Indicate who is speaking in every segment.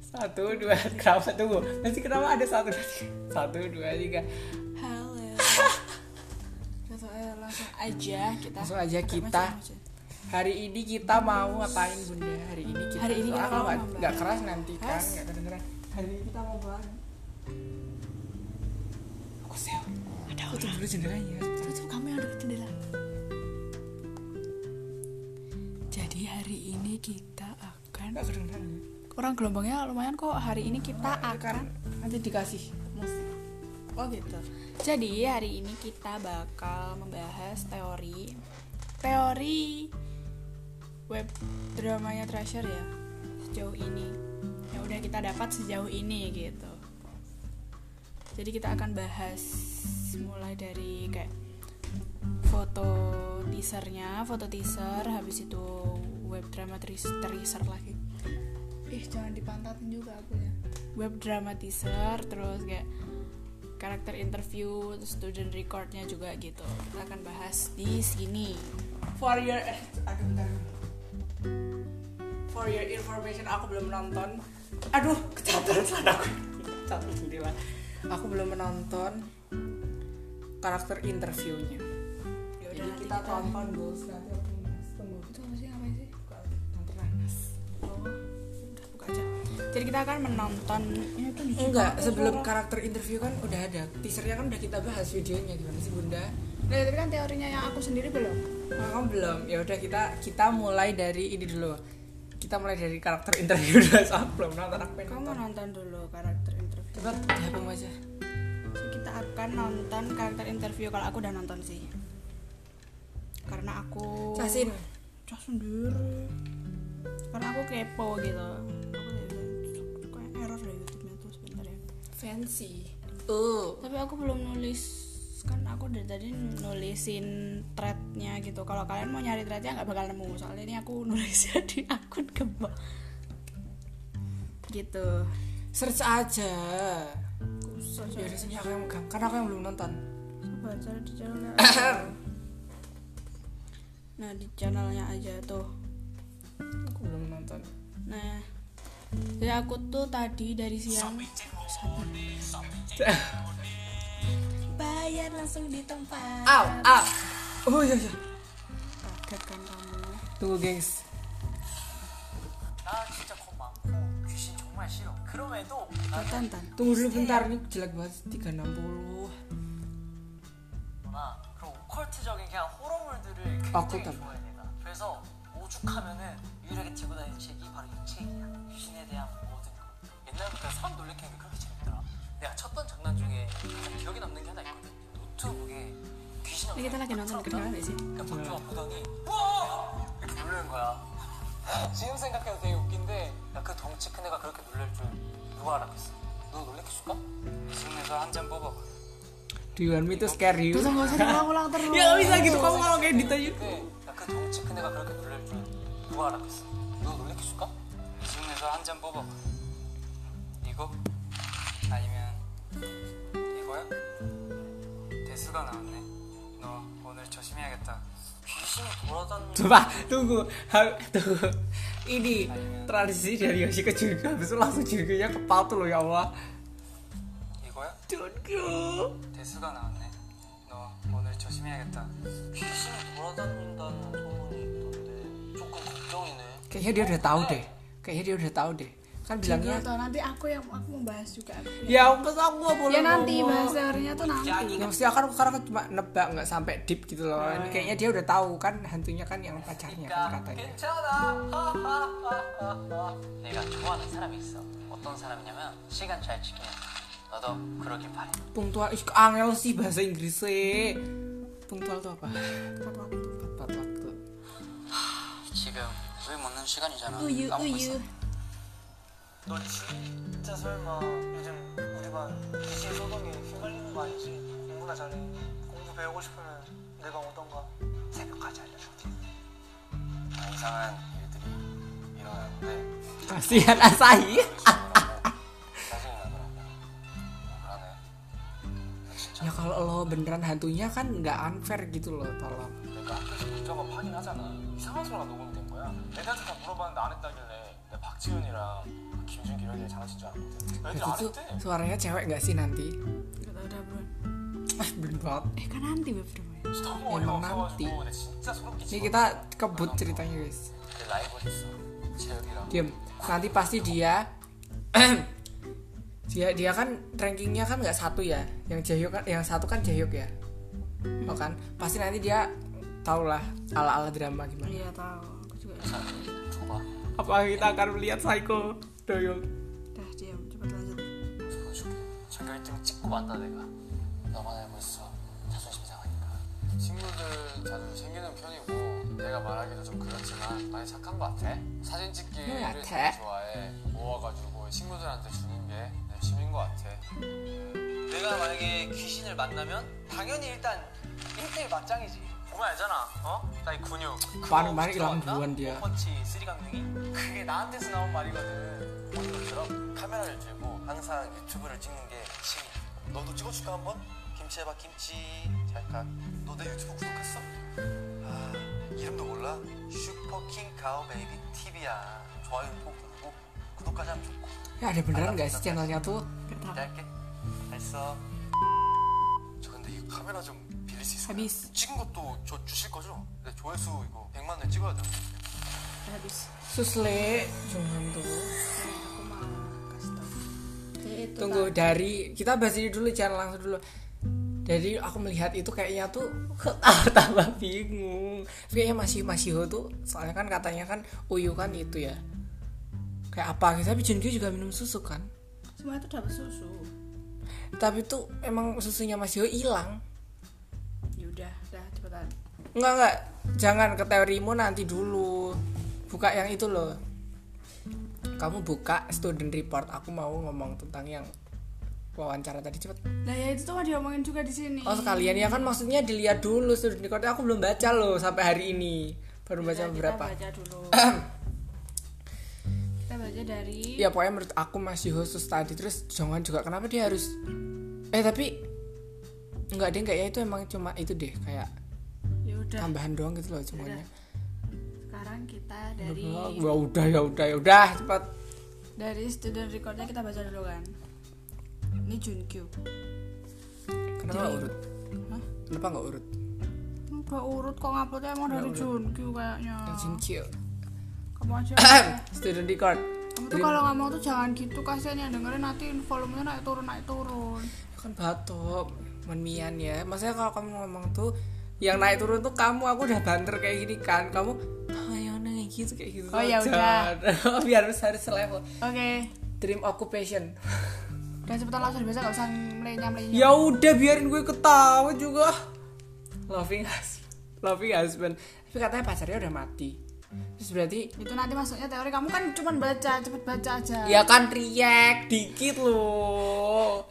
Speaker 1: satu dua kenapa tunggu nanti kenapa ada satu dua, tiga. satu dua tiga
Speaker 2: Halo. langsung, eh, langsung aja kita.
Speaker 1: Langsung aja
Speaker 2: Macam-
Speaker 1: kita.
Speaker 2: macam-
Speaker 1: hari ini kita mau ngapain bunda hari ini kita
Speaker 2: Hari ini
Speaker 1: Ah,
Speaker 2: kita
Speaker 1: kalau
Speaker 2: mau
Speaker 1: nggak
Speaker 2: membahas-
Speaker 1: nggak keras nanti kan
Speaker 2: Keras.
Speaker 1: nggak kedengeran hari ini kita mau bahas aku sel ada tutup dulu jendelanya
Speaker 2: Tutup kamu yang dekat jendela. Jadi hari ini kita akan
Speaker 1: nggak kedengeran
Speaker 2: kurang gelombangnya lumayan kok. Hari ini kita
Speaker 1: Ya kan
Speaker 2: akan
Speaker 1: nanti dikasih
Speaker 2: musik. Oh gitu. Jadi hari ini kita bakal membahas teori teori web dramanya Treasure ya sejauh ini. Ya udah kita dapat sejauh ini gitu. Jadi kita akan bahas mulai dari kayak foto teasernya, foto teaser, habis itu web drama gitu. teaser, teaser lagi. Ih jangan dipantatin juga aku ya. Web drama teaser, terus kayak karakter interview, terus student recordnya juga gitu. Kita akan bahas di sini.
Speaker 1: for your eh, aduh bentar for your information aku belum nonton aduh kecatur celanaku kecatur jendela aku belum menonton karakter interviewnya
Speaker 2: Yaudah,
Speaker 1: jadi
Speaker 2: nanti
Speaker 1: kita tonton goals nanti aku bahas. tunggu
Speaker 2: Itu apa sih apa sih?
Speaker 1: nanti panas
Speaker 2: Oh, udah buka aja. Jadi kita akan menonton. Ya, itu lucu
Speaker 1: enggak
Speaker 2: banget
Speaker 1: sebelum
Speaker 2: suara.
Speaker 1: karakter interview kan udah ada teasernya kan udah kita bahas videonya gimana sih bunda
Speaker 2: Nah, tapi kan teorinya yang aku sendiri belum.
Speaker 1: Nah, kamu belum. Ya udah kita kita mulai dari ini dulu. Kita mulai dari karakter interview dulu. Soalnya belum nonton aku pengen
Speaker 2: Kamu
Speaker 1: nonton.
Speaker 2: nonton dulu karakter interview.
Speaker 1: Coba di HP mu aja.
Speaker 2: Jadi Kita akan nonton karakter interview kalau aku udah nonton sih. Karena aku
Speaker 1: Casin.
Speaker 2: cah sendiri karena aku kepo gitu aku kayak bilang, kayak error deh YouTube-nya tuh sebentar ya
Speaker 1: Fancy. Oh.
Speaker 2: tapi aku belum nulis kan aku dari tadi nulisin threadnya gitu kalau kalian mau nyari threadnya nggak bakal nemu soalnya ini aku nulisnya di akun kembang gitu
Speaker 1: Search aja. Ya
Speaker 2: Kusel, soalnya.
Speaker 1: udah sini aku yang megang karena aku yang belum nonton.
Speaker 2: Coba cari di channelnya nah di channelnya aja tuh
Speaker 1: aku belum nonton.
Speaker 2: nah jadi aku tuh tadi dari siang bayar langsung di tempat
Speaker 1: Au, au. Oh iya iya.
Speaker 2: kaget kan kamu
Speaker 1: Tunggu, gengs.
Speaker 3: 나 진짜 겁 많고 귀신 정말 싫어. 그럼에도
Speaker 2: Kau tonton
Speaker 1: Tunggu dulu bentar nih jelek banget 360.
Speaker 3: 나 그런 오컬트적인 그냥 호러물들을
Speaker 1: 아,
Speaker 3: 굉장히
Speaker 1: 그렇다.
Speaker 3: 좋아해 내가. 그래서 오죽하면은 유일하게 들고 다니는 책이 바로 이 책이야. 귀신에 대한 모든 거. 옛날부터 사람 놀래키는 게 그렇게 재밌더라. 내가 쳤던 장난 중에 가장 기억에 남는 게 하나 있거든. 노트북에 귀신
Speaker 2: Ini kita lagi nonton
Speaker 3: 그
Speaker 2: kedengeran gak sih?
Speaker 3: 그러니까 박주가 보더니 우와 이렇게 놀라는 거야. 지금 생각해도 되게 웃긴데 야그 덩치 큰 애가 그렇게 놀랄 줄 누가 알았겠어? 너 놀래키실까? 지금에서 한 잔 뽑아봐.
Speaker 1: Do you want me to scare you?
Speaker 2: Terus nggak usah diulang-ulang terus
Speaker 1: Ya nggak bisa gitu kamu kalau kayak ditanya.
Speaker 3: 야그 덩치 큰 애가 그렇게 놀랄 줄 누가 알았겠어? 너 놀래키실까? 지금에서 한 잔 뽑아봐. 이거? 아니면 이거야? 대수가 나왔네. 너 오늘 조심해야겠다. 귀신이 돌아다니는.
Speaker 1: Coba tunggu, ha- tunggu. Ini tradisi dari Yoshi ke Junko, habis itu langsung Junkonya ke Patu loh ya Allah.
Speaker 3: 이거야?
Speaker 1: Junko.
Speaker 3: 대수가 나왔네. 너 오늘 조심해야겠다. 귀신이 돌아다닌다는 소문이 있던데 조금 걱정이네.
Speaker 1: Kayaknya dia udah tahu deh. Kayaknya dia udah tahu deh. Kan bilangnya
Speaker 2: Atau Iya, nanti aku yang aku mau bahas juga aku.
Speaker 1: ya pas aku nggak boleh
Speaker 2: Ya nanti
Speaker 1: ngomong.
Speaker 2: bahas teorinya tuh nanti
Speaker 1: Ya, maksudnya kan aku sekarang kan cuma nebak nggak sampai deep gitu loh.
Speaker 2: Iya,
Speaker 1: Ini kayaknya dia udah tahu kan hantunya kan yang pacarnya
Speaker 3: Iya.
Speaker 1: kan katanya.
Speaker 3: 괜찮아. 내가 좋아하는 사람이 있어. 어떤 사람이냐면 시간 잘 지키는. 너도 그러길 바래.
Speaker 1: Punktual ih angel sih bahasa Inggrisnya. Punktual tuh apa?
Speaker 2: Tepat waktu.
Speaker 1: Tepat waktu.
Speaker 3: 지금 우유 먹는 시간이잖아.
Speaker 2: Uyu uyu
Speaker 3: 너 진짜 설마 요즘 우리 반 귀신 소동에 휘말리는 거 아니지? 공부나 잘해. 공부 배우고 싶으면 내가 오던가 새벽까지 알려줄게. 이상한 일들이 일어나는데
Speaker 1: Kasihan Asahi.
Speaker 3: 짜증이 나더라고. 불안해. 나 진짜
Speaker 1: Ya kalau lo beneran hantunya kan nggak unfair gitu loh tolong.
Speaker 3: 내가 학교에서 그러니까 국정업 하긴 하잖아. 이상한 소리가 녹음된 거야. 애들한테 다 물어봤는데 안 했다길래 내 박지훈이랑 김준기로 애들 장난친 줄 알았거든 애들
Speaker 1: Itu tuh
Speaker 3: 안 했대
Speaker 1: suaranya cewek nggak sih nanti?
Speaker 2: Gak tau dah bro
Speaker 1: Ah, belum banget.
Speaker 2: Eh kan nanti web drama
Speaker 3: 진짜 너무
Speaker 1: 예, 망나무띠.
Speaker 3: 어이가 없어가지고 내 진짜 소름
Speaker 1: Ini
Speaker 3: 끼치고
Speaker 1: kita kebut ceritanya guys.
Speaker 3: 내 라이벌 있어 재혁이랑
Speaker 1: Diam. Nanti pasti dia dia dia kan rankingnya kan nggak satu ya. Yang Jahyuk kan yang satu kan Jahyuk ya. Oh kan? Pasti nanti dia tau lah ala-ala drama gimana.
Speaker 2: Iya tahu. Aku juga
Speaker 3: 줘봐
Speaker 1: Apa kita akan melihat Psycho Doyong?
Speaker 2: Dah diam Cepat lanjut
Speaker 3: 보여줄게 전교 1등 찍고 만다 내가 너만 알고 있어 자존심 상하니까 친구들 자주 생기는 편이고 내가 말하기도 좀 그렇지만 많이 착한 것 같아 사진
Speaker 1: 왜
Speaker 3: 찍기를
Speaker 1: 같아?
Speaker 3: 되게 좋아해 모아가지고 친구들한테 주는 게 내 취미인 것 같아
Speaker 4: 내가 만약에 귀신을 만나면 당연히 일단 1대1 맞짱이지
Speaker 3: 보면 알잖아 어? 나이 근육
Speaker 1: Pan kemarin hilang duluan dia.
Speaker 4: 펀치 쓰리 강등이
Speaker 3: 그게 나한테서 나온 말이거든
Speaker 4: 본인처럼 카메라를 들고 항상 유튜브를 찍는 게 취미 너도 찍어줄까 한번? 김치 해봐 김치 잘가 너 내 유튜브 구독했어? 아 이름도 몰라? 슈퍼킹 가오 베이비 TV야 좋아요 꼭 누르고 구독까지 하면 좋고
Speaker 1: Ya ada beneran nggak sih channelnya tuh?
Speaker 2: Gak tahu.
Speaker 4: 기대할게 알았어 저 근데 이 카메라 좀 빌릴 수 있어요?
Speaker 2: Habis
Speaker 4: 찍은 것도 저 주실 거죠? 네, 조회수 이거 100만 원 찍어야 돼.
Speaker 2: Habis
Speaker 1: Susle, jangan tuh.
Speaker 2: Aku mau kasih tau Jadi itu
Speaker 1: Tunggu dari kita bahas ini dulu jangan langsung dulu. Dari aku melihat itu kayaknya tuh tambah bingung. Terus Kayaknya masih masih tuh soalnya kan katanya kan uyu kan itu ya. Kayak apa? gitu, Tapi Junki juga minum susu kan?
Speaker 2: Semua itu dapat susu
Speaker 1: Tapi tuh emang susunya masih hilang.
Speaker 2: Yaudah Dah Ya cepetan
Speaker 1: Enggak enggak, jangan ke teorimu nanti dulu. Buka yang itu loh. Kamu buka student report. Aku mau ngomong tentang yang wawancara tadi cepet.
Speaker 2: Nah ya itu tuh mau diomongin juga di sini
Speaker 1: Oh sekalian ya kan maksudnya dilihat dulu student recordnya aku belum baca loh sampai hari ini baru baca
Speaker 2: Ya,
Speaker 1: beberapa.
Speaker 2: Kita baca dulu Kita baca dari
Speaker 1: Ya pokoknya menurut aku masih khusus tadi terus jangan juga kenapa dia harus eh tapi nggak deh kayaknya itu emang cuma itu deh kayak
Speaker 2: Yaudah
Speaker 1: tambahan doang gitu loh semuanya.
Speaker 2: ya Sekarang kita dari
Speaker 1: Ya udah ya udah ya udah cepat.
Speaker 2: Dari student recordnya kita baca dulu kan Ini Junkyu
Speaker 1: Kenapa nggak urut?
Speaker 2: Hah? Oh.
Speaker 1: Kenapa nggak urut?
Speaker 2: Enggak urut kok nguploadnya emang
Speaker 1: Ya
Speaker 2: dari Junkyu kayaknya
Speaker 1: Jin Kyo.
Speaker 2: Kamu aja
Speaker 1: Student record.
Speaker 2: Kamu tuh kalau ngomong tuh jangan gitu kasihan yang dengerin nanti volumenya naik turun naik turun
Speaker 1: kan batuk memian ya maksudnya kalau kamu ngomong tuh yang naik turun tuh kamu aku udah banter kayak gini kan kamu ayo naik gitu kayak gitu
Speaker 2: Oh, ya
Speaker 1: saja." biar harus harus selevel
Speaker 2: Oke
Speaker 1: dream occupation
Speaker 2: Dan cepetan langsung dibaca gak usah melenyam melenyam
Speaker 1: ya udah biarin gue ketawa juga loving husband loving husband tapi katanya pacarnya udah mati terus berarti
Speaker 2: Itu nanti masuknya teori kamu kan cuma baca cepet baca aja
Speaker 1: ya kan react dikit loh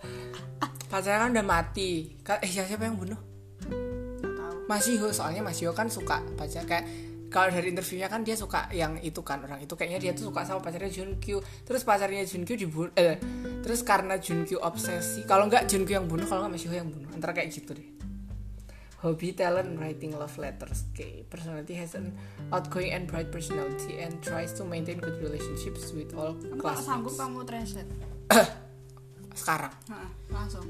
Speaker 1: pacarnya kan udah mati Ka- eh siapa yang bunuh
Speaker 2: Nggak tahu
Speaker 1: Masihho soalnya Masihho kan suka pacar kayak kalau dari interviewnya kan dia suka yang itu kan orang itu kayaknya dia tuh suka sama pacarnya Junkyu terus pacarnya Junkyu dibunuh eh, terus karena Junkyu obsesi kalau nggak Junkyu yang bunuh kalau nggak Masihho yang bunuh antara kayak gitu deh Hobby talent writing love letters. Okay. Personality has an outgoing and bright personality and tries to maintain good relationships with all
Speaker 2: Kamu kalau sanggup
Speaker 1: classmates.
Speaker 2: kamu translate
Speaker 1: Sekarang
Speaker 2: Heeh, Langsung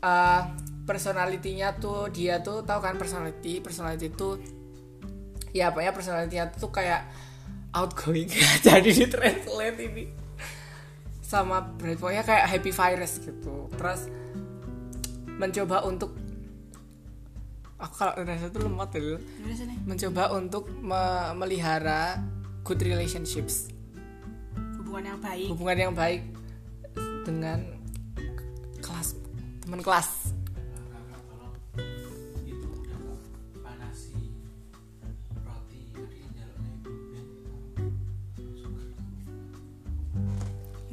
Speaker 1: eh personalitinya tuh dia tuh tahu kan personality personality itu ya apa ya personalitinya tuh kayak outgoing jadi di translate ini sama Brad pokoknya kayak happy virus gitu terus mencoba untuk aku kalau translate tuh lemot dulu
Speaker 2: Yaudah sini
Speaker 1: mencoba untuk me- melihara good relationships
Speaker 2: Hubungan yang baik
Speaker 1: hubungan yang baik dengan kelas teman kelas
Speaker 5: kakak tolong itu udah Kak. panasi roti tadi yang jalurnya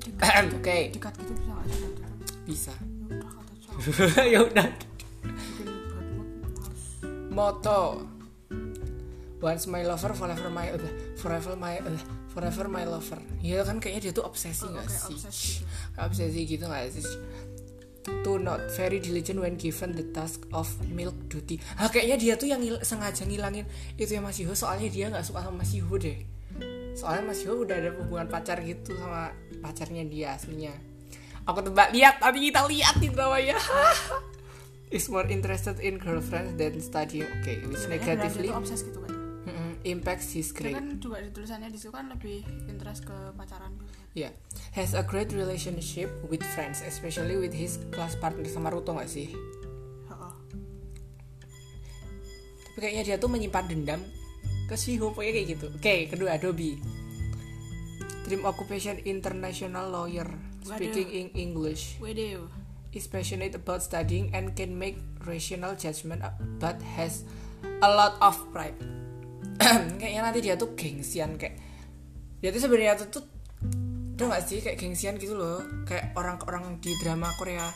Speaker 5: itu
Speaker 1: oke
Speaker 2: Dekat gitu bisa gak sih?
Speaker 1: bisa
Speaker 2: Yaudah kata cowok
Speaker 1: ya udah
Speaker 2: Bikin bad mood harus
Speaker 1: moto once my lover forever my udah forever my udah forever my lover ya kan kayaknya dia tuh obsesi
Speaker 2: Oh,
Speaker 1: nggak
Speaker 2: kayak
Speaker 1: sih
Speaker 2: obsesi gitu.
Speaker 1: Kayak obsesi gitu nggak sih to not very diligent when given the task of milk duty ah kayaknya dia tuh yang ngil- sengaja ngilangin itu ya Mas Yuho soalnya dia nggak suka sama Mas Yuho deh soalnya Mas Yo udah ada hubungan pacar gitu sama pacarnya dia aslinya aku tebak lihat tapi kita lihat di dramanya is more interested in girlfriends than studying okay which
Speaker 2: Iya,
Speaker 1: negatively
Speaker 2: itu obses gitu kan
Speaker 1: mm, impacts his
Speaker 2: Dia
Speaker 1: grade
Speaker 2: kan juga di tulisannya di situ kan lebih interest ke pacaran gitu.
Speaker 1: Yeah, has a great relationship with friends, especially with his class partner sama Ruto nggak sih?
Speaker 2: Heeh.
Speaker 1: Tapi kayaknya dia tuh menyimpan dendam ke si Ho, pokoknya kayak gitu. Oke, kedua Adobe. Dream occupation international lawyer, speaking in English.
Speaker 2: Wede.
Speaker 1: Is passionate about studying and can make rational judgment, uh, but has a lot of pride. kayaknya nanti dia tuh gengsian kayak. Dia tuh sebenarnya tuh, tuh udah gak sih kayak gengsian gitu loh, kayak orang-orang di drama Korea.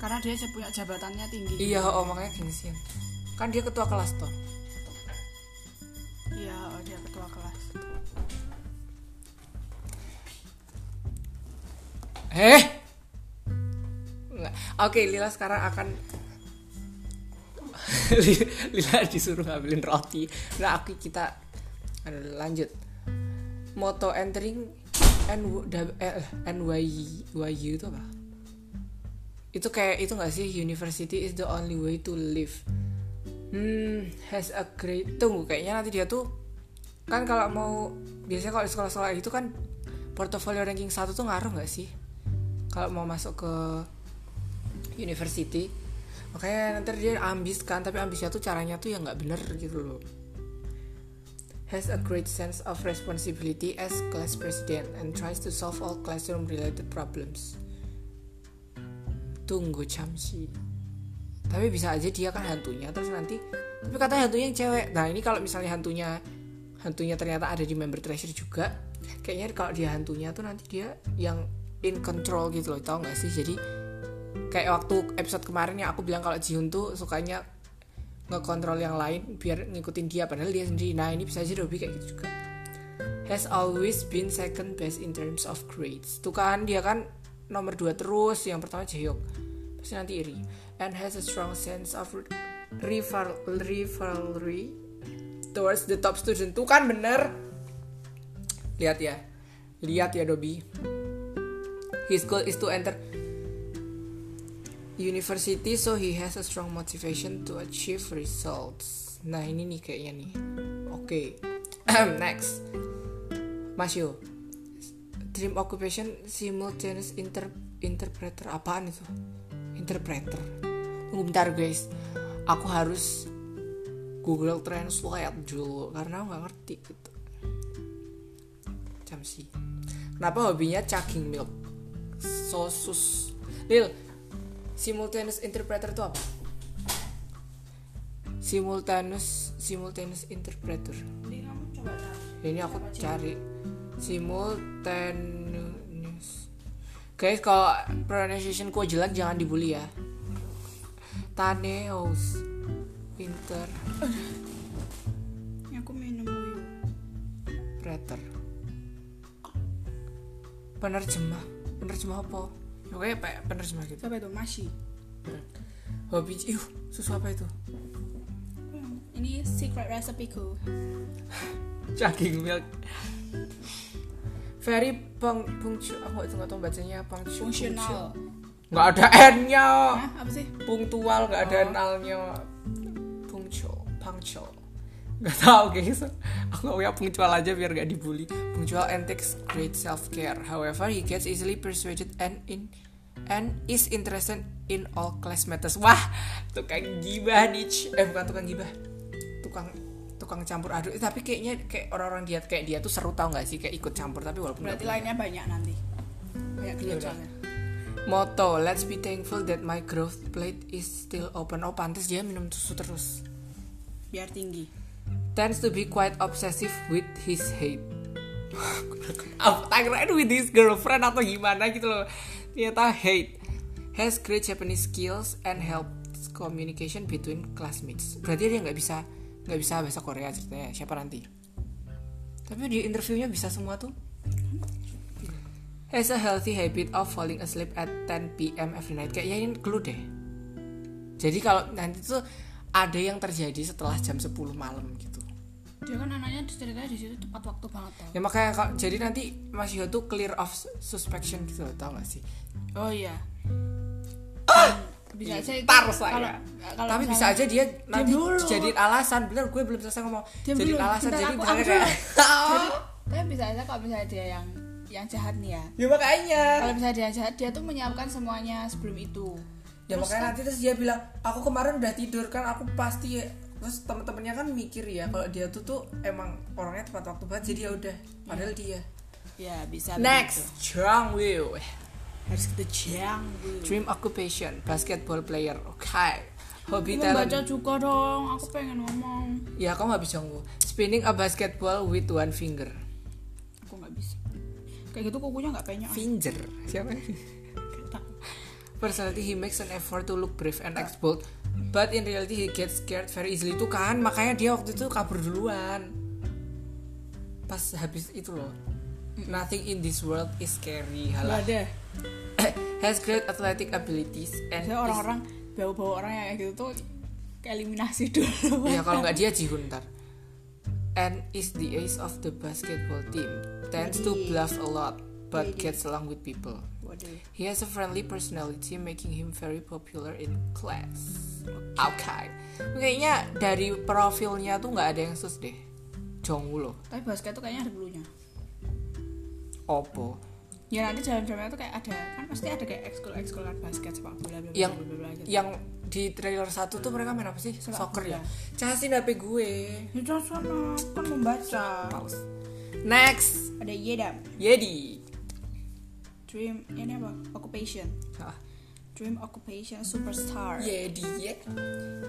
Speaker 2: Karena dia punya jabatannya tinggi.
Speaker 1: Iya, oh makanya gengsian. Kan dia ketua kelas tuh.
Speaker 2: Iya, oh, dia ketua kelas.
Speaker 1: Eh. Nggak. Oke, Lila sekarang akan Lila disuruh ngambilin roti. Nah, aku kita Aduh, lanjut. Moto entering N NYU itu apa? Itu kayak itu nggak sih university is the only way to live. Hmm, has a great tunggu kayaknya nanti dia tuh kan kalau mau biasanya kalau di sekolah-sekolah itu kan portofolio ranking satu tuh ngaruh nggak sih? kalau mau masuk ke university makanya nanti dia ambis kan tapi ambisnya tuh caranya tuh ya nggak bener gitu loh has a great sense of responsibility as class president and tries to solve all classroom related problems tunggu Chamsi tapi bisa aja dia kan hantunya terus nanti tapi katanya hantunya yang cewek nah ini kalau misalnya hantunya hantunya ternyata ada di member treasure juga kayaknya kalau dia hantunya tuh nanti dia yang in control gitu loh tau gak sih jadi kayak waktu episode kemarin yang aku bilang kalau Jihoon tuh sukanya ngekontrol yang lain biar ngikutin dia padahal dia sendiri nah ini bisa aja Robby kayak gitu juga has always been second best in terms of grades. Tuh kan dia kan nomor 2 terus, yang pertama Jaehyuk. Pasti nanti iri. And has a strong sense of rival rivalry towards the top student. Tuh kan bener. Lihat ya. Lihat ya Dobby. His goal is to enter university so he has a strong motivation to achieve results. Nah, ini nih kayaknya nih. Oke. Next. Mas Yo, Dream Occupation Simultaneous inter- Interpreter apaan itu? Interpreter. Tunggu bentar guys, aku harus Google Translate dulu karena aku nggak ngerti gitu. Jam sih. Kenapa hobinya caging milk? Sosus. Lil, simultaneous interpreter itu apa? Simultaneous simultaneous interpreter.
Speaker 2: Jadi kamu coba
Speaker 1: Ini aku cari simultaneous. Guys, kalau pronunciation ku jelek jangan dibully ya. Taneos Pinter
Speaker 2: Aku minum dulu.
Speaker 1: Preter Penerjemah Penerjemah apa? Ya, Pokoknya pe- penerjemah gitu
Speaker 2: Siapa itu? Mashi.
Speaker 1: Hobi Ih, uh, susu apa itu?
Speaker 2: Ini secret recipe ku.
Speaker 1: Caging milk Very peng pungcu Aku nggak tahu bacanya pungcu
Speaker 2: Fungsional.
Speaker 1: Nggak ada N-nya
Speaker 2: Hah, apa sih?
Speaker 1: Pungtual nggak ada nalnya Pungcu Pangcu Gak tau guys Aku nggak punya pungcual aja biar gak dibully Pungcual and takes great self care However he gets easily persuaded and in And is interested in all class matters Wah tukang gibah niche Eh bukan tukang gibah Tukang tukang campur aduk Eh, tapi kayaknya kayak orang-orang dia kayak dia tuh seru tau gak sih kayak ikut campur tapi walaupun nggak
Speaker 2: Berarti lainnya banyak nanti. Banyak
Speaker 1: Iya,
Speaker 2: gelut
Speaker 1: udah.
Speaker 2: soalnya.
Speaker 1: Moto, let's be thankful that my growth plate is still open. Oh, pantas dia minum susu terus.
Speaker 2: Biar tinggi.
Speaker 1: Tends to be quite obsessive with his hate. Tagline with his girlfriend atau gimana gitu loh. Ternyata hate. Has great Japanese skills and helps communication between classmates. Berarti dia nggak bisa nggak bisa bahasa Korea ceritanya. Siapa nanti? Tapi di interviewnya bisa semua tuh. Has a healthy habit of falling asleep at 10 p.m. every night. Kayaknya ini clue deh. Jadi kalau nanti tuh ada yang terjadi setelah jam 10 malam gitu.
Speaker 2: dia kan anaknya ceritanya di situ tepat waktu banget tau
Speaker 1: ya makanya kalau jadi nanti Mas Yoha tuh clear of suspicion gitu loh, tau gak sih
Speaker 2: oh iya bisa aja
Speaker 1: Ah!
Speaker 2: itu
Speaker 1: Pintar saya.
Speaker 2: kalau kalau
Speaker 1: tapi bisa
Speaker 2: misalnya-
Speaker 1: aja dia nanti
Speaker 2: dulu.
Speaker 1: jadiin alasan bener gue belum selesai ngomong
Speaker 2: Diam
Speaker 1: jadiin
Speaker 2: dulu,
Speaker 1: alasan
Speaker 2: bentar,
Speaker 1: jadi
Speaker 2: aku-
Speaker 1: misalnya
Speaker 2: aku
Speaker 1: kayak
Speaker 2: jadi tapi bisa aja kalau misalnya dia yang yang jahat nih ya
Speaker 1: ya makanya
Speaker 2: kalau misalnya dia yang jahat dia tuh menyiapkan semuanya sebelum itu
Speaker 1: ya
Speaker 2: kan-
Speaker 1: makanya nanti terus dia bilang aku kemarin udah tidur kan aku pasti terus temen-temennya kan mikir ya kalau dia tuh tuh emang orangnya tepat waktu banget jadi ya udah
Speaker 2: Iya.
Speaker 1: padahal dia
Speaker 2: ya bisa
Speaker 1: next Jung Woo
Speaker 2: begitu. harus kita jang
Speaker 1: dream occupation basketball player oke hobby
Speaker 2: membaca
Speaker 1: talent
Speaker 2: juga dong aku pengen ngomong
Speaker 1: ya kamu habis Jung Woo spinning a basketball with one finger
Speaker 2: aku nggak bisa kayak gitu kukunya nggak penyok
Speaker 1: finger siapa personality he makes an effort to look brave and act bold but in reality he gets scared very easily itu kan makanya dia waktu itu kabur duluan pas habis itu loh nothing in this world is scary
Speaker 2: nggak
Speaker 1: halah
Speaker 2: ada
Speaker 1: has great athletic abilities and
Speaker 2: Biasanya
Speaker 1: is-
Speaker 2: orang-orang bau-bau orang yang kayak gitu tuh eliminasi dulu
Speaker 1: ya kalau nggak dia Jihoon ntar and is the ace of the basketball team tends to
Speaker 2: Jadi-
Speaker 1: bluff a lot but
Speaker 2: jadi-
Speaker 1: gets along with people
Speaker 2: waduh
Speaker 1: He has a friendly personality, making him very popular in class. Okay. Kayaknya dari profilnya tuh nggak ada yang sus deh. Jongwoo loh.
Speaker 2: tapi basket tuh kayaknya ada dulunya
Speaker 1: Oppo.
Speaker 2: ya nanti jalan-jalannya tuh kayak ada kan pasti ada kayak ekskul ekskulan basket sepak bola bla bla
Speaker 1: Yang-
Speaker 2: bla bla bla gitu.
Speaker 1: Yang di trailer satu tuh mereka main apa sih?
Speaker 2: Sepak
Speaker 1: Soccer ya.
Speaker 2: bola.
Speaker 1: Casin HP gue.
Speaker 2: Ya, jangan sana kan membaca
Speaker 1: Pause. Next,
Speaker 2: ada Yedam
Speaker 1: Yedi.
Speaker 2: dream ini apa occupation
Speaker 1: Hah,
Speaker 2: dream occupation superstar
Speaker 1: Yedi ya.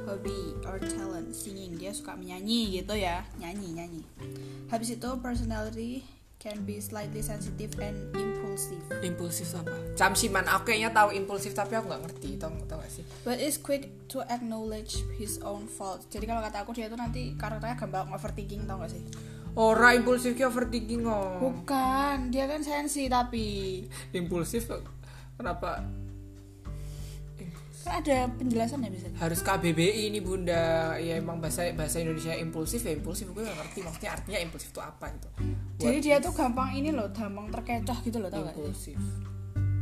Speaker 2: hobby or talent singing dia suka menyanyi gitu ya nyanyi nyanyi habis itu personality can be slightly sensitive and impulsive
Speaker 1: Impulsif apa? Camsiman. Aku kayaknya tahu impulsif tapi aku nggak ngerti. Tau tau gak sih?
Speaker 2: but is quick to acknowledge his own fault jadi kalau kata aku dia tuh nanti karakternya gampang overthinking tau gak sih
Speaker 1: Ora impulsif ki overthinking oh.
Speaker 2: bukan dia kan sensi tapi
Speaker 1: Impulsif kenapa
Speaker 2: kan ada penjelasannya bisa
Speaker 1: harus KBBI ini bunda ya emang bahasa bahasa Indonesia impulsif ya impulsif gue gak ngerti maksudnya artinya impulsif itu apa gitu
Speaker 2: jadi dia tuh gampang ini loh gampang terkecoh gitu loh tau gak sih
Speaker 1: impulsif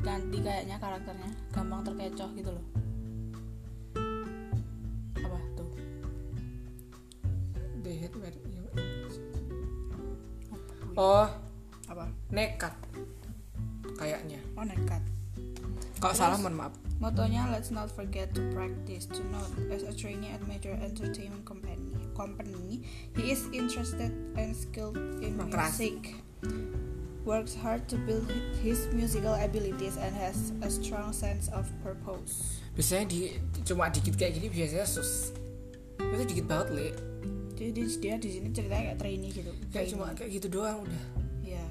Speaker 2: ganti kayaknya karakternya gampang terkecoh gitu loh apa tuh
Speaker 1: They hate very- oh
Speaker 2: apa
Speaker 1: nekat kayaknya
Speaker 2: oh nekat
Speaker 1: kalau salah mohon maaf
Speaker 2: motonya let's not forget to practice to note as a trainee at major entertainment company company he is interested and skilled in
Speaker 1: Emang keras.
Speaker 2: music works hard to build his musical abilities and has a strong sense of purpose
Speaker 1: biasanya di cuma dikit kayak gini biasanya sus itu dikit banget le
Speaker 2: jadi dia- dia di sini ceritanya kayak trainee gitu
Speaker 1: kayak
Speaker 2: Trainee.
Speaker 1: cuma kayak gitu doang udah
Speaker 2: ya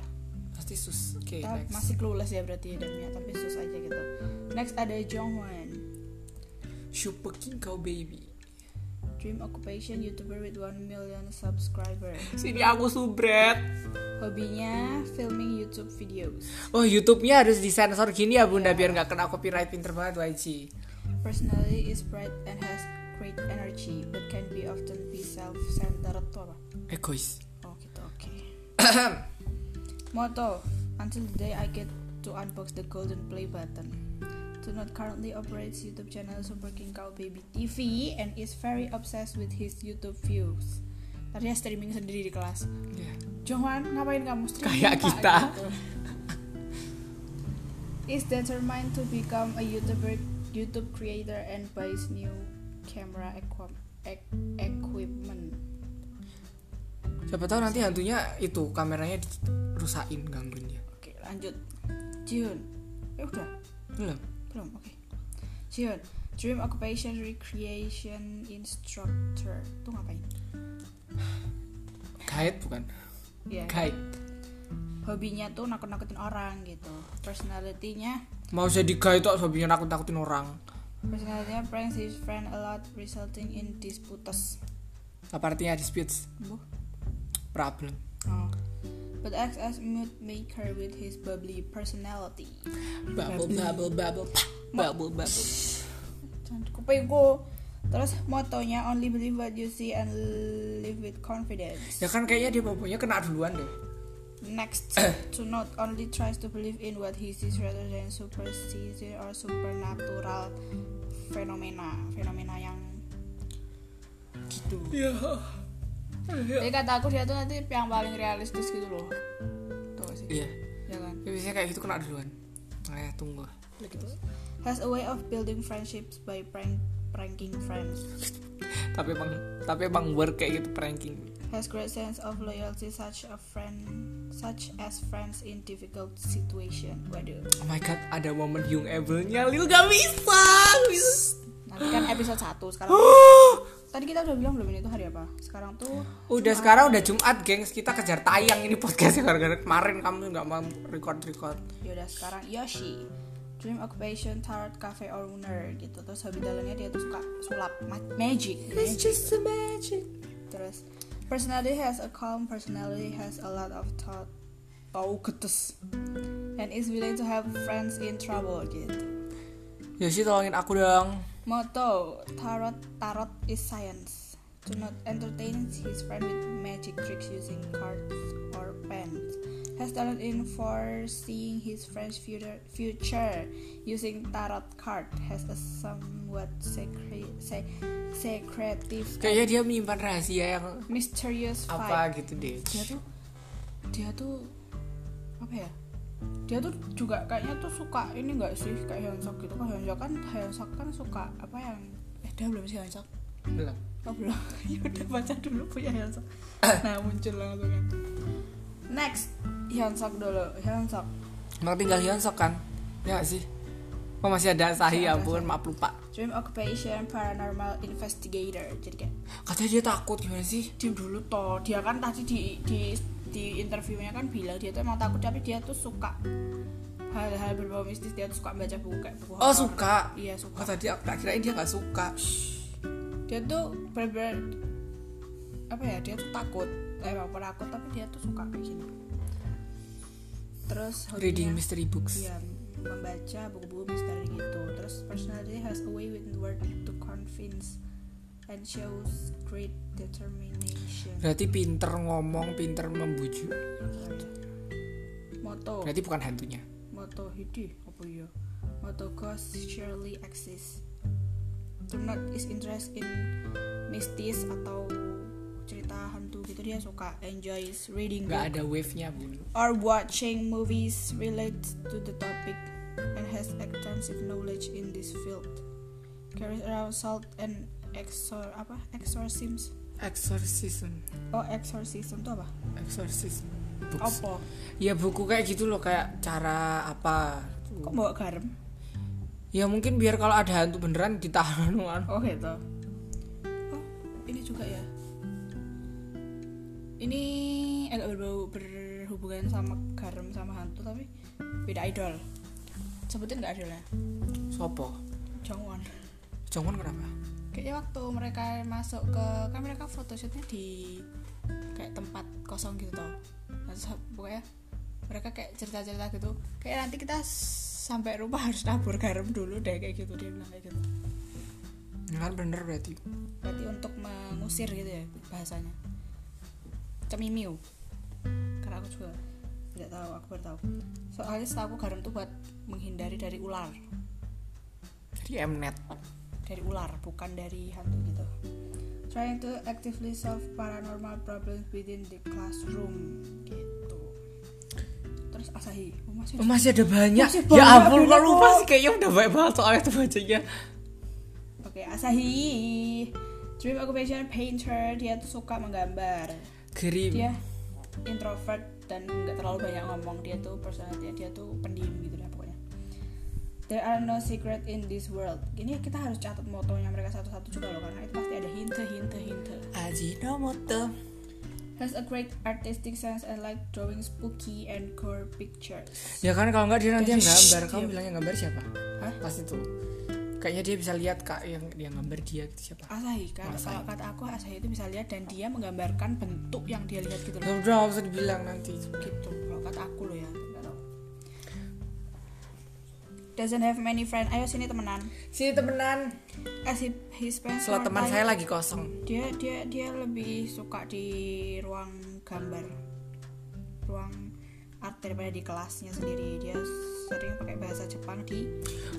Speaker 1: pasti sus oke
Speaker 2: kita
Speaker 1: next
Speaker 2: masih clueless ya berarti Damia tapi susah aja gitu next ada Jonghwan
Speaker 1: super king kau baby
Speaker 2: dream occupation youtuber with 1 million subscriber
Speaker 1: sini aku subret
Speaker 2: hobinya filming YouTube videos
Speaker 1: Oh YouTube-nya harus disensor gini ya bunda biar nggak kena copyright pinter banget YG.
Speaker 2: Personality is bright and has great energy, but can be often be self-centered. Tuh apa?
Speaker 1: Egois.
Speaker 2: Oh gitu, oke. Motto: Until the day I get to unbox the golden play button. Do not currently operates YouTube channel Super King Cow Baby TV and is very obsessed with his YouTube views. Tadinya streaming sendiri di kelas.
Speaker 1: Ya.
Speaker 2: Johan, ngapain kamu streaming?
Speaker 1: Kayak
Speaker 2: Pak?"
Speaker 1: kita.
Speaker 2: Gitu. Is determined to become a YouTuber, YouTube creator and buys new camera equi- eq- equipment.
Speaker 1: Siapa tahu nanti hantunya itu kameranya rusakin gangguin dia.
Speaker 2: Oke, lanjut. Jihoon. Eh udah,
Speaker 1: Belum.
Speaker 2: belum. Oke. Jihoon, dream occupation recreation instructor. Tuh ngapain?
Speaker 1: Guide bukan?
Speaker 2: Ya.
Speaker 1: Guide.
Speaker 2: Hobinya tuh nakut-nakutin orang gitu. Personalitinya
Speaker 1: Mau jadi guide tuh hobinya nakut nakutin orang.
Speaker 2: personalitinya pranks his friend a lot resulting in disputes.
Speaker 1: Apa artinya disputes?
Speaker 2: Buh.
Speaker 1: Problem.
Speaker 2: Oh. But acts as mood maker with his bubbly personality.
Speaker 1: Bubble bubble bubble. pah, Bubble bubble.
Speaker 2: Jangan kuping ku. Terus motonya only believe what you see and live with confidence.
Speaker 1: Ya kan kayaknya dia bobonya kena duluan deh.
Speaker 2: Next, to not only tries to believe in what he sees rather than superstition or supernatural fenomena, fenomena yang gitu.
Speaker 1: Iya.
Speaker 2: Jadi kata aku dia tuh nanti yang paling realistis gitu loh. Tuh gak sih.
Speaker 1: Iya.
Speaker 2: Ya kan.
Speaker 1: Ya, biasanya kayak gitu kena duluan. Nah, ya, tunggu.
Speaker 2: Has a way of building friendships by prank pranking friends.
Speaker 1: Tapi emang tapi emang work kayak gitu pranking.
Speaker 2: Has great sense of loyalty such a friend such as friends in difficult situation. Waduh.
Speaker 1: Oh my god, ada momen Young Abel-nya Lil gak bisa. Gak bisa.
Speaker 2: Nanti kan episode 1 sekarang. Tadi kita udah bilang belum ini tuh hari apa? Sekarang tuh
Speaker 1: Udah sekarang udah Jumat, gengs. Kita kejar tayang ini podcastnya gara-gara kemarin kamu nggak mau record-record.
Speaker 2: yaudah ya sekarang Yoshi. Dream occupation tarot cafe owner gitu. Terus hobi dalamnya dia tuh suka sulap ma- magic.
Speaker 1: It's just a magic.
Speaker 2: Terus personality has a calm personality has a lot of thought. Tau getes. And is willing to help friends in trouble gitu.
Speaker 1: Yoshi Ya tolongin aku dong.
Speaker 2: Motto tarot tarot is science. Do not entertain his friend with magic tricks using cards or pens. Has talent in foreseeing his friend's future, future using tarot card. Has a somewhat secret, se- secretive,
Speaker 1: Kayaknya dia menyimpan rahasia yang
Speaker 2: mysterious vibe.
Speaker 1: apa gitu deh.
Speaker 2: dia tuh dia tuh apa ya dia tuh juga kayaknya tuh suka ini enggak sih kayak Hyunsuk gitu kan Hyunsuk kan Hyunsuk kan suka apa yang eh dia belum sih Hyunsuk
Speaker 1: Belum.
Speaker 2: oh belum ya udah baca dulu punya Hyunsuk nah muncul langsung kan next Hyunsuk dulu Hyunsuk
Speaker 1: Emang tinggal Hyun Sok kan? Ya nggak sih? Kok masih ada Sahi ya
Speaker 2: Masih ada
Speaker 1: ampun,
Speaker 2: Sahi.
Speaker 1: maaf lupa.
Speaker 2: dream occupation paranormal investigator jadi kayak
Speaker 1: Katanya dia takut gimana sih?
Speaker 2: diam dulu toh dia kan tadi di di di interviewnya kan bilang dia tuh emang takut tapi dia tuh suka hal-hal berbau mistis dia tuh suka baca buku kayak buku
Speaker 1: Oh
Speaker 2: horor.
Speaker 1: suka. Oh,
Speaker 2: iya suka
Speaker 1: tadi aku tak kirain dia nggak suka.
Speaker 2: dia tuh bener apa ya dia tuh takut emang penakut tapi dia tuh suka kayak gini terus
Speaker 1: Reading
Speaker 2: hobinya-
Speaker 1: mystery books.
Speaker 2: Iya, membaca buku-buku misteri gitu. Terus personality has a way with word to convince and shows great determination.
Speaker 1: Berarti pinter ngomong, pinter membujuk.
Speaker 2: Moto,
Speaker 1: Berarti bukan hantunya.
Speaker 2: moto hidi apa ya? Moto ghost surely exists. Do not is interest in mistis atau cerita hantu gitu dia suka enjoys reading
Speaker 1: Nggak
Speaker 2: book
Speaker 1: ada wave-nya bun.
Speaker 2: or watching movies related to the topic and has extensive knowledge in this field. Carries around salt and exor apa exorcisms?
Speaker 1: Exorcism,
Speaker 2: Oh exorcism itu apa?
Speaker 1: exorcism. Books.
Speaker 2: Apa?
Speaker 1: Ya buku kayak gitu loh, kayak cara apa?
Speaker 2: Kok bawa garam?
Speaker 1: Ya mungkin biar kalau ada hantu beneran ditahan kan.
Speaker 2: Oh gitu. Oh ini juga ya. Ini agak berbau berhubungan sama garam sama hantu tapi beda idol. Sebutin nggak idolnya?
Speaker 1: Sopo?
Speaker 2: Jongwon.
Speaker 1: Jongwon kenapa?
Speaker 2: kayaknya waktu mereka masuk ke kan mereka photoshootnya di kayak tempat kosong gitu toh Terus pokoknya mereka kayak cerita-cerita gitu kayak nanti kita s- sampai rumah harus nabur garam dulu deh kayak gitu dia bilang kayak gitu
Speaker 1: Ya kan bener berarti.
Speaker 2: berarti untuk mengusir gitu ya bahasanya cemimiu karena aku juga nggak tahu aku baru tahu soalnya setahu aku garam tuh buat menghindari dari ular
Speaker 1: Jadi Mnet.
Speaker 2: dari ular bukan dari hantu gitu trying to actively solve paranormal problems within the classroom gitu terus Asahi oh, masih
Speaker 1: Oh, masih ada banyak.
Speaker 2: Masih
Speaker 1: ya
Speaker 2: banyak,
Speaker 1: ampun
Speaker 2: bener
Speaker 1: kok lupa
Speaker 2: kok.
Speaker 1: sih kayaknya udah banyak banget soalnya tuh bacanya.
Speaker 2: oke Asahi dream occupation painter dia tuh suka menggambar
Speaker 1: Grim.
Speaker 2: dia introvert dan nggak terlalu banyak ngomong dia tuh personality dia tuh pendiam gitu lah pokoknya there are no secret in this world ini kita harus catat motonya mereka satu-satu juga loh karena itu pasti ada hinte hinte hinte
Speaker 1: Ajinomoto.
Speaker 2: has a great artistic sense and like drawing spooky and gore pictures.
Speaker 1: Ya kan kalau nggak dia nanti yang
Speaker 2: Shh,
Speaker 1: gambar. Kamu
Speaker 2: diam.
Speaker 1: bilang yang gambar siapa? Hah? Pas itu. Kayaknya dia bisa lihat kak yang yang gambar dia gitu siapa.
Speaker 2: Asahi kan, kalau kata aku Asahi itu bisa lihat dan dia menggambarkan bentuk yang dia lihat gitu
Speaker 1: Ya
Speaker 2: loh.
Speaker 1: udah nggak usah dibilang nanti.
Speaker 2: Gitu, kalau kata aku loh ya, nggak tahu. Doesn't have many friends. Ayo sini temenan.
Speaker 1: Sini temenan.
Speaker 2: As he, he spends
Speaker 1: Slot
Speaker 2: more
Speaker 1: teman
Speaker 2: time-
Speaker 1: saya lagi kosong.
Speaker 2: Dia dia dia lebih suka di ruang gambar, ruang art daripada di kelasnya sendiri. Dia sering pakai bahasa Jepang di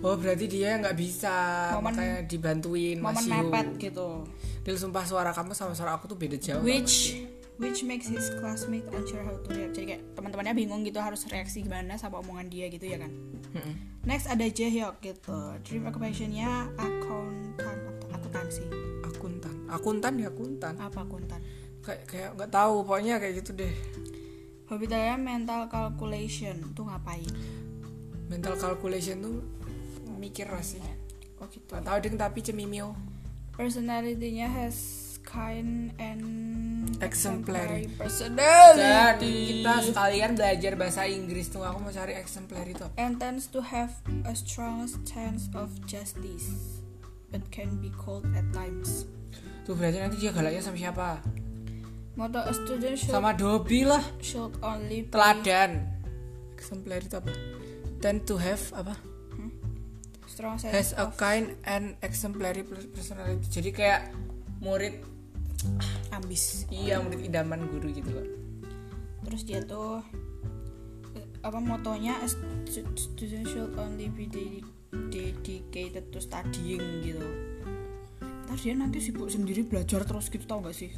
Speaker 1: Oh berarti dia nggak bisa
Speaker 2: Momen-
Speaker 1: makanya dibantuin
Speaker 2: momen
Speaker 1: Mas Yu.
Speaker 2: mepet gitu.
Speaker 1: Dil sumpah suara kamu sama suara aku tuh beda jauh.
Speaker 2: Which which makes his classmate unsure how to react. Jadi kayak teman-temannya bingung gitu harus reaksi gimana sama omongan dia gitu ya kan.
Speaker 1: Mm-mm.
Speaker 2: Next ada Jaehyuk gitu. Dream occupation-nya akuntan, akuntansi.
Speaker 1: Akuntan, akuntan ya akuntan.
Speaker 2: Apa akuntan?
Speaker 1: Kayak kayak nggak tahu pokoknya kayak gitu deh.
Speaker 2: Hobi saya mental calculation tuh ngapain?
Speaker 1: Mental calculation tuh mikir lah sih.
Speaker 2: Oh gitu.
Speaker 1: Nggak tahu ding tapi cemimio.
Speaker 2: Personality-nya has kind and
Speaker 1: Exemplary.
Speaker 2: personality.
Speaker 1: Jadi kita sekalian belajar bahasa Inggris tuh aku mau cari exemplar itu. apa.
Speaker 2: and tends to have a strong sense of justice, but can be cold at times.
Speaker 1: Tuh berarti nanti dia galaknya sama siapa?
Speaker 2: Motto a student should,
Speaker 1: Sama Dobi lah.
Speaker 2: should only be-
Speaker 1: Teladan. Exemplar itu apa? Tend to have apa?
Speaker 2: strong sense
Speaker 1: Has a
Speaker 2: of
Speaker 1: kind and exemplary personality. Jadi kayak murid
Speaker 2: ambis.
Speaker 1: iya murid idaman guru gitu loh.
Speaker 2: Terus dia tuh eh, apa motonya a stu- student should only be de- dedicated to studying gitu. Terus dia nanti sibuk sendiri belajar terus gitu tau gak sih?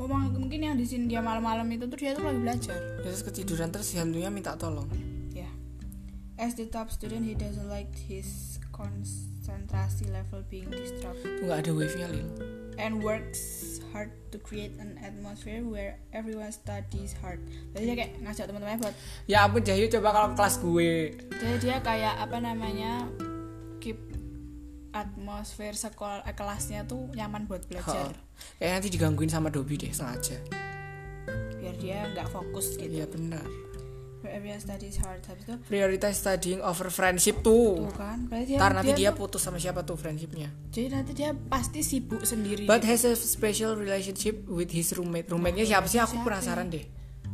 Speaker 2: Oh, mang- mungkin yang di sini dia malam-malam itu tuh dia tuh lagi belajar.
Speaker 1: Terus ketiduran terus hantunya minta tolong.
Speaker 2: Yeah. As the top student, he doesn't like his concentration level being disturbed
Speaker 1: Tuh nggak ada wave-nya Lil.
Speaker 2: and works hard to create an atmosphere where everyone studies hard. Jadi dia kayak ngajak teman-temannya buat
Speaker 1: Ya ampun Jahyu coba kalau kelas gue.
Speaker 2: jadi dia kayak apa namanya keep atmosfer sekolah eh, kelasnya tuh nyaman buat belajar
Speaker 1: Kayak nanti digangguin sama Dobi deh sengaja.
Speaker 2: biar dia nggak fokus gitu.
Speaker 1: Iya benar.
Speaker 2: Where everyone studies hard habis itu
Speaker 1: Prioritas studying over friendship tuh.
Speaker 2: tuh kan berarti dia,
Speaker 1: Oh. Ntar nanti dia
Speaker 2: tuh-
Speaker 1: putus sama siapa tuh friendshipnya.
Speaker 2: jadi nanti dia pasti sibuk sendiri
Speaker 1: But
Speaker 2: gitu.
Speaker 1: has a special relationship with his roommate. Roommate-nya siapa sih? Aku
Speaker 2: siapa
Speaker 1: penasaran deh.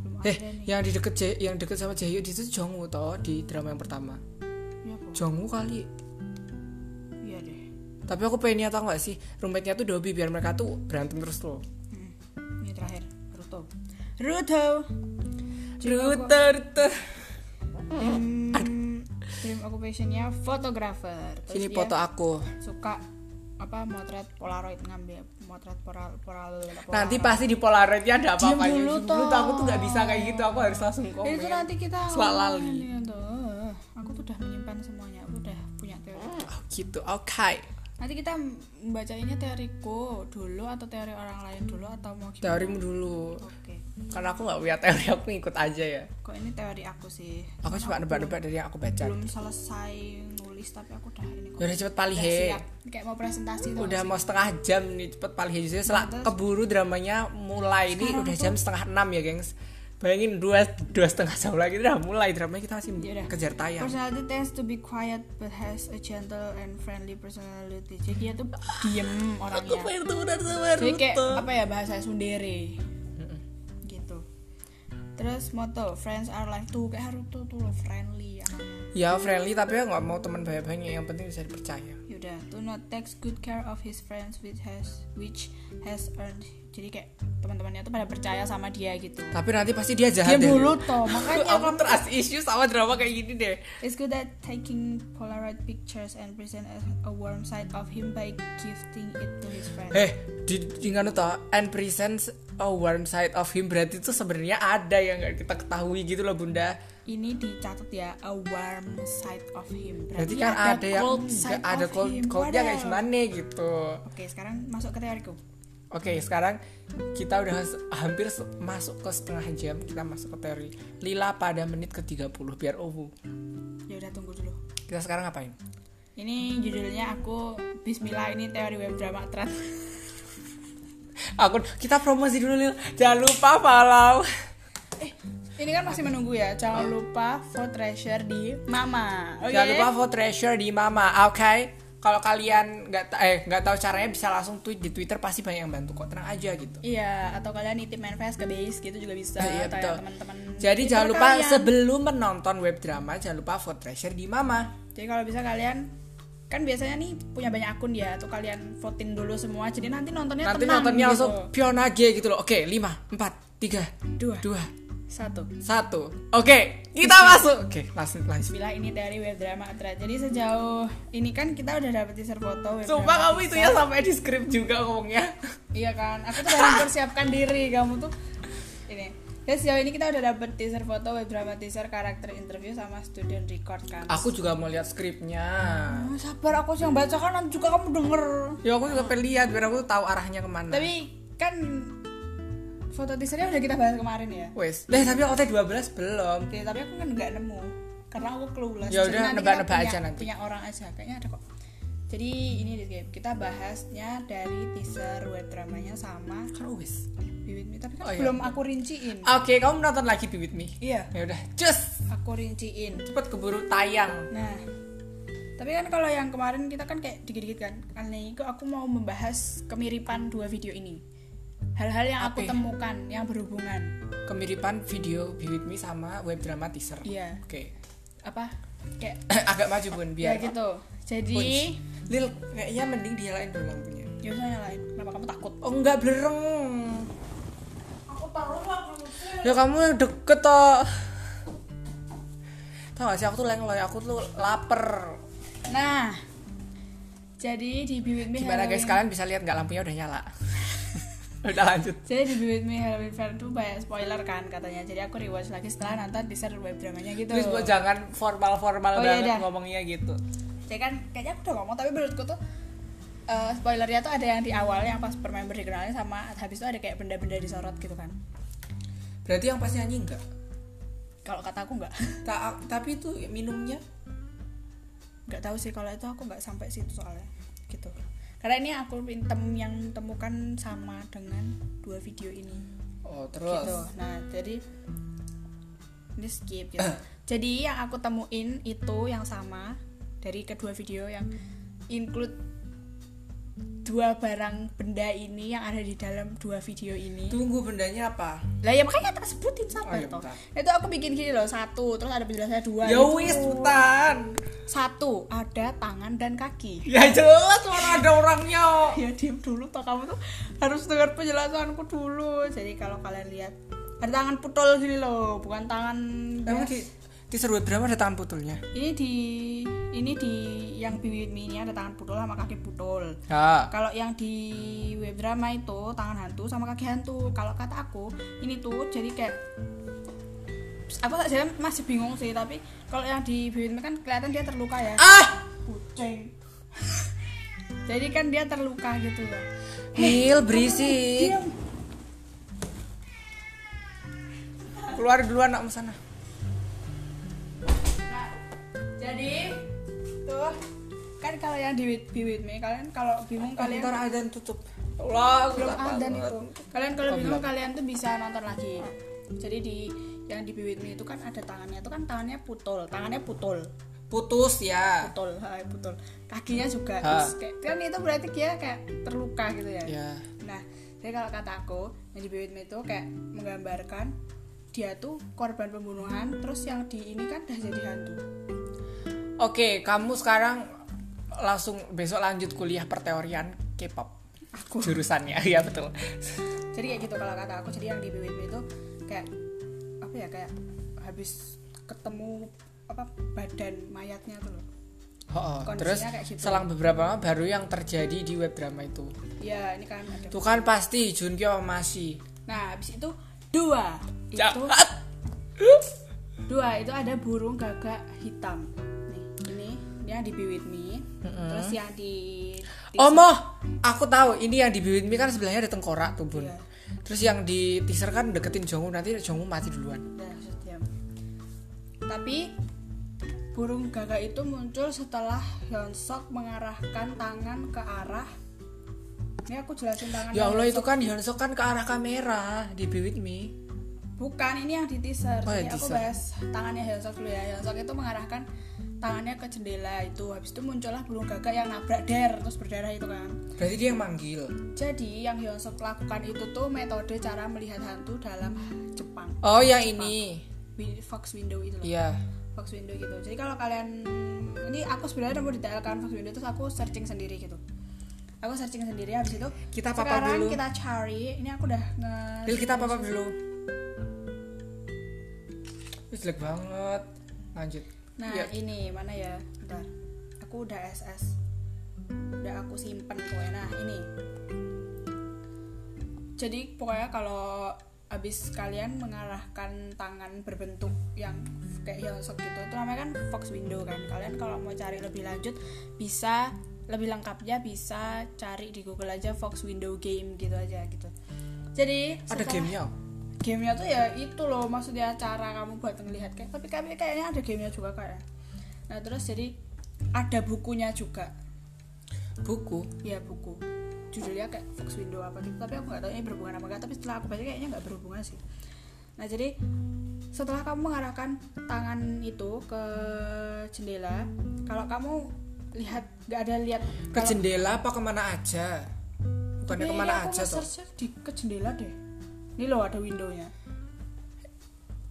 Speaker 2: Belum
Speaker 1: Eh,
Speaker 2: ada nih.
Speaker 1: yang di deket Jae- yang deket sama Jaehyuk di situ Jongwoo toh di drama yang pertama.
Speaker 2: Iya, Bu.
Speaker 1: Jongwoo kali.
Speaker 2: Iya deh.
Speaker 1: Tapi aku pengen nyata nggak sih roommate-nya tuh Dobi biar mereka tuh berantem terus loh.
Speaker 2: Ini terakhir, Ruto. Ruto.
Speaker 1: Rute rute.
Speaker 2: Hmm, dream occupationnya fotografer. Terus
Speaker 1: Sini
Speaker 2: dia
Speaker 1: foto aku.
Speaker 2: Suka apa motret Polaroid ngambil motret poral poral.
Speaker 1: Nanti pasti di Polaroid-nya ada
Speaker 2: Diam
Speaker 1: apa-apa.
Speaker 2: dulu, toh.
Speaker 1: aku tuh nggak bisa kayak gitu. Aku harus langsung komen.
Speaker 2: itu nanti kita
Speaker 1: Selak
Speaker 2: ngomongin
Speaker 1: lali.
Speaker 2: itu. Aku tuh udah menyimpan semuanya. Aku udah punya teori.
Speaker 1: Oh, gitu. Oke.
Speaker 2: Nanti kita membacainnya teoriku dulu atau teori orang lain dulu atau mau gimana?
Speaker 1: Teorimu dulu.
Speaker 2: Oke.
Speaker 1: Karena aku nggak punya teori, aku ikut aja ya.
Speaker 2: Kok ini teori aku sih.
Speaker 1: Aku cuma nebak-nebak dari yang aku baca.
Speaker 2: Belum selesai nulis tapi aku udah ini kok.
Speaker 1: Udah cepet palih.
Speaker 2: Udah
Speaker 1: he.
Speaker 2: siap. Kayak mau presentasi tuh.
Speaker 1: Udah mau setengah jam nih cepet palih aja sih. Setelah keburu dramanya mulai ini
Speaker 2: Sekarang
Speaker 1: udah jam setengah enam ya, gengs. Bayangin dua dua setengah jam lagi udah mulai dramanya kita masih
Speaker 2: Yaudah.
Speaker 1: kejar tayang.
Speaker 2: Personality tends to be quiet but has a gentle and friendly personality. Jadi dia tuh diem
Speaker 1: Aku
Speaker 2: orangnya.
Speaker 1: pengen temenan sama
Speaker 2: Iya. Jadi kayak
Speaker 1: Ruto.
Speaker 2: apa ya bahasa sundere. Gitu. Terus motto friends are life tuh kayak Haruto tuh loh friendly anaknya.
Speaker 1: Ya friendly tapi ya nggak mau teman banyak-banyak. Yang penting bisa dipercaya.
Speaker 2: Yaudah, to not takes good care of his friends which has which has earned. Jadi kayak teman-temannya tuh pada percaya sama dia gitu.
Speaker 1: Tapi nanti pasti dia jahat
Speaker 2: Dia
Speaker 1: deh.
Speaker 2: dulu
Speaker 1: Aku,
Speaker 2: toh, makanya
Speaker 1: aku trust issue sama drama kayak gini deh.
Speaker 2: It's good at taking Polaroid pictures and present a, a warm side of him by gifting it to his friends.
Speaker 1: Eh, di dengan itu and presents a warm side of him berarti itu sebenarnya ada yang nggak kita ketahui gitu loh bunda.
Speaker 2: Ini dicatat ya a warm side of him.
Speaker 1: Berarti kan ada, yang
Speaker 2: Iya, cold
Speaker 1: nggak
Speaker 2: side
Speaker 1: ada
Speaker 2: of
Speaker 1: cold
Speaker 2: him.
Speaker 1: coldnya kayak
Speaker 2: Waduh.
Speaker 1: gimana gitu.
Speaker 2: Oke, sekarang masuk ke teoriku.
Speaker 1: Oke, sekarang kita udah s- hampir se- masuk ke setengah jam kita masuk ke teori lila pada menit ke 30 biar ovu.
Speaker 2: Ya udah tunggu dulu.
Speaker 1: Kita sekarang ngapain?
Speaker 2: Ini judulnya aku Bismillah ini teori web drama trans.
Speaker 1: Aku kita promosi dulu lil. Jangan lupa follow.
Speaker 2: Ini kan masih menunggu ya. Jangan lupa vote treasure di Mama. Oke.
Speaker 1: Jangan lupa vote treasure di mama, oke? kalau kalian nggak ta- eh nggak tahu caranya bisa langsung tweet di Twitter pasti banyak yang bantu kok tenang aja gitu.
Speaker 2: Iya, atau kalian nitip manifest ke base gitu juga bisa.
Speaker 1: Ah, iya,
Speaker 2: atau
Speaker 1: betul.
Speaker 2: yang teman-teman.
Speaker 1: Jadi
Speaker 2: Twitter
Speaker 1: jangan lupa
Speaker 2: kalian.
Speaker 1: sebelum menonton web drama jangan lupa vote pressure di Mama.
Speaker 2: Jadi kalau bisa kalian kan biasanya nih punya banyak akun ya, tuh kalian voting dulu semua. Jadi nanti nontonnya
Speaker 1: Nanti
Speaker 2: tenang
Speaker 1: nontonnya
Speaker 2: gitu.
Speaker 1: langsung Piona G gitu loh. Oke, 5 4 3
Speaker 2: Dua.
Speaker 1: 2
Speaker 2: satu.
Speaker 1: 1. Oke, kita masuk. Oke, langsung lanjut.
Speaker 2: Bila ini dari web drama Atra. Jadi sejauh ini kan kita udah dapet teaser foto web
Speaker 1: Sumpah
Speaker 2: drama
Speaker 1: kamu itu ya
Speaker 2: teaser.
Speaker 1: sampai di script juga ngomongnya.
Speaker 2: Iya kan, aku tuh udah mempersiapkan diri kamu tuh ini. Dan sejauh ini kita udah dapet teaser foto web drama teaser karakter interview sama student record kan.
Speaker 1: Aku juga mau lihat skripnya.
Speaker 2: Oh, sabar aku sih yang baca kan nanti juga kamu denger.
Speaker 1: Ya aku juga pengen lihat biar aku tahu arahnya kemana.
Speaker 2: Tapi kan foto teasernya udah kita bahas kemarin ya.
Speaker 1: wes, deh tapi OT 12 belum.
Speaker 2: Ya, tapi aku kan nggak nemu karena aku clueless.
Speaker 1: Ya udah,
Speaker 2: Jadi nanti
Speaker 1: nebak-nebak
Speaker 2: kita punya-
Speaker 1: aja nanti.
Speaker 2: Punya orang aja kayaknya ada kok. Jadi ini di game kita bahasnya dari teaser web dramanya sama
Speaker 1: Kan wes.
Speaker 2: Bibit Mi. Tapi kan
Speaker 1: Oh, iya.
Speaker 2: belum aku rinciin.
Speaker 1: Oke, kamu nonton lagi Be With Me.
Speaker 2: Iya,
Speaker 1: Ya udah, cus.
Speaker 2: aku rinciin.
Speaker 1: Cepet keburu tayang.
Speaker 2: Nah, tapi kan kalau yang kemarin kita kan kayak dikit-dikit kan. Aneh itu aku mau membahas kemiripan dua video ini. Hal-hal yang aku
Speaker 1: Apa?
Speaker 2: temukan yang berhubungan.
Speaker 1: Kemiripan video Be With Me sama web drama teaser.
Speaker 2: Iya.
Speaker 1: Oke.
Speaker 2: Apa? Kayak
Speaker 1: Agak maju Bun biar.
Speaker 2: ya gitu. Jadi,
Speaker 1: Punch. Lil, kayaknya mending dinyalain dulu lampunya.
Speaker 2: ya usah yang lain. Kenapa kamu takut?
Speaker 1: Oh enggak belereng. Aku tahu lah. Ya kamu yang deket toh. Tahu gak sih aku tuh lengloy, aku tuh lapar.
Speaker 2: Nah, jadi di Be With Me
Speaker 1: Gimana guys
Speaker 2: Halloween-
Speaker 1: kalian bisa lihat nggak lampunya udah nyala? Iya. udah lanjut.
Speaker 2: Jadi di Be With Me Halloween Fair tuh banyak spoiler kan katanya. Jadi aku rewatch lagi setelah nonton teaser web dramanya gitu.
Speaker 1: Terus buat jangan formal-formal
Speaker 2: Oh, iya
Speaker 1: banget
Speaker 2: dah.
Speaker 1: ngomongnya gitu.
Speaker 2: Jadi kan kayaknya aku udah ngomong tapi menurutku tuh eh, spoilernya tuh ada yang di awal yang pas per member dikenalin sama habis itu ada kayak benda-benda disorot gitu kan.
Speaker 1: Berarti yang pasti nyanyi enggak?
Speaker 2: Kalau kata aku nggak
Speaker 1: Ta- tapi itu minumnya
Speaker 2: nggak tahu sih kalau itu aku nggak sampai situ soalnya gitu. Karena ini aku tem yang temukan sama dengan dua video ini.
Speaker 1: Oh,
Speaker 2: gitu.
Speaker 1: terus.
Speaker 2: Nah, jadi ini skip gitu. jadi yang aku temuin itu yang sama dari kedua video yang include dua barang benda ini yang ada di dalam dua video ini.
Speaker 1: Tunggu bendanya apa?
Speaker 2: Lah ya makanya tak sebutin sabar
Speaker 1: Oh, iya,
Speaker 2: toh.
Speaker 1: bentar.
Speaker 2: Itu aku bikin gini loh, satu, terus ada penjelasannya dua.
Speaker 1: Ya
Speaker 2: gitu.
Speaker 1: wis, bukan.
Speaker 2: Satu, ada tangan dan kaki.
Speaker 1: Ya jelas orang ada orangnya.
Speaker 2: ya diem dulu toh kamu tuh harus dengar penjelasanku dulu. Jadi kalau kalian lihat ada tangan putol gini loh, bukan tangan
Speaker 1: Emang
Speaker 2: biasa.
Speaker 1: di teaser web drama ada tangan putulnya?
Speaker 2: ini di ini di yang bibit mie ini ada tangan putul sama kaki putul
Speaker 1: Ya.
Speaker 2: kalau yang di web drama itu tangan hantu sama kaki hantu kalau kata aku ini tuh jadi kayak aku tak jalan masih bingung sih tapi kalau yang di bibit mie kan kelihatan dia terluka ya
Speaker 1: Ah,
Speaker 2: kucing jadi kan dia terluka gitu ya
Speaker 1: Nil berisik. Keluar dulu anakmu sana.
Speaker 2: Nah, jadi tuh kan kalau yang di With- Be With Me kalian kalau bingung kalian
Speaker 1: Ntar adan tutup. Allah, aku
Speaker 2: belum
Speaker 1: lapar
Speaker 2: ada nih
Speaker 1: banget.
Speaker 2: tuh. Kalian kalau
Speaker 1: Oh,
Speaker 2: bingung
Speaker 1: belum.
Speaker 2: kalian tuh bisa nonton lagi. Jadi di yang di Be With Me itu kan ada tangannya itu kan tangannya putul, tangannya putul,
Speaker 1: Putus ya.
Speaker 2: putul, hai, putul. Kakinya juga
Speaker 1: Ha.
Speaker 2: terus kayak kan itu berarti dia kayak terluka gitu ya.
Speaker 1: Ya.
Speaker 2: Nah, jadi kalau kata aku yang di Be With Me itu kayak menggambarkan dia tuh korban pembunuhan, terus yang di ini kan udah jadi hantu.
Speaker 1: Oke, kamu sekarang langsung besok lanjut kuliah perteorian K-pop.
Speaker 2: Aku.
Speaker 1: Jurusannya, ya betul.
Speaker 2: jadi kayak gitu kalau kata aku jadi yang di BWB itu kayak apa ya kayak habis ketemu apa badan mayatnya tuh loh
Speaker 1: Oh, oh.
Speaker 2: Kondisinya
Speaker 1: terus
Speaker 2: kayak gitu.
Speaker 1: selang beberapa lama baru yang terjadi di web drama itu.
Speaker 2: ya ini kan ada
Speaker 1: Tuh kan pasti Junkyo sama Mashi.
Speaker 2: nah habis itu dua itu
Speaker 1: Jahat.
Speaker 2: dua itu ada burung gagak hitam nih ini ini yang di Be With Me terus yang di, di-
Speaker 1: Oh, Omoh, aku tahu ini yang di Be With Me kan sebelahnya ada tengkorak tuh bun.
Speaker 2: Iya.
Speaker 1: Terus yang di teaser kan deketin Jongwoo nanti Jongwoo mati duluan.
Speaker 2: Nah, terus diam. tapi burung gagak itu muncul setelah Hyunsuk mengarahkan tangan ke arah ini aku jelasin tangan
Speaker 1: Ya Allah itu
Speaker 2: Hyunsuk.
Speaker 1: kan Hyunsuk kan ke arah kamera di Be With Me.
Speaker 2: bukan ini yang di teaser
Speaker 1: Oh,
Speaker 2: Jadi
Speaker 1: yang
Speaker 2: aku
Speaker 1: teaser.
Speaker 2: bahas tangannya Hyunsuk dulu ya Hyunsuk itu mengarahkan tangannya ke jendela itu habis itu muncullah bulu gagak yang nabrak der terus berdarah itu kan
Speaker 1: Berarti dia yang manggil.
Speaker 2: jadi yang Hyunsuk lakukan itu tuh metode cara melihat hantu dalam Jepang
Speaker 1: Oh, yang ini.
Speaker 2: Win- Fox window itu loh
Speaker 1: Iya.
Speaker 2: Fox window gitu jadi kalau kalian ini aku sebenarnya mau detailkan Fox window terus aku searching sendiri gitu aku searching sendiri habis itu
Speaker 1: Kita apa-apa
Speaker 2: sekarang
Speaker 1: dulu.
Speaker 2: kita cari ini aku udah nge
Speaker 1: Lil kita apa-apa dulu. Ih, jelek banget. Lanjut.
Speaker 2: Nah
Speaker 1: Ya.
Speaker 2: ini mana ya? Bentar. Aku udah SS. Udah aku simpen pokoknya. Nah ini. Jadi pokoknya kalau abis kalian mengarahkan tangan berbentuk yang kayak Hyosok gitu itu namanya kan Fox Window kan kalian kalau mau cari lebih lanjut bisa lebih lengkapnya bisa cari di Google aja Fox Window Game gitu aja gitu jadi
Speaker 1: Ada
Speaker 2: setelah-
Speaker 1: gamenya. oh.
Speaker 2: gamenya tuh ya itu loh maksudnya cara kamu buat ngelihat kayak tapi kami kayaknya ada gamenya juga kayak nah terus jadi ada bukunya juga
Speaker 1: Buku.
Speaker 2: ya buku judulnya kayak Fox Window apa gitu tapi aku nggak tahu ini berhubungan apa enggak tapi setelah aku baca kayaknya nggak berhubungan sih nah jadi setelah kamu mengarahkan tangan itu ke jendela kalau kamu lihat nggak ada lihat
Speaker 1: Ke
Speaker 2: kalau-
Speaker 1: jendela apa kemana aja? Bukannya
Speaker 2: Tapi
Speaker 1: kemana
Speaker 2: aku
Speaker 1: aja tuh.
Speaker 2: nge-searchnya di ke jendela deh ini loh ada windownya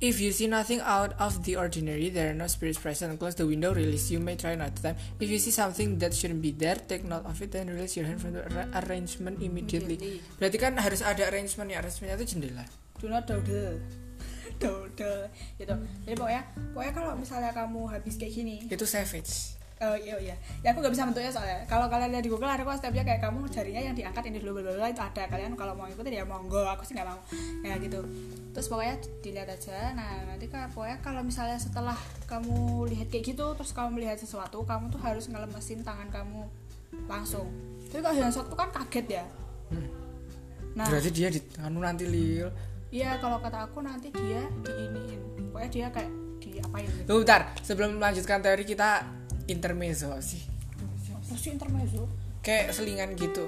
Speaker 1: If you see nothing out of the ordinary, there are no spirits present. Close the window, release. You may try another time. If you see something that shouldn't be there, take note of it and release your hand from the arra- arrangement immediately.
Speaker 2: Immediately.
Speaker 1: Berarti kan harus ada arrangement ya. Arrangementnya itu jendela.
Speaker 2: do not dodel dodel gitu jadi pokoknya pokoknya kalau misalnya kamu habis kayak gini
Speaker 1: Itu savage.
Speaker 2: oh iya iya ya aku nggak bisa bentuknya soalnya kalau kalian lihat di Google ada kok stepnya kayak kamu jarinya yang diangkat ini dulu bla bla bla, itu ada kalian kalau mau ikutin ya monggo aku sih nggak mau ya gitu terus pokoknya dilihat aja nah nanti kayak pokoknya kalau misalnya setelah kamu lihat kayak gitu terus kamu melihat sesuatu kamu tuh harus ngelemesin tangan kamu langsung tapi kalau Hyunsuk tuh kan kaget ya nah
Speaker 1: Berarti dia di anu nanti lil.
Speaker 2: Iya kalau kata aku nanti dia diiniin Pokoknya dia kayak diapain gitu
Speaker 1: Tuh bentar, sebelum melanjutkan teori kita intermezzo sih.
Speaker 2: Apa sih intermezzo?
Speaker 1: Kayak selingan gitu.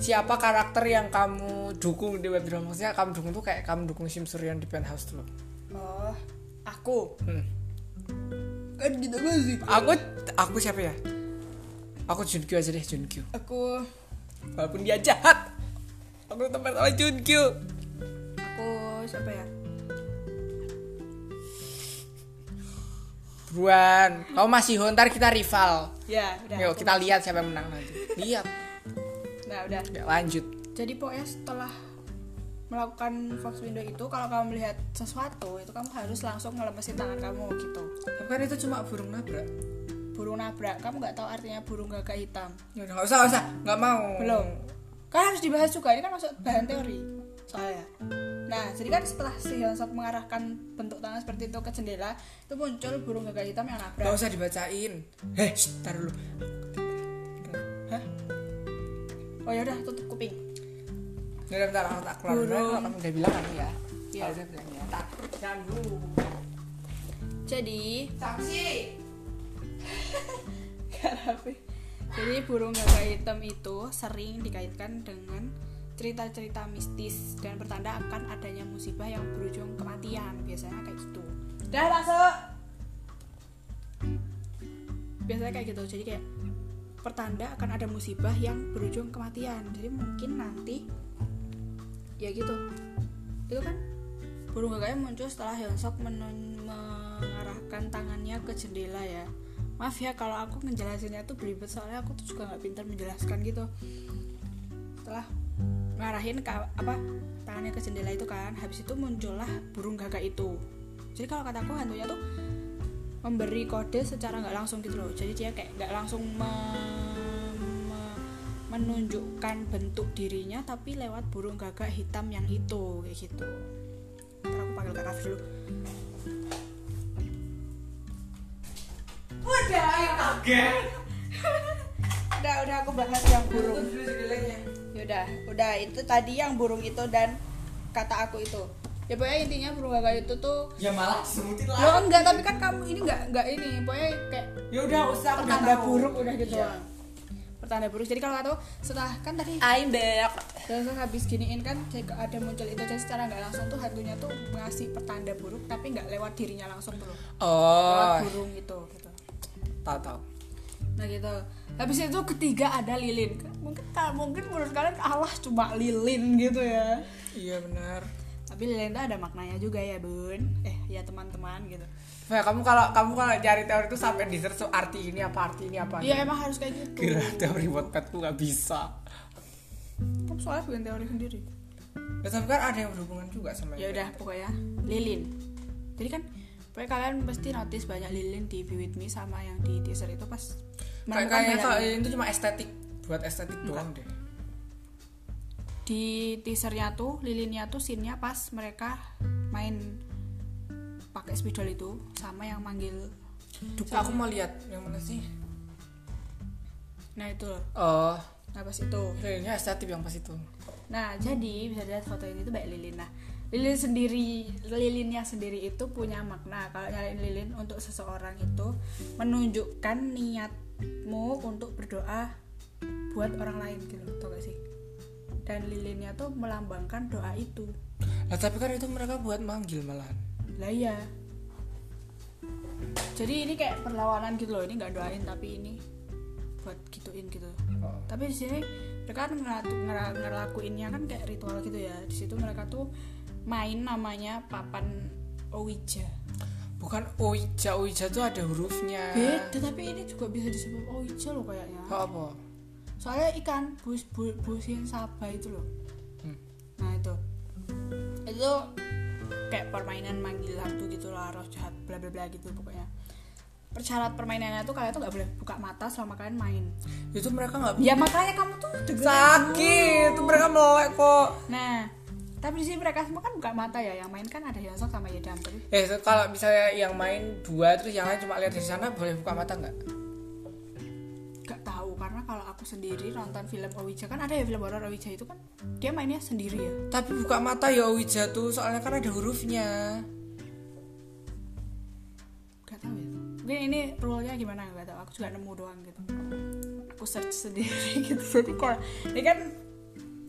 Speaker 1: Siapa karakter yang kamu dukung di web drama? Maksudnya kamu dukung tuh kayak kamu dukung Sim Suryan di penthouse dulu.
Speaker 2: Oh aku
Speaker 1: Hmm.
Speaker 2: Kan gitu banget sih
Speaker 1: Aku aku siapa ya? Aku Junkyu aja deh Junkyu.
Speaker 2: Aku
Speaker 1: Walaupun dia jahat. Aku tetap sama Junkyu.
Speaker 2: Aku siapa ya?
Speaker 1: Buruan, kamu masih hontar kita rival.
Speaker 2: Ya udah
Speaker 1: Yuk
Speaker 2: aku.
Speaker 1: kita lihat siapa yang menang nanti. Lihat.
Speaker 2: Nah udah
Speaker 1: Ya lanjut.
Speaker 2: Jadi pokoknya setelah melakukan fox window itu kalau kamu melihat sesuatu itu kamu harus langsung ngelemesin tangan kamu gitu
Speaker 1: Tapi kan itu cuma burung nabrak.
Speaker 2: burung nabrak kamu nggak tahu artinya burung gagak hitam
Speaker 1: Ya udah nggak usah, nggak usah, nggak mau.
Speaker 2: belum kan harus dibahas juga ini kan masuk bahan teori soalnya nah jadi kan setelah si Hyunsuk mengarahkan bentuk tangan seperti itu ke jendela itu muncul burung gagak hitam yang
Speaker 1: Gak
Speaker 2: nabrak
Speaker 1: usah dibacain. Heh, shh, tar dulu.
Speaker 2: Hah? oh ya udah tutup kuping
Speaker 1: Bentar, bentar, Ya aku tak keluar.
Speaker 2: Burung.
Speaker 1: Kalau kamu udah bilang kan ya.
Speaker 2: Iya.
Speaker 1: Kalau udah bilang ya. Tak, jangan dulu.
Speaker 2: jadi
Speaker 1: Saksi.
Speaker 2: Gak rapi. jadi burung gagak hitam itu sering dikaitkan dengan cerita-cerita mistis dan pertanda akan adanya musibah yang berujung kematian biasanya kayak gitu udah masuk biasanya kayak gitu jadi kayak pertanda akan ada musibah yang berujung kematian jadi mungkin nanti ya gitu itu kan burung gagaknya muncul setelah Hyunsuk menun- mengarahkan tangannya ke jendela ya maaf ya kalau aku ngejelasinnya tuh beribet soalnya aku tuh juga nggak pintar menjelaskan gitu setelah ngarahin ke apa tangannya ke jendela itu kan habis itu muncullah burung gagak itu jadi kalau kataku hantunya tuh memberi kode secara nggak langsung gitu loh jadi dia kayak nggak langsung me- me- menunjukkan bentuk dirinya tapi lewat burung gagak hitam yang itu kayak gitu Ntar aku panggil kakak dulu udah ayo kaget udah udah aku bahas yang burung ya. Yaudah, udah itu tadi yang burung itu dan kata aku itu. Ya pokoknya intinya burung gagak itu tuh
Speaker 1: Ya malah semutin lah.
Speaker 2: Loh enggak, tapi kan kamu ini enggak enggak ini, pokoknya kayak
Speaker 1: Ya udah, nggak usah. aku udah
Speaker 2: pertanda
Speaker 1: tahu.
Speaker 2: buruk udah gitu.
Speaker 1: Iya.
Speaker 2: doang. Pertanda buruk. Jadi kalau kata setelah kan tadi
Speaker 1: I'm back.
Speaker 2: terus habis giniin kan kayak ada muncul itu jadi secara nggak langsung tuh hantunya tuh ngasih pertanda buruk tapi nggak lewat dirinya langsung tuh. loh.
Speaker 1: Oh.
Speaker 2: Lewat burung itu gitu.
Speaker 1: tahu tahu
Speaker 2: Nah gitu. Habis itu ketiga ada lilin. Mungkin mungkin menurut kalian Allah cuma lilin gitu ya.
Speaker 1: iya benar
Speaker 2: Tapi lilin itu ada maknanya juga ya bun. Eh ya teman-teman gitu.
Speaker 1: Fah, kamu kalau kamu kalau cari teori itu sampai di search tuh arti ini apa arti ini apa
Speaker 2: Iya emang harus kayak gitu.
Speaker 1: kira teori Wattpad tuh nggak bisa Kan
Speaker 2: Kamu soalnya bikin teori sendiri.
Speaker 1: ya, tapi kan ada yang berhubungan juga sama
Speaker 2: Ya
Speaker 1: ini.
Speaker 2: udah pokoknya lilin. Jadi kan pokoknya kalian pasti notice banyak lilin di Be With Me sama yang di teaser itu pas
Speaker 1: kayak
Speaker 2: menemukan
Speaker 1: kayaknya
Speaker 2: banyak
Speaker 1: kalau
Speaker 2: lilin.
Speaker 1: ini tuh cuma estetik buat estetik doang deh
Speaker 2: di teasernya tuh lilinnya tuh scene-nya pas mereka main pakai spidol itu sama yang manggil
Speaker 1: Dupa, aku mau lihat yang mana sih
Speaker 2: nah itu loh
Speaker 1: oh
Speaker 2: nah pas itu
Speaker 1: kayaknya estetik yang pas itu
Speaker 2: nah jadi bisa dilihat foto ini tuh baik lilin nah lilin sendiri lilinnya sendiri itu punya makna kalau nyalain lilin untuk seseorang itu menunjukkan niatmu untuk berdoa buat orang lain gitu loh tau gak sih dan lilinnya tuh melambangkan doa itu
Speaker 1: Nah, tapi kan itu mereka buat manggil malahan.
Speaker 2: lah iya jadi ini kayak perlawanan gitu loh ini nggak doain tapi ini buat gituin gitu tapi di sini mereka kan ngelatu- ngera- ngelakuinnya kan kayak ritual gitu ya di situ mereka tuh main namanya papan Ouija
Speaker 1: Bukan Oija, Oija tuh ada hurufnya.
Speaker 2: beda tapi ini juga bisa disebut Ouija loh kayaknya
Speaker 1: Kok apa?
Speaker 2: soalnya ikan bus bu- busin sabah itu loh
Speaker 1: Hmm.
Speaker 2: nah itu itu kayak permainan manggil hantu gitu lah roh jahat bla bla bla gitu pokoknya persyarat permainannya tuh kalian tuh nggak boleh buka mata selama kalian main
Speaker 1: Itu mereka nggak
Speaker 2: ya makanya kamu tuh dengerin
Speaker 1: sakit. Itu mereka melek kok.
Speaker 2: dulu. nah tapi di sini mereka semua kan buka mata ya yang main kan ada Hyunsuk sama Yedam tapi
Speaker 1: Eh, so- kalau misalnya yang main dua terus yang lain cuma lihat dari sana boleh buka mata nggak?
Speaker 2: gak tahu karena kalau aku sendiri nonton film Ouija kan ada ya film horor Ouija itu kan dia mainnya sendiri ya
Speaker 1: Tapi buka mata ya Oija tuh soalnya kan ada hurufnya.
Speaker 2: Gak tahu ya. Mungkin ini rule-nya gimana gak tahu. Aku juga nemu doang gitu. Aku search sendiri gitu. Jadi kalau ini kan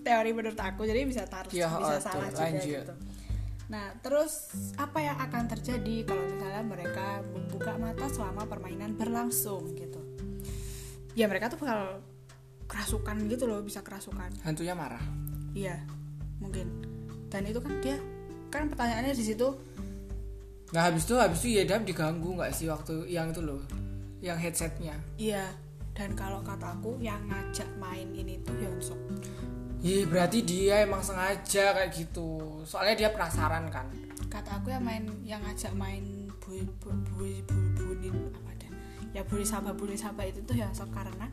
Speaker 2: teori menurut aku jadi bisa taruh
Speaker 1: Ya,
Speaker 2: bisa
Speaker 1: oh,
Speaker 2: salah
Speaker 1: tuh,
Speaker 2: juga
Speaker 1: lanjut.
Speaker 2: gitu. Nah, terus apa yang akan terjadi kalau misalnya mereka membuka mata selama permainan berlangsung gitu? Ya mereka tuh bakal kerasukan gitu loh, bisa kerasukan.
Speaker 1: Hantunya marah.
Speaker 2: Iya, mungkin. Dan itu kan dia kan pertanyaannya di situ
Speaker 1: Nah habis itu habis itu Yedam diganggu nggak sih waktu yang itu loh, yang headsetnya.
Speaker 2: Iya, dan kalau kata aku yang ngajak main ini tuh Hyunsuk.
Speaker 1: Ih berarti dia emang sengaja kayak gitu. Soalnya dia penasaran kan.
Speaker 2: Kata aku yang main yang ngajak main bu bu bu bu bunin apa dan ya buri saba buri saba itu tuh Hyunsuk karena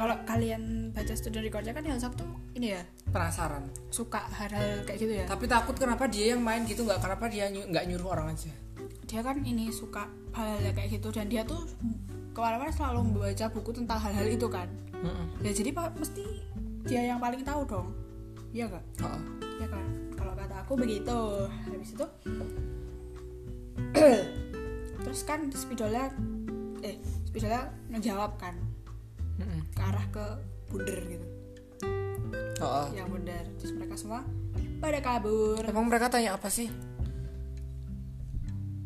Speaker 2: kalau kalian baca student recordnya kan Hyunsuk tuh ini ya
Speaker 1: Penasaran.
Speaker 2: suka hal-hal kayak gitu ya.
Speaker 1: Tapi takut kenapa dia yang main gitu nggak kenapa dia nyu- nggak nyuruh orang aja.
Speaker 2: Dia kan ini suka hal-hal kayak gitu dan dia tuh kemarin-kemarin selalu membaca buku tentang hal-hal itu kan. Ya jadi pak mesti dia yang paling tahu dong. Iya gak?
Speaker 1: Oh.
Speaker 2: ya kan kalau kata aku begitu habis itu terus kan spidolnya eh spidolnya menjawab kan ke arah ke bundar gitu
Speaker 1: Oh.
Speaker 2: yang bundar terus mereka semua pada kabur
Speaker 1: Emang mereka tanya apa sih?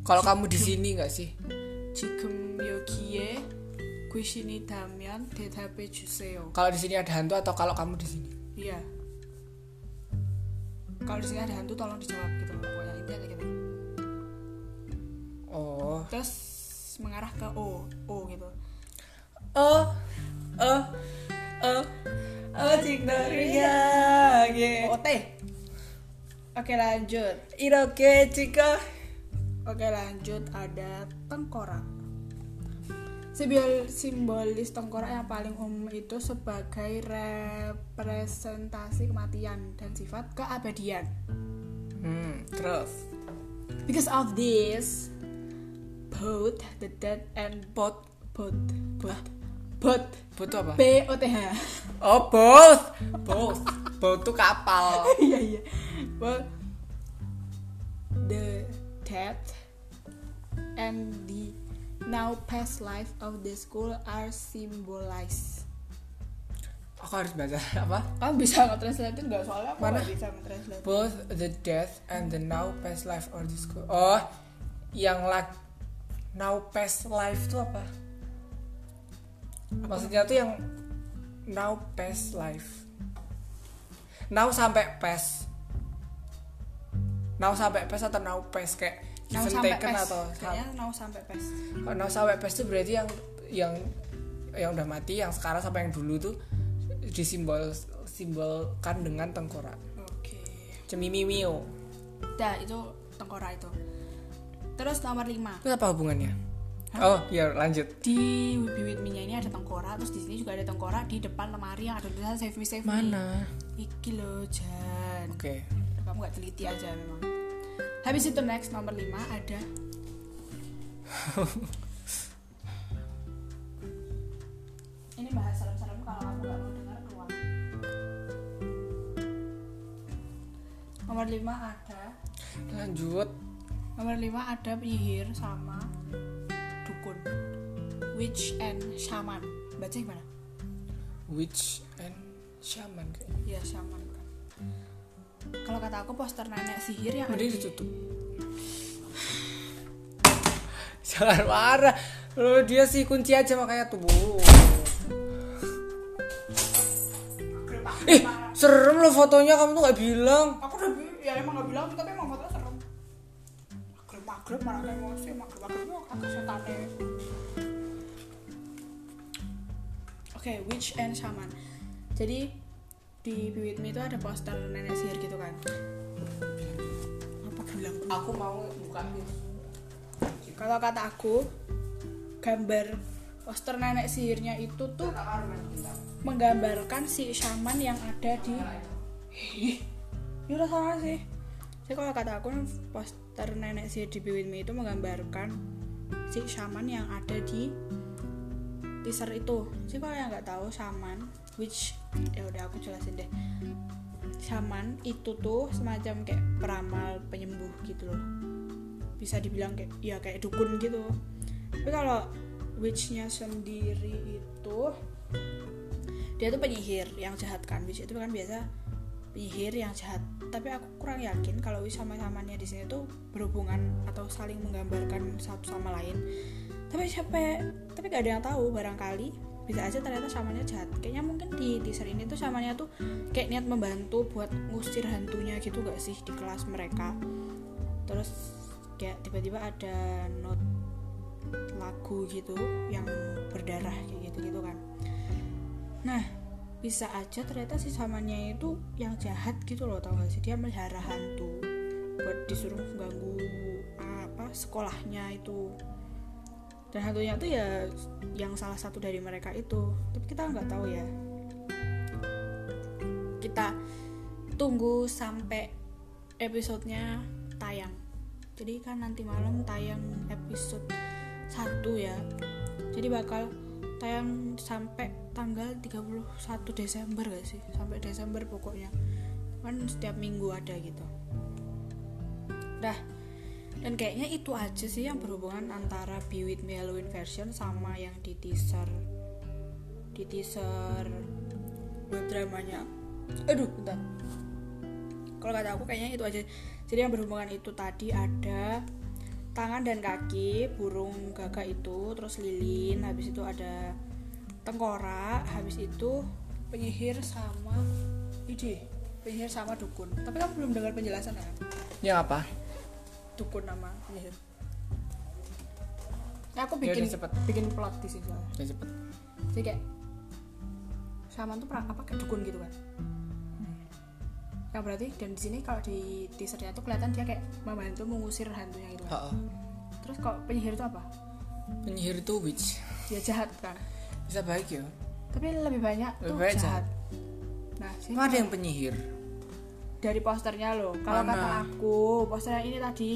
Speaker 1: Kalau kamu di sini nggak sih?
Speaker 2: jikum yokie kushini damian tetapi juseo
Speaker 1: Kalau di sini ada hantu atau kalau kamu di sini?
Speaker 2: iya kalau di sini ada hantu tolong dijawab gitu loh pokoknya intinya kayak gitu
Speaker 1: Oh.
Speaker 2: terus mengarah ke o o gitu
Speaker 1: Oh. Oh. Oh. Oh, Chikdoriya.
Speaker 2: OT. Oke lanjut.
Speaker 1: Iroke Chika.
Speaker 2: Oke lanjut ada tengkorak. Simbol simbolis tengkorak yang paling umum itu sebagai representasi kematian dan sifat keabadian.
Speaker 1: Hmm, terus.
Speaker 2: Because of this, both the dead and both both both both
Speaker 1: Butuh apa?
Speaker 2: B O T H.
Speaker 1: Oh, both. Both. both tuh kapal.
Speaker 2: iya iya well the death and the now past life of the school are symbolized
Speaker 1: Aku harus baca apa?
Speaker 2: kamu bisa nge-translate nggak soalnya aku
Speaker 1: Mana?
Speaker 2: nggak bisa nge-translate
Speaker 1: Both the death and the now past life or the school. Oh, yang like now past life tuh apa? Maksudnya tuh yang now past life. Now sampai past. Now sampai past atau now past kayak
Speaker 2: Now
Speaker 1: given
Speaker 2: sampai
Speaker 1: taken
Speaker 2: pes.
Speaker 1: atau
Speaker 2: Kayaknya now sampai pes.
Speaker 1: kalau now sampai past tuh berarti yang yang yang udah mati, yang sekarang sampai yang dulu tuh disimbol simbolkan dengan tengkorak.
Speaker 2: Oke.
Speaker 1: Cemimimio.
Speaker 2: Dah itu tengkorak itu. Terus nomor 5.
Speaker 1: Itu apa hubungannya? Oh, ya lanjut.
Speaker 2: Di Wibi With Me-nya ini ada tengkorak, terus di sini juga ada tengkorak di depan lemari yang ada tulisan save me save me.
Speaker 1: Mana?
Speaker 2: Iki loh Jan.
Speaker 1: Oke.
Speaker 2: Kamu gak teliti aja memang. Habis itu next nomor 5 ada Ini bahas serem-serem kalau kamu gak mau dengar keluar. Nomor 5 ada
Speaker 1: Lanjut.
Speaker 2: Nomor 5 ada penyihir sama dukun. Witch and shaman. Baca gimana?
Speaker 1: Witch and shaman kayaknya.
Speaker 2: Ya shaman kan. Kalau kata aku poster nenek sihir yang ada
Speaker 1: Mending
Speaker 2: di-
Speaker 1: ditutup. Jangan marah. Lu dia sih kunci aja makanya tuh. Ih, serem lo fotonya kamu tuh nggak bilang.
Speaker 2: aku udah bi- ya emang gak bilang tapi emang fotonya serem magrib magrib marah emosi magrib magrib kok kakak setannya oke witch and shaman jadi di Biwit Me itu ada poster nenek sihir gitu kan apa bilang
Speaker 1: Aku mau buka
Speaker 2: kalau kata aku gambar poster nenek sihirnya itu tuh menggambarkan si shaman yang ada di Ih, ini udah salah sih jadi kalau kata aku poster nenek sihir di Be With Me itu menggambarkan si shaman yang ada di teaser itu sih kalau yang nggak tahu shaman which ya udah aku jelasin deh shaman itu tuh semacam kayak peramal penyembuh gitu loh bisa dibilang kayak ya kayak dukun gitu tapi kalau witchnya sendiri itu dia tuh penyihir yang jahat kan witch itu kan biasa penyihir yang jahat tapi aku kurang yakin kalau witch sama samanya di sini tuh berhubungan atau saling menggambarkan satu sama lain tapi siapa ya? tapi gak ada yang tahu barangkali bisa aja ternyata samanya jahat kayaknya mungkin di teaser ini tuh samanya tuh kayak niat membantu buat ngusir hantunya gitu gak sih di kelas mereka terus kayak tiba-tiba ada note lagu gitu yang berdarah kayak gitu gitu kan nah bisa aja ternyata si samanya itu yang jahat gitu loh tau gak sih dia melihara hantu buat disuruh ganggu apa sekolahnya itu dan hantunya tuh ya yang salah satu dari mereka itu tapi kita nggak tahu ya kita tunggu sampai episodenya tayang jadi kan nanti malam tayang episode 1 ya jadi bakal tayang sampai tanggal 31 Desember gak sih sampai Desember pokoknya kan setiap minggu ada gitu dah dan kayaknya itu aja sih yang berhubungan antara Be With Me Halloween version sama yang di teaser di teaser web dramanya aduh bentar kalau kata aku kayaknya itu aja jadi yang berhubungan itu tadi ada tangan dan kaki burung gagak itu terus lilin habis itu ada tengkorak habis itu penyihir sama ide penyihir sama dukun tapi kamu belum dengar penjelasan kan
Speaker 1: Yang Ya, apa?
Speaker 2: dukun nama penyihir Nah, aku
Speaker 1: Ya
Speaker 2: bikin
Speaker 1: udah, cepet.
Speaker 2: bikin plot di sini soalnya.
Speaker 1: Ya cepet.
Speaker 2: jadi kayak shaman tuh perang apa kayak dukun gitu kan nah berarti dan di sini kalau di teasernya tuh kelihatan dia kayak membantu mengusir hantunya gitu
Speaker 1: Ha-ha.
Speaker 2: kan. terus kalau penyihir itu apa
Speaker 1: Penyihir itu witch.
Speaker 2: dia jahat kan
Speaker 1: Bisa baik ya.
Speaker 2: tapi lebih banyak tuh
Speaker 1: Lebih banyak
Speaker 2: jahat. nah sini
Speaker 1: Emang ada yang penyihir?
Speaker 2: dari posternya loh kalau
Speaker 1: Mana?
Speaker 2: kata aku posternya ini tadi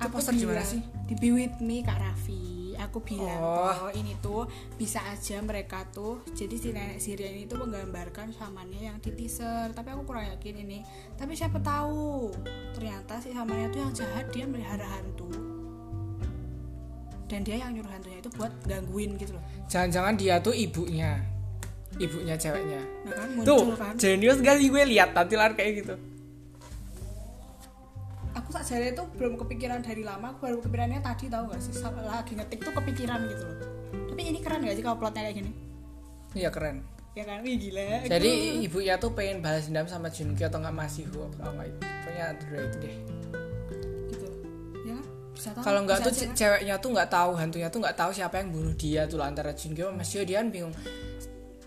Speaker 1: Itu poster di mana
Speaker 2: bilang-
Speaker 1: sih?
Speaker 2: di Be With Me Kak Raffi aku bilang
Speaker 1: Oh. Hmm.
Speaker 2: kalau ini tuh bisa aja mereka tuh jadi si nenek sihir ini tuh menggambarkan samannya yang di teaser tapi aku kurang yakin ini tapi siapa tahu ternyata si samannya tuh yang jahat dia melihara hantu dan dia yang nyuruh hantunya itu buat gangguin gitu loh
Speaker 1: Jangan-jangan dia tuh ibunya. Ibunya ceweknya.
Speaker 2: nah kan
Speaker 1: Tuh,
Speaker 2: muncul kan
Speaker 1: jenius gak sih gue lihat tampilan kayak gitu.
Speaker 2: aku saja itu belum kepikiran dari lama aku baru kepikirannya tadi tahu gak sih Sa- lagi ngetik tuh kepikiran gitu loh tapi ini keren gak sih kalau plotnya kayak gini
Speaker 1: Iya keren.
Speaker 2: ya kan Wih, gila Gitu.
Speaker 1: Jadi ibunya tuh pengen balas dendam sama Junkyu atau nggak Masiho atau nggak itu. Pokoknya antara itu deh.
Speaker 2: gitu ya kan? bisa tahu
Speaker 1: Kalau nggak
Speaker 2: bisa
Speaker 1: tuh
Speaker 2: aja
Speaker 1: ce-
Speaker 2: kan?
Speaker 1: ceweknya tuh nggak tahu hantunya tuh nggak tahu siapa yang bunuh dia tuh lah, antara Junkyu sama Masiho dia kan bingung.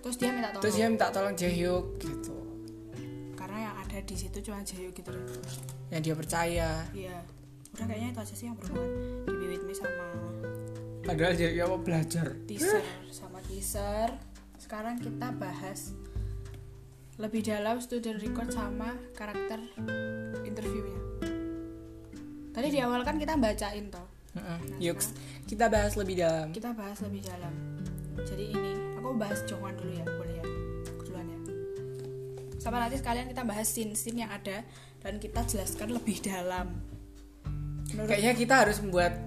Speaker 2: terus dia minta tolong
Speaker 1: Terus dia minta tolong Jaehyuk gitu.
Speaker 2: karena yang ada di situ cuma Jayu gitu deh
Speaker 1: Yang dia percaya.
Speaker 2: iya udah kayaknya itu aja sih yang berhubungan di Be With Me sama
Speaker 1: Padahal Jaehyuk mau belajar.
Speaker 2: teaser sama teaser sekarang kita bahas lebih dalam student record sama karakter interviewnya tadi di awal kan kita bacain toh
Speaker 1: Heeh. Yuk, kita bahas lebih dalam.
Speaker 2: kita bahas lebih dalam jadi ini aku bahas Jongwan dulu ya boleh ya Aku duluan ya sama nanti sekalian kita bahas scene-scene yang ada dan kita jelaskan lebih dalam menurut
Speaker 1: Kayaknya kita harus membuat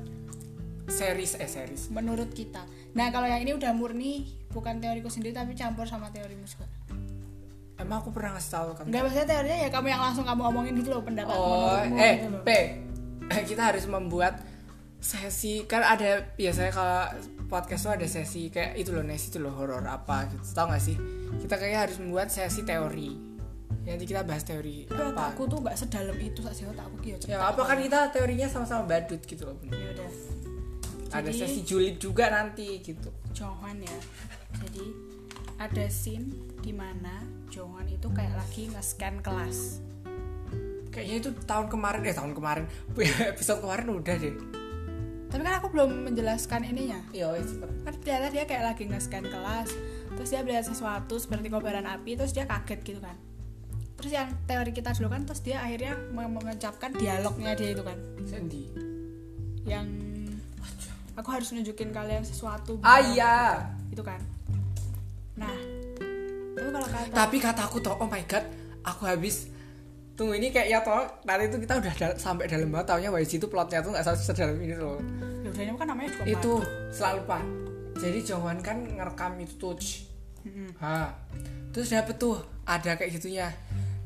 Speaker 1: series eh series.
Speaker 2: menurut kita nah kalau yang ini udah murni bukan teoriku sendiri tapi campur sama teorimu juga
Speaker 1: Emang aku pernah ngasih tahu kan? kamu.
Speaker 2: Enggak maksudnya teorinya ya kamu yang langsung kamu omongin gitu loh pendapat
Speaker 1: Oh,
Speaker 2: menurutmu
Speaker 1: eh,
Speaker 2: gitu loh.
Speaker 1: P. Kita harus membuat sesi kan ada biasanya kalau podcast tuh ada sesi kayak itu loh Nes itu loh horor apa gitu tau gak sih kita kayaknya harus membuat sesi teori Ya, nanti kita bahas teori
Speaker 2: Tapi otakku
Speaker 1: apa
Speaker 2: tuh nggak sedalam itu sih otakku gitu
Speaker 1: ya apa kan kita teorinya sama-sama badut gitu loh
Speaker 2: ya udah
Speaker 1: ada
Speaker 2: Jadi-
Speaker 1: sesi julid juga nanti gitu
Speaker 2: Jongwan ya. Jadi ada scene di mana Jongwan itu kayak lagi nge-scan kelas.
Speaker 1: kayaknya itu tahun kemarin eh tahun kemarin episode kemarin udah deh
Speaker 2: Tapi kan aku belum menjelaskan ininya.
Speaker 1: iya wes, cepet
Speaker 2: Kan ternyata dia kayak lagi nge-scan kelas. Terus dia melihat sesuatu seperti kobaran api, terus dia kaget gitu kan. Terus yang teori kita dulu kan, terus dia akhirnya me- mengucapkan dialognya dia itu kan.
Speaker 1: Sandy
Speaker 2: Yang aku harus nunjukin kalian sesuatu.
Speaker 1: ah iya
Speaker 2: Itu kan. Nah, tapi kalau kata
Speaker 1: Tapi kata aku toh, oh my god, aku habis tunggu ini kayak ya toh tadi itu kita udah dal- sampai dalam banget taunya YG itu plotnya tuh nggak sampai sedalam ini loh
Speaker 2: Ya udah, ini kan namanya juga
Speaker 1: itu selalu lupa jadi Jongwan kan ngerekam itu tuh Ch. ha terus dapet tuh ada kayak gitunya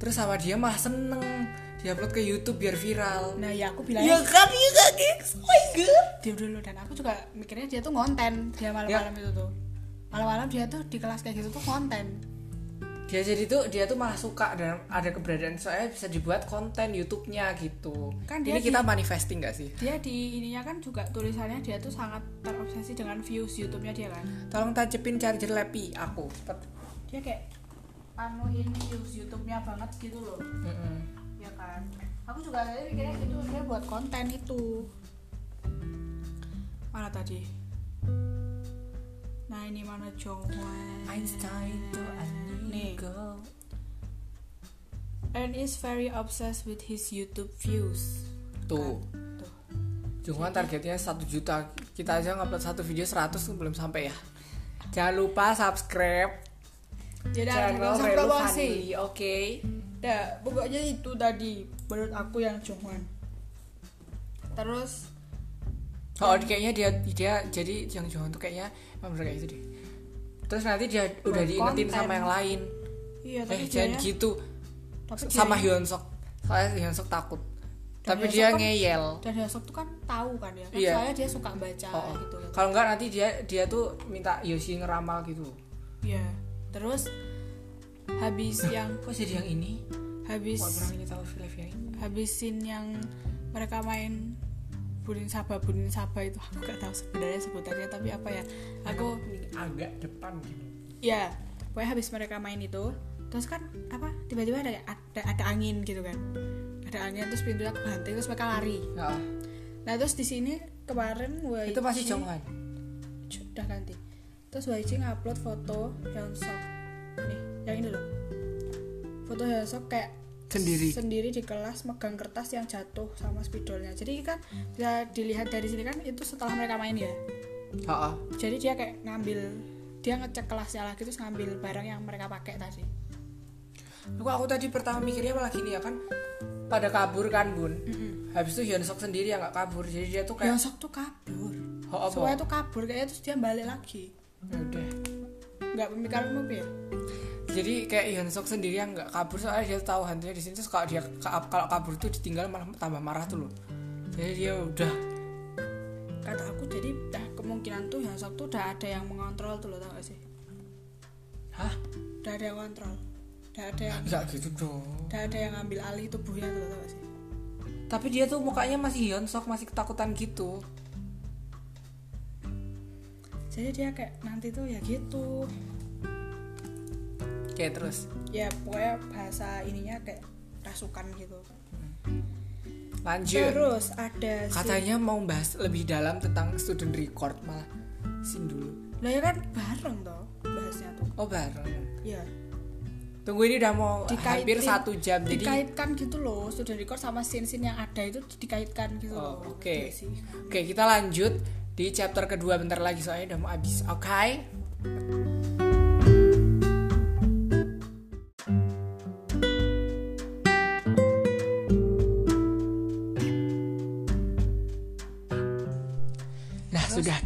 Speaker 1: terus sama dia mah seneng dia upload ke YouTube biar viral
Speaker 2: Nah ya aku bilang
Speaker 1: ya kan iya kan gengs. oh my god
Speaker 2: dia dulu dan aku juga mikirnya dia tuh ngonten dia malam-malam
Speaker 1: Ya.
Speaker 2: itu tuh malam-malam dia tuh di kelas kayak gitu tuh konten
Speaker 1: dia jadi tuh dia tuh malah suka dan ada keberadaan soalnya bisa dibuat konten YouTube-nya gitu
Speaker 2: Kan dia
Speaker 1: ini kita
Speaker 2: di-
Speaker 1: manifesting gak sih
Speaker 2: dia di ininya kan juga tulisannya dia tuh sangat terobsesi dengan views YouTube-nya dia kan
Speaker 1: Tolong tacepin charger lepi aku. Cepet.
Speaker 2: dia kayak anuin views YouTube-nya banget gitu loh
Speaker 1: Mm-mm.
Speaker 2: ya kan aku juga tadi mikirnya itu dia buat konten itu mana tadi nah ini mana Jongwan
Speaker 1: Einstein to
Speaker 2: Nih.
Speaker 1: Anigo.
Speaker 2: and is very obsessed with his YouTube views
Speaker 1: Tuh.
Speaker 2: Kan, Tuh.
Speaker 1: Cuma targetnya 1 juta. Kita aja ngupload satu video 100 tuh belum sampai ya. Jangan lupa subscribe
Speaker 2: Jadi
Speaker 1: channel
Speaker 2: langsung
Speaker 1: Relu Fandi,
Speaker 2: promosi.
Speaker 1: oke?
Speaker 2: Nah, pokoknya itu tadi menurut aku yang cuman. Terus
Speaker 1: Oh,
Speaker 2: Hmm.
Speaker 1: kayaknya dia dia jadi yang jangan tuh kayaknya emang bener kayak gitu deh. Terus nanti dia udah diingetin sama yang lain.
Speaker 2: iya
Speaker 1: Eh,
Speaker 2: tapi
Speaker 1: jangan
Speaker 2: dianya-
Speaker 1: gitu.
Speaker 2: tapi
Speaker 1: Sama
Speaker 2: dianya-
Speaker 1: Hyunsok. Soalnya Hyunsok takut.
Speaker 2: Dan
Speaker 1: Tapi
Speaker 2: Hyunsok
Speaker 1: dia
Speaker 2: kan-
Speaker 1: ngeyel.
Speaker 2: Dan Hyosok tuh kan tahu kan ya. Kan
Speaker 1: Iya.
Speaker 2: Soalnya dia suka baca
Speaker 1: Oh, oh.
Speaker 2: gitu.
Speaker 1: Kalau enggak nanti dia dia tuh minta Yoshi ngeramal gitu.
Speaker 2: Iya. Terus habis yang
Speaker 1: Kok jadi yang ini?
Speaker 2: habis
Speaker 1: Wah, orang ini tahu ya. film yang ini.
Speaker 2: habis scene yang mereka main Bunin Saba Bunin Saba itu aku gak tahu sebenarnya sebutannya tapi apa ya. Aku
Speaker 1: agak depan gitu.
Speaker 2: ya pokoknya habis mereka main itu terus kan apa tiba-tiba ada, ada ada angin gitu kan ada angin terus pintunya kebanting terus mereka lari nah terus di sini kemarin Waici
Speaker 1: itu pasti Jongwan.
Speaker 2: udah ganti terus Waici ngupload foto Hyunsuk nih yang ini loh foto Hyunsuk kayak
Speaker 1: Sendiri.
Speaker 2: sendiri di kelas megang kertas yang jatuh sama spidolnya jadi kan bisa dilihat dari sini kan itu setelah mereka main ya
Speaker 1: Heeh.
Speaker 2: jadi dia kayak ngambil dia ngecek kelasnya lagi terus ngambil barang yang mereka pakai tadi
Speaker 1: Aku, aku tadi pertama mikirnya malah gini ya kan pada kabur kan Bun. Habis itu Hyunsok sendiri yang nggak kabur. Jadi dia tuh kayak
Speaker 2: Yosok tuh kabur
Speaker 1: Oh, apa?
Speaker 2: Soalnya tuh kabur kayaknya terus dia balik lagi
Speaker 1: Ya udah.
Speaker 2: nggak pemikiranmu ya
Speaker 1: Jadi kayak Hyunsok sendiri yang nggak kabur soalnya dia tahu hantunya di sini terus kalau dia ka- kalau kabur tuh ditinggal malah tambah marah tuh loh. Jadi dia udah
Speaker 2: kata aku jadi dah kemarin kemungkinan tuh Hansok tuh udah ada yang mengontrol tuh loh tau gak sih
Speaker 1: Hah?
Speaker 2: udah ada yang kontrol udah ada yang
Speaker 1: Enggak gitu dong.
Speaker 2: udah ada yang ngambil alih tubuhnya tuh loh tau gak sih
Speaker 1: Tapi dia tuh mukanya masih hyonsok, masih ketakutan gitu.
Speaker 2: jadi dia kayak nanti tuh ya gitu
Speaker 1: Oke, terus
Speaker 2: ya pokoknya bahasa ininya kayak rasukan gitu
Speaker 1: lanjut.
Speaker 2: terus ada si-
Speaker 1: Iya. Katanya mau bahas lebih dalam tentang student record malah. Sin dulu.
Speaker 2: lah ya kan bareng toh bahasnya tuh
Speaker 1: Oh, bareng.
Speaker 2: ya
Speaker 1: Tunggu ini udah mau
Speaker 2: Dikaitin-
Speaker 1: hampir satu jam jadi
Speaker 2: dikaitkan gitu loh sudah record sama scene-scene yang ada itu dikaitkan gitu
Speaker 1: Oh,
Speaker 2: loh
Speaker 1: oke.
Speaker 2: Iya sih.
Speaker 1: Oke, kita lanjut di chapter kedua bentar lagi soalnya udah mau habis. Oke. Nah, sudah.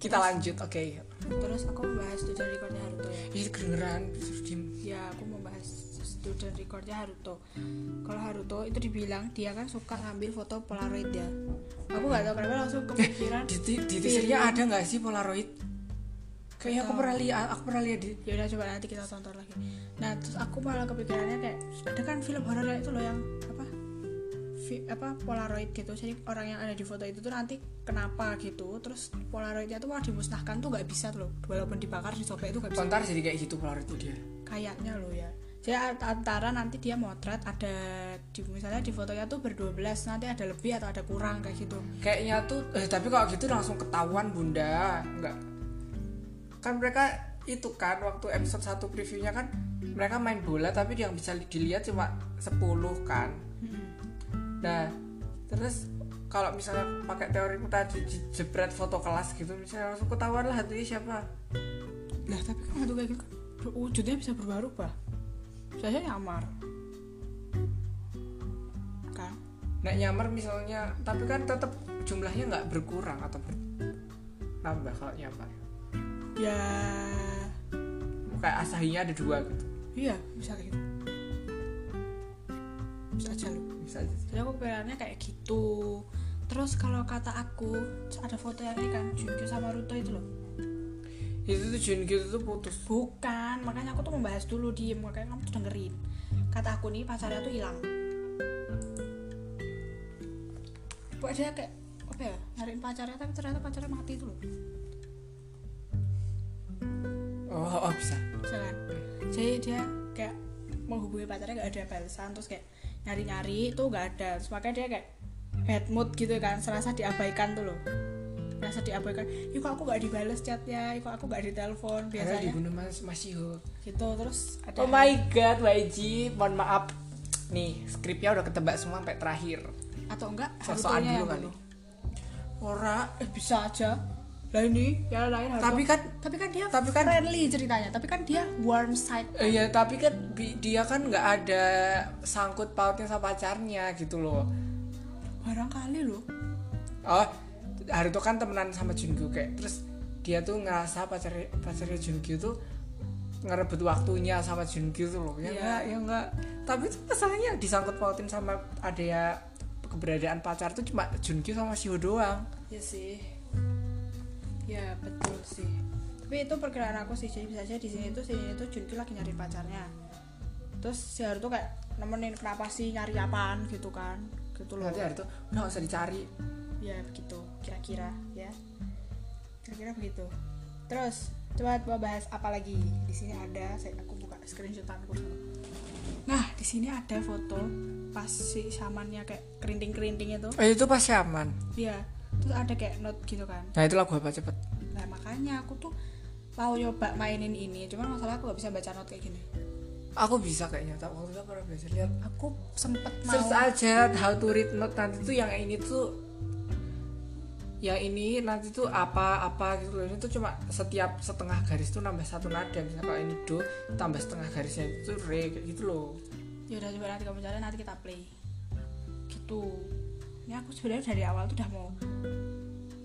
Speaker 1: Kita lanjut. Oke.
Speaker 2: terus aku membahas student recordnya Haruto ya
Speaker 1: Ini kedengeran disuruh diem.
Speaker 2: ya aku membahas student recordnya Haruto kalau Haruto itu dibilang dia kan suka ngambil foto polaroid ya aku nggak tahu kenapa langsung kepikiran
Speaker 1: Di, di, di teasernya ada nggak sih Polaroid? Kayaknya aku pernah lihat, aku pernah lihat di
Speaker 2: ya udah coba nanti kita tonton lagi nah terus aku malah kepikirannya kayak ada kan film horor yang itu loh yang apa fi- apa polaroid gitu jadi orang yang ada di foto itu tuh nanti kenapa gitu terus polaroidnya tuh malah dimusnahkan tuh nggak bisa tuh loh walaupun dibakar disobek itu nggak bisa
Speaker 1: Kontar jadi kayak gitu Polaroid itu dia.
Speaker 2: kayaknya loh ya jadi a- antara nanti dia motret ada di, misalnya di fotonya tuh berdua belas nanti ada lebih atau ada kurang kayak gitu
Speaker 1: kayaknya tuh eh, tapi kalau gitu langsung ketahuan bunda nggak kan mereka itu kan waktu episode 1 previewnya kan mereka main bola tapi yang bisa li- dilihat cuma 10 kan nah terus kalau misalnya pakai teoriku tadi jebret foto kelas gitu misalnya langsung ketahuan lah hatinya siapa
Speaker 2: lah tapi kan hantu kayak gitu kan ber- wujudnya bisa berubah-ubah biasanya nyamar kan
Speaker 1: Nek nyamar misalnya tapi kan tetap jumlahnya nggak berkurang atau bertambah kalau nyamar
Speaker 2: ya
Speaker 1: kayak asahinya ada dua gitu
Speaker 2: iya bisa kayak gitu bisa aja lu
Speaker 1: bisa aja
Speaker 2: jadi aku pikirannya kayak gitu terus kalau kata aku terus ada foto yang ini kan Junkyu sama Ruto itu loh
Speaker 1: itu tuh Junkyu itu tuh putus
Speaker 2: bukan makanya aku tuh membahas dulu diem makanya kamu tuh dengerin kata aku nih pacarnya tuh hilang buat dia kayak apa ya nyariin pacarnya tapi ternyata pacarnya mati tuh loh
Speaker 1: oh, oh bisa
Speaker 2: Jangan. jadi dia kayak menghubungi pacarnya gak ada balasan terus kayak nyari-nyari itu gak ada terus makanya dia kayak bad mood gitu kan serasa diabaikan tuh loh serasa diabaikan yuk kok aku gak dibales chatnya yuk kok aku gak
Speaker 1: Karena
Speaker 2: ditelepon biasanya
Speaker 1: dibunuh Mas Masihul.
Speaker 2: gitu terus ada
Speaker 1: Oh my god, YG, mohon maaf. Nih, skripnya udah ketebak semua sampai terakhir.
Speaker 2: atau enggak
Speaker 1: Sosokan
Speaker 2: Harutonya
Speaker 1: dulu
Speaker 2: yang
Speaker 1: kali.
Speaker 2: bunuh.
Speaker 1: Ora,
Speaker 2: eh bisa aja lah ini ya lain Haruto.
Speaker 1: tapi kan
Speaker 2: tapi kan Eh. dia
Speaker 1: tapi kan-
Speaker 2: friendly ceritanya tapi kan dia warm side
Speaker 1: iya, tapi kan bi- dia kan nggak ada sangkut pautnya sama pacarnya gitu loh.
Speaker 2: barangkali loh
Speaker 1: Oh, Haruto kan temenan sama Junkyu kayak terus dia tuh ngerasa pacar pacarnya Junkyu tuh ngerebut waktunya sama Junkyu tuh loh. Ya
Speaker 2: Iya.
Speaker 1: enggak, ya enggak. Tapi tuh masalahnya disangkut pautin sama ada ya keberadaan pacar tuh cuma Junkyu sama Shio doang.
Speaker 2: Ya sih. Ya betul sih. Tapi itu perkiraan aku sih. Jadi bisa aja di sini tuh sini tuh Junkyu lagi nyari pacarnya. Terus si Haruto kayak nemenin kenapa sih nyari apaan gitu kan. Gitu loh.
Speaker 1: nanti hari itu udah nggak usah dicari
Speaker 2: Ya begitu kira-kira ya. Kira-kira begitu. Terus coba coba bahas apa lagi. Di sini ada saya aku buka screenshotanku dulu. Nah, di sini ada foto pas si shamannya kayak kerinting-kerinting itu.
Speaker 1: eh, itu pasti aman
Speaker 2: Iya. Terus ada kayak note gitu kan.
Speaker 1: nah itu lagu apa cepet
Speaker 2: Nah makanya aku tuh mau nyoba mainin ini, cuman masalah aku gak bisa baca not kayak gini.
Speaker 1: aku bisa kayaknya tak waktu itu pernah belajar lihat
Speaker 2: Aku sempet mau.
Speaker 1: search aja how to read note nanti tuh yang ini tuh yang ini nanti tuh apa apa gitu loh ini tuh cuma setiap setengah garis tuh nambah satu nada misalnya kalau ini do tambah setengah garisnya itu re kayak gitu loh
Speaker 2: Ya udah coba nanti kamu cari nanti kita play. Gitu. Ini aku sebenarnya dari awal tuh udah mau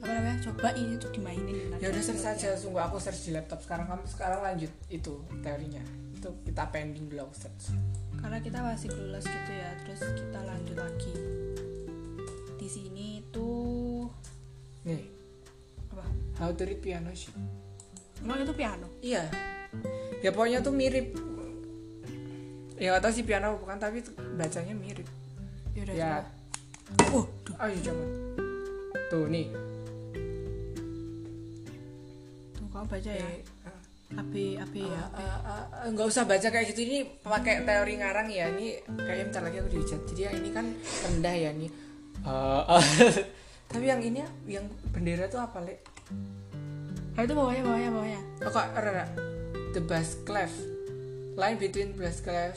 Speaker 2: apa namanya coba ini tuh dimainin.
Speaker 1: ya udah search aja sungguh aku search di laptop sekarang kamu sekarang lanjut itu teorinya itu kita pending dulu aku search
Speaker 2: Karena kita masih clueless gitu ya, terus kita lanjut lagi. Di sini tuh
Speaker 1: nih
Speaker 2: apa?
Speaker 1: How to Read Piano Ship.
Speaker 2: Emang itu piano?
Speaker 1: Iya. Ya pokoknya tuh mirip. Ya gak tau sih piano apa bukan tapi tuh bacanya mirip.
Speaker 2: Yaudah,
Speaker 1: Ya.
Speaker 2: coba. Oh,
Speaker 1: Waduh. Ayo Oh, iya, coba. Tuh nih.
Speaker 2: Tuh, kamu baca ya.
Speaker 1: Eh,
Speaker 2: AB, AB ya.
Speaker 1: eh, eh, eh, nggak usah baca kayak gitu ini pakai teori ngarang ya ini kayaknya bentar lagi aku dihujat jadi yang ini kan rendah ya ini Eh, eh. tapi yang ini yang bendera tuh apa lek
Speaker 2: Ah, itu bawahnya, bawahnya, bawahnya.
Speaker 1: Oh, kok rara. The bass clef. Line between bass clef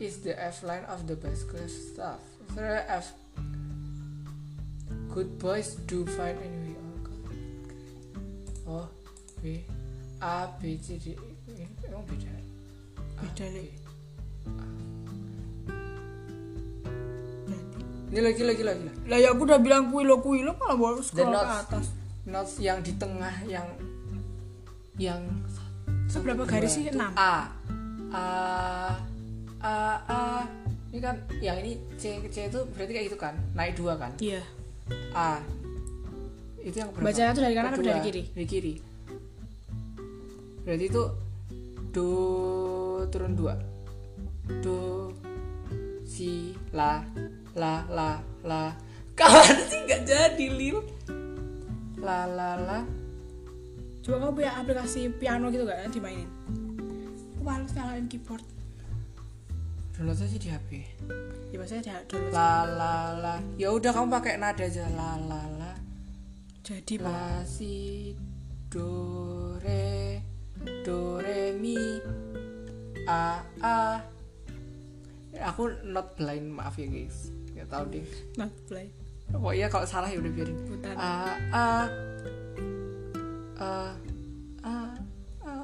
Speaker 1: is the F line of the bass clef staff. Rara F. Good boys do fine anyway. Oh, God. Oh, B, A, B, C, D, E. Emang beda? A,
Speaker 2: Beda,
Speaker 1: B.
Speaker 2: Lek.
Speaker 1: Ini lagi, lagi, lagi. lagi.
Speaker 2: Lah ya aku udah bilang kuilo kuilo malah baru scroll ke
Speaker 1: notes.
Speaker 2: atas.
Speaker 1: Notes yang di tengah yang yang
Speaker 2: Seberapa garis sih?
Speaker 1: Tuh,
Speaker 2: 6.
Speaker 1: A. A. A. A. Ini kan yang ini C C itu berarti kayak gitu kan? Naik dua kan?
Speaker 2: Iya.
Speaker 1: A. Itu yang berapa?
Speaker 2: Bacanya tuh dari kanan apa
Speaker 1: Kedua,
Speaker 2: dari kiri?
Speaker 1: Dari kiri. Berarti itu do turun dua. Do si la la la la. Kapan sih nggak jadi lil? La la la.
Speaker 2: Coba kamu punya aplikasi piano gitu gak nanti mainin? Aku males nyalain keyboard.
Speaker 1: Download aja di HP.
Speaker 2: Ya biasanya dia download.
Speaker 1: la la la ya udah kamu pakai nada aja la la la
Speaker 2: Jadi Pak.
Speaker 1: la si do re do re mi a a aku not blind maaf ya guys nggak tahu deh
Speaker 2: Nah, play.
Speaker 1: pokoknya kalau salah ya udah biarin
Speaker 2: Putar.
Speaker 1: a a a a a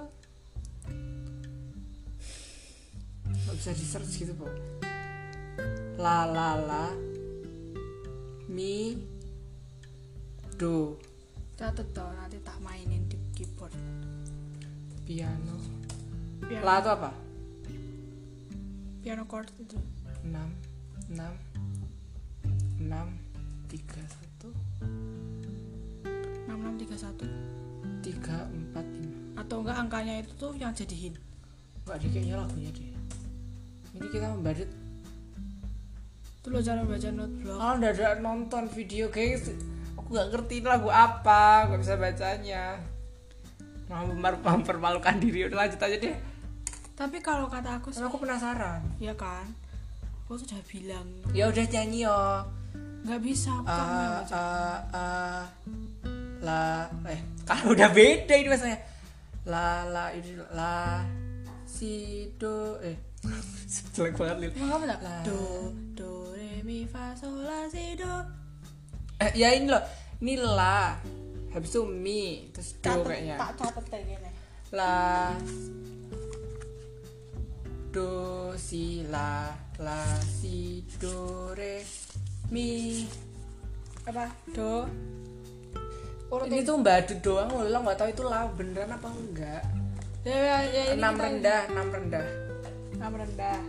Speaker 1: nggak bisa di search gitu po la la la mi do
Speaker 2: Catet toh nanti tak mainin di keyboard.
Speaker 1: piano
Speaker 2: Piano,
Speaker 1: la itu apa
Speaker 2: piano chord itu.
Speaker 1: 6 6 6 3 1 3
Speaker 2: 6631
Speaker 1: 4 5
Speaker 2: atau enggak angkanya itu tuh yang jadiin.
Speaker 1: Enggak deh kayaknya lagunya deh Ini kita membadut
Speaker 2: Itu lo jangan baca note block.
Speaker 1: Kalau dadak nonton video guys Aku gak ngerti ini lagu apa Gak bisa bacanya Mau memper- mempermalukan diri Udah lanjut aja deh
Speaker 2: Tapi kalau kata aku sih,
Speaker 1: Karena aku penasaran
Speaker 2: ya kan. Aku sudah bilang
Speaker 1: Ya udah nyanyi yo Eh,
Speaker 2: nggak bisa
Speaker 1: Ah.
Speaker 2: aku kan yang baca.
Speaker 1: La Eh Kalau udah beda ini maksudnya La la ini La Si do Eh Jelek banget Lil
Speaker 2: Emang kamu tak?
Speaker 1: Lah.
Speaker 2: Do, do, re, mi, fa, sol, la, si, do.
Speaker 1: Eh, Ya ini loh Ini la Habis itu mi Terus do kayaknya
Speaker 2: catet kayak gini.
Speaker 1: la do si la la si do re mi
Speaker 2: Apa?
Speaker 1: do ini tuh mbak doang loh lo nggak tahu itu la beneran apa enggak
Speaker 2: Ya, ya, ya, ini
Speaker 1: enam
Speaker 2: kita-
Speaker 1: rendah enam rendah
Speaker 2: Enam rendah.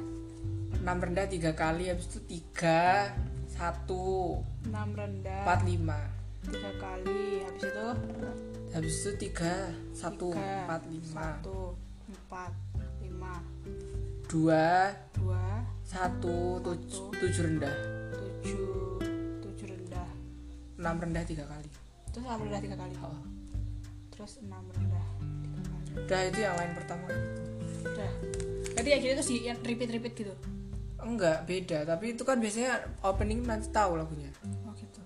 Speaker 1: enam rendah tiga kali habis itu tiga satu
Speaker 2: Enam rendah.
Speaker 1: empat lima
Speaker 2: Tiga kali. Habis itu
Speaker 1: habis itu tiga satu
Speaker 2: tiga,
Speaker 1: empat lima
Speaker 2: Satu, empat, lima,
Speaker 1: dua
Speaker 2: dua,
Speaker 1: satu tujuh tujuh rendah
Speaker 2: tujuh, tujuh rendah.
Speaker 1: enam rendah tiga kali
Speaker 2: Terus enam rendah tiga kali.
Speaker 1: Oh.
Speaker 2: Terus enam rendah tiga kali.
Speaker 1: udah itu yang lain pertama
Speaker 2: Udah. Berarti ya gini terus di repeat-repeat gitu.
Speaker 1: Enggak, beda. Tapi itu kan biasanya opening nanti tahu lagunya.
Speaker 2: Oh gitu.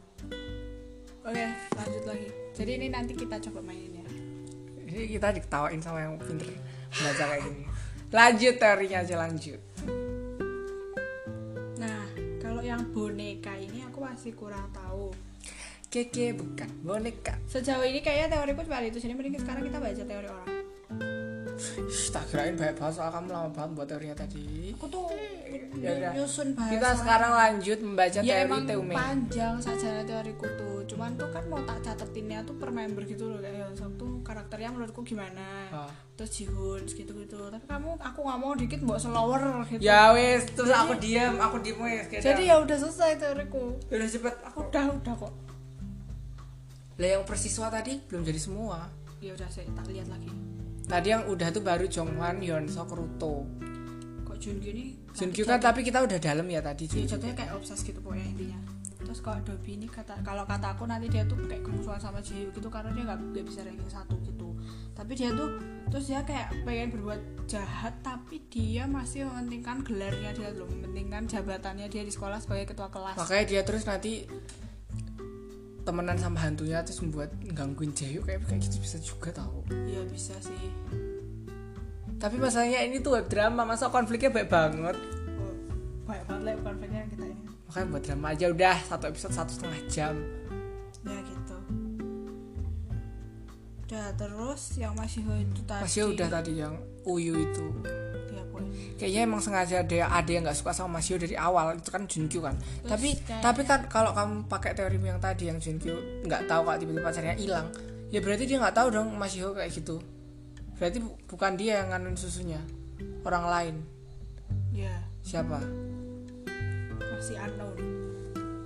Speaker 2: Oke, lanjut lagi. Jadi ini nanti kita coba mainin ya.
Speaker 1: Jadi kita diketawain sama yang pinter baca kayak gini. Lanjut teorinya aja lanjut.
Speaker 2: Nah, kalau yang boneka ini aku masih kurang tahu.
Speaker 1: Keke bukan boneka.
Speaker 2: Sejauh ini kayaknya teoriku cuma itu. Jadi mending sekarang kita baca teori orang.
Speaker 1: Shh, tak kirain banyak banget soal kamu lama banget buat teorinya tadi.
Speaker 2: Aku tuh
Speaker 1: Ya udah.
Speaker 2: nyusun bahasa.
Speaker 1: Kita sekarang lanjut membaca
Speaker 2: ya
Speaker 1: teori
Speaker 2: emang
Speaker 1: Teume.
Speaker 2: panjang saja teoriku tuh. Cuman tuh kan mau tak catetinnya tuh per member gitu loh kayak Yonsong tuh karakternya menurutku gimana.
Speaker 1: Ah.
Speaker 2: Terus Jihun gitu-gitu. Tapi kamu aku ngomong dikit mbok slower gitu.
Speaker 1: Ya wes, terus aku diam, aku diam wes.
Speaker 2: Jadi ya udah selesai teoriku.
Speaker 1: udah cepet.
Speaker 2: Aku udah udah kok.
Speaker 1: Lah yang persiswa tadi belum jadi semua.
Speaker 2: ya udah saya tak lihat lagi
Speaker 1: Tadi yang udah tuh baru Jongwan, Yeonseok, Ruto.
Speaker 2: kok Junkyu ini
Speaker 1: Junkyu kan tapi kita udah dalam ya tadi
Speaker 2: dia
Speaker 1: Junkyu.
Speaker 2: jatuhnya kayak obses gitu pokoknya intinya terus kalau Dobby ini kata kalau kata aku nanti dia tuh kayak kemusuhan sama Jae gitu karena dia nggak nggak bisa ranking satu gitu tapi dia tuh terus dia kayak pengen berbuat jahat tapi dia masih mementingkan gelarnya dia loh mementingkan jabatannya dia di sekolah sebagai ketua kelas
Speaker 1: Makanya dia terus nanti temenan sama hantunya terus membuat gangguin Jayu kayak kayak gitu bisa juga tahu.
Speaker 2: ya bisa sih
Speaker 1: Tapi masalahnya ini tuh web drama, masa konfliknya baik banget.
Speaker 2: Oh, banyak banget lah konfliknya kita ini
Speaker 1: Makanya buat drama aja udah satu episode satu setengah jam.
Speaker 2: ya gitu udah terus yang masih itu tadi
Speaker 1: Masih ya udah tadi yang Uyu itu.
Speaker 2: ya, pokoknya.
Speaker 1: Kayaknya emang sengaja ada ada yang nggak suka sama Masio dari awal itu kan Junkyu kan. tapi
Speaker 2: kayak-
Speaker 1: tapi kan kalau kamu pakai teori yang tadi yang Junkyu nggak tahu kalau tiba-tiba pacarnya hilang, ya berarti dia nggak tahu dong Masio kayak gitu. Berarti bu- bukan dia yang nganuin susunya, orang lain.
Speaker 2: ya
Speaker 1: Siapa?
Speaker 2: masih unknown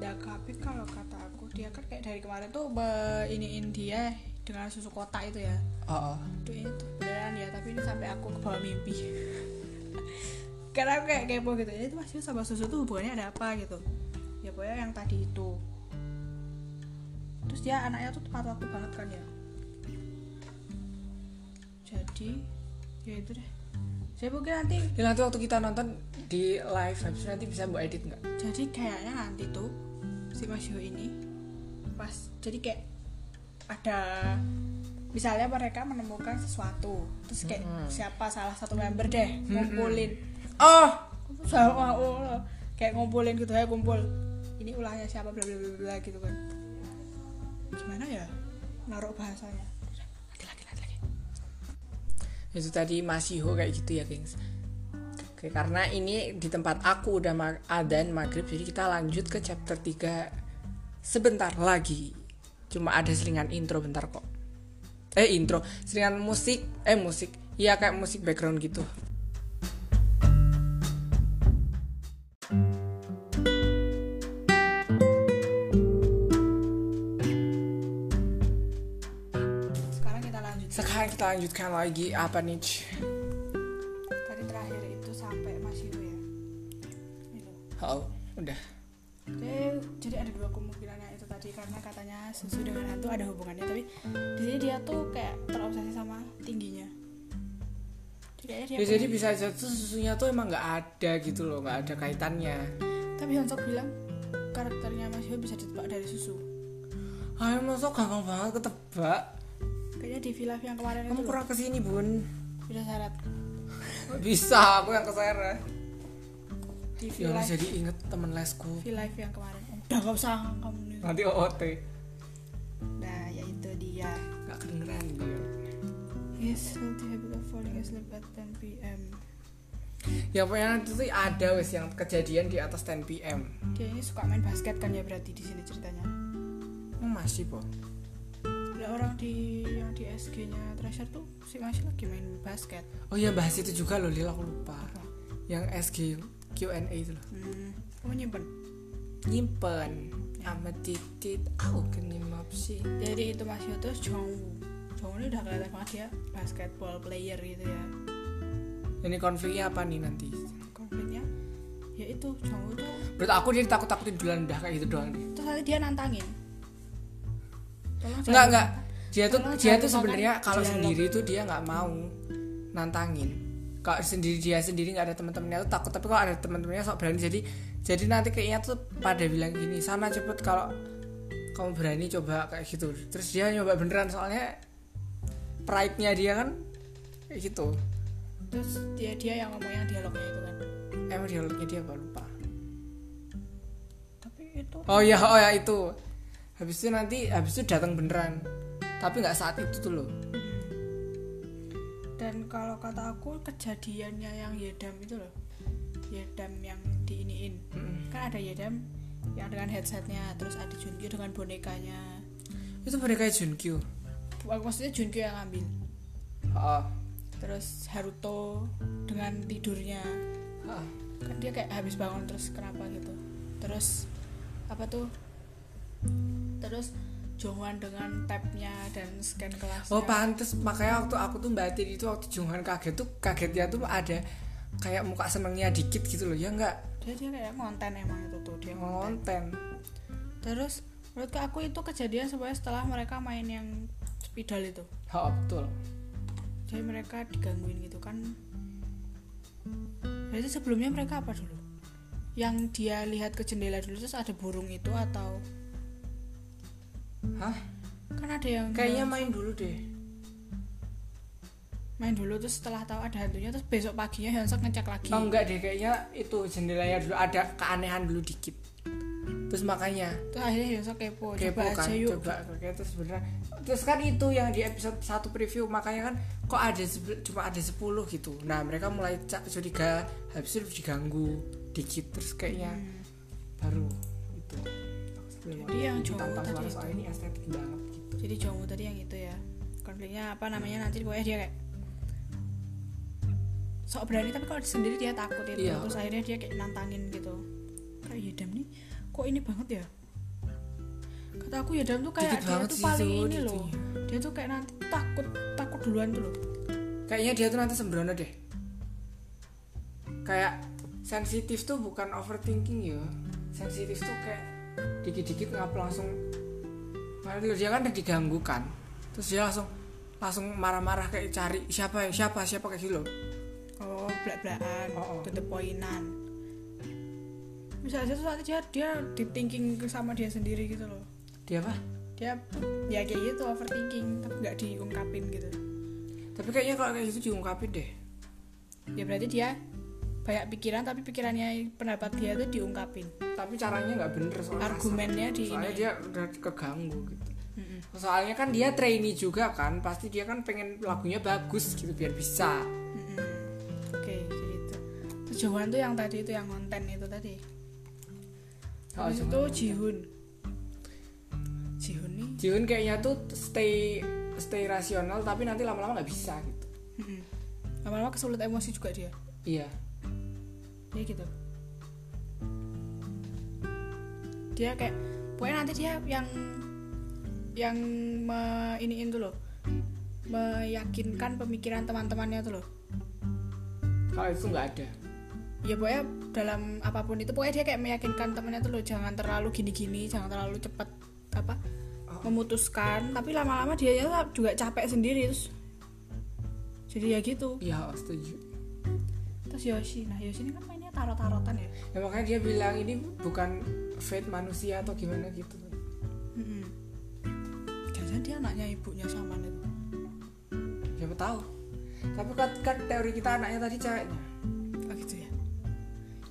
Speaker 2: Nah, tapi kalau kata aku dia kan kayak dari kemarin tuh be- iniin dia dengan susu kotak itu ya.
Speaker 1: Oh, oh.
Speaker 2: Aduh ini tuh beneran ya, tapi ini sampai aku ke bawah mimpi. Karena aku kayak kepo gitu. Ini tuh masih sama susu tuh hubungannya ada apa gitu. Ya pokoknya yang tadi itu. Terus dia anaknya tuh tepat waktu banget kan ya. Jadi ya itu deh. Saya mungkin nanti
Speaker 1: Ya, nanti waktu kita nonton di live habis itu nanti bisa buat edit nggak?
Speaker 2: jadi kayaknya nanti tuh si Mas Yo ini pas jadi kayak ada misalnya mereka menemukan sesuatu terus kayak siapa salah satu member deh ngumpulin
Speaker 1: Oh,
Speaker 2: sama oh, oh, kayak ngumpulin gitu ya kumpul ini ulahnya siapa bla bla bla bla gitu kan gimana ya naruh bahasanya lagi lagi lagi lagi
Speaker 1: itu tadi Masiho kayak gitu ya, gengs. Oke, karena ini di tempat aku udah ma- adzan maghrib, jadi kita lanjut ke chapter 3 sebentar lagi. Cuma ada selingan intro bentar kok. Eh intro, selingan musik, eh musik. Iya kayak musik background gitu.
Speaker 2: sekarang kita lanjut
Speaker 1: Sekarang kita lanjutkan lagi apa nih? Ci?
Speaker 2: tadi terakhir itu sampai Mas Yo ya Gitu.
Speaker 1: Oh, udah.
Speaker 2: Jadi, Eh, jadi ada dua kemungkinan yang itu tadi karena katanya susu dengan hantu ada hubungannya tapi di sini dia tuh kayak terobsesi sama tingginya. Jadi kayaknya dia
Speaker 1: Ya, jadi bisa aja tuh susunya tuh emang nggak ada gitu loh, nggak ada kaitannya.
Speaker 2: tapi Hyunsuk bilang karakternya Mas Hyo bisa ditebak dari susu.
Speaker 1: Ayo masuk gampang banget ketebak.
Speaker 2: Kayaknya di villa yang kemarin
Speaker 1: Kamu
Speaker 2: itu
Speaker 1: kurang kesini bun.
Speaker 2: bisa syarat
Speaker 1: Bisa, aku yang keseret.
Speaker 2: di
Speaker 1: Ya
Speaker 2: villa
Speaker 1: Allah, jadi inget temen lesku.
Speaker 2: villa yang kemarin. Udah gak usah kamu nih.
Speaker 1: Nanti OOT.
Speaker 2: Nah, yaitu dia.
Speaker 1: Gak kedengeran gue.
Speaker 2: His healthy habit of falling asleep at 10 p.m.
Speaker 1: Ya pokoknya nanti tuh ada wes yang kejadian di atas 10 PM.
Speaker 2: Dia ini suka main basket kan ya berarti di sini ceritanya.
Speaker 1: Oh, masih po.
Speaker 2: Lah orang di yang di SG-nya Treasure tuh si masih lagi main basket.
Speaker 1: Oh iya bahas itu juga loh Lil aku lupa. Yang SG Q&A itu loh.
Speaker 2: Hmm. Oh nyimpen.
Speaker 1: Nyimpen. Sama titit. Aku kenimap sih.
Speaker 2: Jadi itu masih terus Jongwoo. Jongwoo ini udah kelihatan banget ya basketball player gitu ya.
Speaker 1: Ini konfliknya apa nih nanti?
Speaker 2: Konfliknya ya itu Jongwoo tuh
Speaker 1: Menurut aku dia takut-takutin duluan dah kayak gitu doang nih.
Speaker 2: terus nanti dia nantangin. Tolong
Speaker 1: Enggak
Speaker 2: jangan-
Speaker 1: enggak. Dia tuh dia
Speaker 2: Tolong jangan
Speaker 1: tuh
Speaker 2: lupakan
Speaker 1: sebenarnya kalau
Speaker 2: dialog.
Speaker 1: sendiri tuh dia nggak mau nantangin. Kalau sendiri dia sendiri nggak ada teman-temannya tuh takut. Tapi kalau ada teman-temannya sok berani jadi jadi nanti kayaknya tuh pada bilang gini sana cepet kalau kamu berani coba kayak gitu. Terus dia nyoba beneran soalnya pride-nya dia kan kayak gitu.
Speaker 2: Terus dia dia yang ngomong yang dialognya itu kan.
Speaker 1: Emang dialognya dia apa lupa.
Speaker 2: Tapi itu
Speaker 1: Oh iya oh ya itu. Habis itu nanti habis itu datang beneran. Tapi nggak saat itu tuh loh.
Speaker 2: dan kalau kata aku kejadiannya yang Yedam itu loh Yedam yang diiniin kan ada Yedam yang dengan headsetnya terus ada Junkyu dengan bonekanya
Speaker 1: Itu mereka Junkyu.
Speaker 2: Wah, maksudnya Junkyu yang ngambil
Speaker 1: Oh.
Speaker 2: terus Haruto dengan tidurnya
Speaker 1: oh.
Speaker 2: kan dia kayak habis bangun terus kenapa gitu terus apa tuh terus Jongwan dengan tabnya dan scan kelasnya.
Speaker 1: Oh pantes makanya waktu aku tuh Mbak Tiri itu waktu Jonghan kaget tuh kagetnya tuh ada kayak muka senengnya dikit gitu loh ya nggak
Speaker 2: dia dia kayak konten emang itu tuh dia konten.
Speaker 1: konten
Speaker 2: Terus menurut aku itu kejadian sebenarnya setelah mereka main yang spidol itu.
Speaker 1: oh betul
Speaker 2: Jadi mereka digangguin gitu kan. Berarti sebelumnya mereka apa dulu? Yang dia lihat ke jendela dulu terus ada burung itu atau
Speaker 1: hah
Speaker 2: kan ada yang
Speaker 1: kayaknya main dulu deh
Speaker 2: main dulu terus setelah tahu ada hantunya terus besok paginya Hyunsuk ngecek lagi.
Speaker 1: oh enggak deh kayaknya itu jendelanya dulu ada keanehan dulu dikit terus makanya
Speaker 2: Terus akhirnya Hyunsuk kepo,
Speaker 1: kepo
Speaker 2: coba
Speaker 1: kan
Speaker 2: aja yuk.
Speaker 1: coba kayak itu sebenarnya terus kan itu yang di episode 1 preview makanya kan kok ada sebe- cuma ada 10 gitu nah mereka
Speaker 2: Hmm.
Speaker 1: mulai cak curiga habis itu diganggu dikit terus kayaknya baru itu Sebelum
Speaker 2: Jadi Hmm. yang cowok
Speaker 1: ditantang
Speaker 2: tadi
Speaker 1: suara
Speaker 2: itu.
Speaker 1: soal ini estetik banget gitu
Speaker 2: Jadi Jongwoo tadi yang itu ya. Konfliknya apa namanya nanti pokoknya dia kayak sok berani tapi kalau sendiri dia takut itu.
Speaker 1: Iya.
Speaker 2: Terus akhirnya dia kayak nantangin gitu. Kayak Yedam nih kok ini banget ya? Kata aku Yedam tuh kayak
Speaker 1: Dikit
Speaker 2: dia
Speaker 1: banget
Speaker 2: tuh
Speaker 1: sih
Speaker 2: paling
Speaker 1: Jongwoo
Speaker 2: ini
Speaker 1: gitu
Speaker 2: loh.
Speaker 1: ya.
Speaker 2: Dia tuh kayak nanti takut takut duluan tuh loh.
Speaker 1: kayaknya dia tuh nanti sembrono deh kayak sensitif tuh bukan overthinking ya sensitif tuh kayak dikit-dikit ngap langsung Kemarin lo dia kan udah diganggu kan terus dia langsung langsung marah-marah kayak cari siapa siapa siapa kayak gitu loh.
Speaker 2: Oh, belak-belakan,
Speaker 1: Oh, oh.
Speaker 2: tutup poinan. Bisa aja tuh nanti dia dia deep thinking sama dia sendiri gitu loh.
Speaker 1: dia apa
Speaker 2: Dia ya kayak gitu overthinking tapi nggak diungkapin gitu.
Speaker 1: tapi kayaknya kalau kayak gitu diungkapin deh
Speaker 2: ya berarti dia banyak pikiran tapi pikirannya pendapat dia tuh diungkapin
Speaker 1: tapi caranya nggak bener soalnya kasar.
Speaker 2: argumennya di
Speaker 1: soalnya
Speaker 2: ini.
Speaker 1: dia udah keganggu gitu soalnya kan dia trainee juga kan pasti dia kan pengen lagunya bagus gitu biar bisa
Speaker 2: Mm-mm. oke jadi itu terus Johan tuh yang tadi itu yang konten itu tadi
Speaker 1: Oh,
Speaker 2: habis itu Jihun Jihun nih
Speaker 1: Jiun kayaknya tuh stay stay rasional tapi nanti lama-lama nggak bisa gitu.
Speaker 2: mm-mm. lama-lama kesulit emosi juga dia
Speaker 1: Iya.
Speaker 2: ya gitu dia kayak pokoknya nanti dia yang yang me, iniin tuh loh meyakinkan pemikiran teman-temannya tuh loh
Speaker 1: Kalau itu nggak ada.
Speaker 2: ya pokoknya dalam apapun itu pokoknya dia kayak meyakinkan temennya tuh loh jangan terlalu gini-gini jangan terlalu cepat apa memutuskan tapi lama-lama dia ya juga capek sendiri terus jadi ya gitu
Speaker 1: Iya setuju.
Speaker 2: terus Yoshi nah Yoshi ini kan mainnya tarot-tarotan ya
Speaker 1: Ya makanya dia bilang ini bukan fate manusia atau gimana gitu.
Speaker 2: Mm-mm. jangan-jangan dia anaknya ibunya sama nih
Speaker 1: Siapa tahu. Tapi kan, kan teori kita anaknya tadi ceweknya.
Speaker 2: oh gitu ya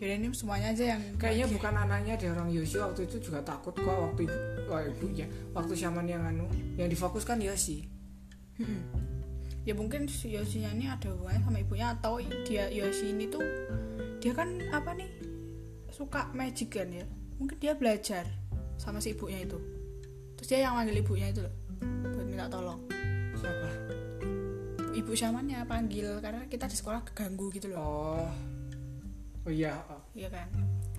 Speaker 2: yaudah ini semuanya aja yang
Speaker 1: Kayaknya bukan anaknya ada orang Yoshi waktu itu juga takut kok waktu ibu, wah, ibunya waktu shaman yang anu yang difokuskan Yoshi.
Speaker 2: Mm-mm. ya mungkin si Yoshinya ini ada hubungannya sama ibunya atau dia Yoshi ini tuh dia kan apa nih suka magic kan ya mungkin dia belajar sama si ibunya itu terus dia yang manggil ibunya itu loh buat minta tolong
Speaker 1: Siapa?
Speaker 2: ibu syamannya panggil karena kita di sekolah keganggu gitu loh
Speaker 1: Oh. Oh iya. oh.
Speaker 2: iya kan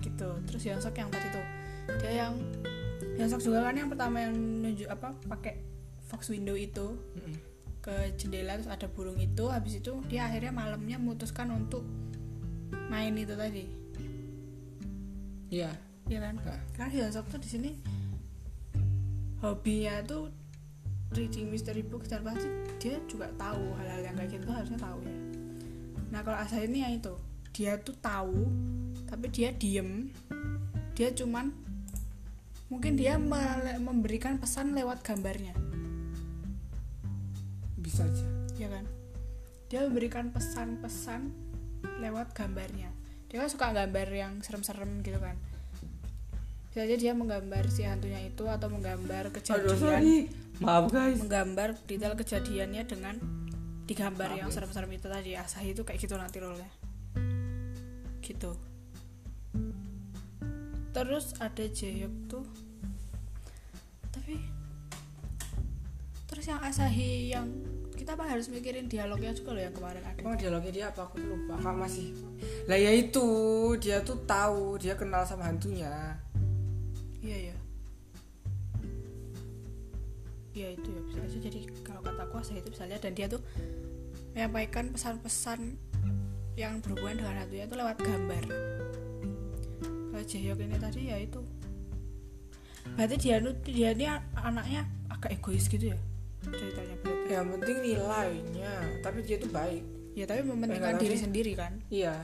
Speaker 2: gitu terus Yosok yang tadi tuh dia yang Yosok juga kan yang pertama yang nunjuk apa pakai fox window itu
Speaker 1: Mm-mm.
Speaker 2: ke jendela terus ada burung itu habis itu dia akhirnya malamnya memutuskan untuk main itu tadi
Speaker 1: Iya.
Speaker 2: ya kan
Speaker 1: Nah.
Speaker 2: karena Hyunsuk tuh di sini hobinya tuh reading mystery book dan pasti dia juga tahu hal-hal yang kayak gitu harusnya tahu ya nah kalau asal ini ya itu dia tuh tahu tapi dia diem dia cuman mungkin dia mele- memberikan pesan lewat gambarnya
Speaker 1: Bisa aja.
Speaker 2: ya kan dia memberikan pesan-pesan lewat gambarnya dia kan suka gambar yang serem-serem gitu kan bisa aja dia menggambar si hantunya itu atau menggambar
Speaker 1: Aduh
Speaker 2: kejadian
Speaker 1: sorry. Maaf guys.
Speaker 2: menggambar detail kejadiannya dengan digambar yang serem-serem itu tadi Asahi itu kayak gitu nanti role gitu terus ada Jaehyuk tuh tapi terus yang Asahi yang kita apa harus mikirin dialognya juga loh yang kemarin ada
Speaker 1: Emang dialognya dia apa? Aku lupa. Kak masih. Lah ya itu, dia tuh tahu, dia kenal sama hantunya.
Speaker 2: iya iya ya itu ya bisa aja jadi kalau kata kuasa itu bisa lihat dan dia tuh menyampaikan pesan-pesan yang berhubungan dengan hatinya itu lewat gambar kalau Jaehyuk ini tadi ya itu berarti dia nu- dia ini anaknya agak egois gitu ya ceritanya berarti
Speaker 1: yang penting nilainya tapi dia tuh baik
Speaker 2: ya tapi
Speaker 1: Enggak
Speaker 2: mementingkan
Speaker 1: tahu
Speaker 2: diri
Speaker 1: sih.
Speaker 2: sendiri kan
Speaker 1: iya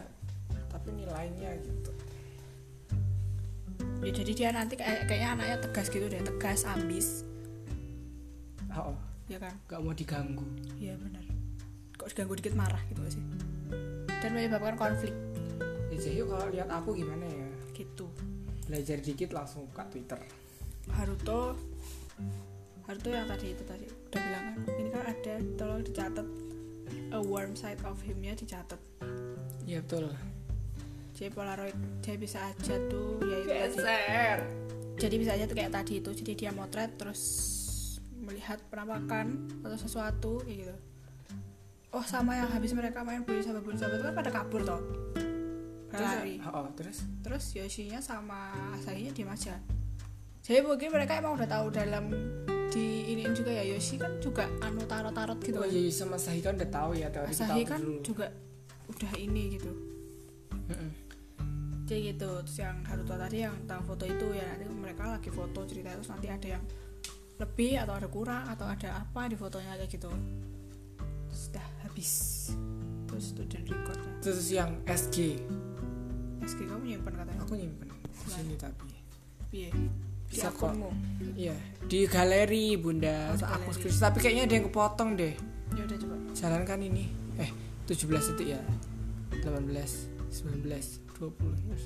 Speaker 1: tapi nilainya gitu
Speaker 2: ya jadi dia nanti kayak- kayaknya anaknya tegas gitu deh tegas ambis
Speaker 1: oh, oh
Speaker 2: ya kan
Speaker 1: gak mau diganggu
Speaker 2: Iya benar. Kok diganggu dikit marah gitu gak sih? Dan menyebabkan konflik
Speaker 1: ya Jaehyuk kalau lihat aku gimana ya
Speaker 2: gitu.
Speaker 1: belajar dikit langsung buka Twitter
Speaker 2: Haruto Haruto yang tadi itu tadi udah bilang kan ini kan ada tolong dicatat a warm side of him-nya dicatat.
Speaker 1: iya betul
Speaker 2: Jadi polaroid dia bisa aja tuh ya itu tadi.
Speaker 1: geser
Speaker 2: Jadi bisa aja tuh kayak tadi itu jadi dia motret terus melihat penampakan atau sesuatu kayak gitu. Oh sama yang habis mereka main bully sama bully sama itu kan pada kabur toh.
Speaker 1: terus
Speaker 2: Berlari.
Speaker 1: oh, oh, terus
Speaker 2: terus Yoshinya sama Asahinya diem aja jadi mungkin mereka emang udah tahu dalam di iniin juga ya Yoshi kan juga anu tarot-tarot gitu
Speaker 1: oh
Speaker 2: kan.
Speaker 1: iya sama Sahi kan udah tahu ya teori
Speaker 2: Asahi
Speaker 1: kita
Speaker 2: kan
Speaker 1: dulu
Speaker 2: juga udah ini gitu
Speaker 1: Mm-mm.
Speaker 2: jadi gitu terus yang Haruto tadi yang tentang foto itu ya nanti mereka lagi foto cerita terus nanti ada yang lebih atau ada kurang atau ada apa di fotonya kayak gitu terus udah habis terus student recordnya
Speaker 1: terus yang SG
Speaker 2: SG kamu nyimpen katanya
Speaker 1: aku nyimpen di sini tapi
Speaker 2: piye di
Speaker 1: Bisa kok.
Speaker 2: akunmu
Speaker 1: iya di galeri bunda
Speaker 2: Oh, di
Speaker 1: aku
Speaker 2: galeri.
Speaker 1: screenshot tapi kayaknya ada yang kepotong deh
Speaker 2: ya udah coba
Speaker 1: jalankan ini eh 17 detik ya 18 19 20 Ya,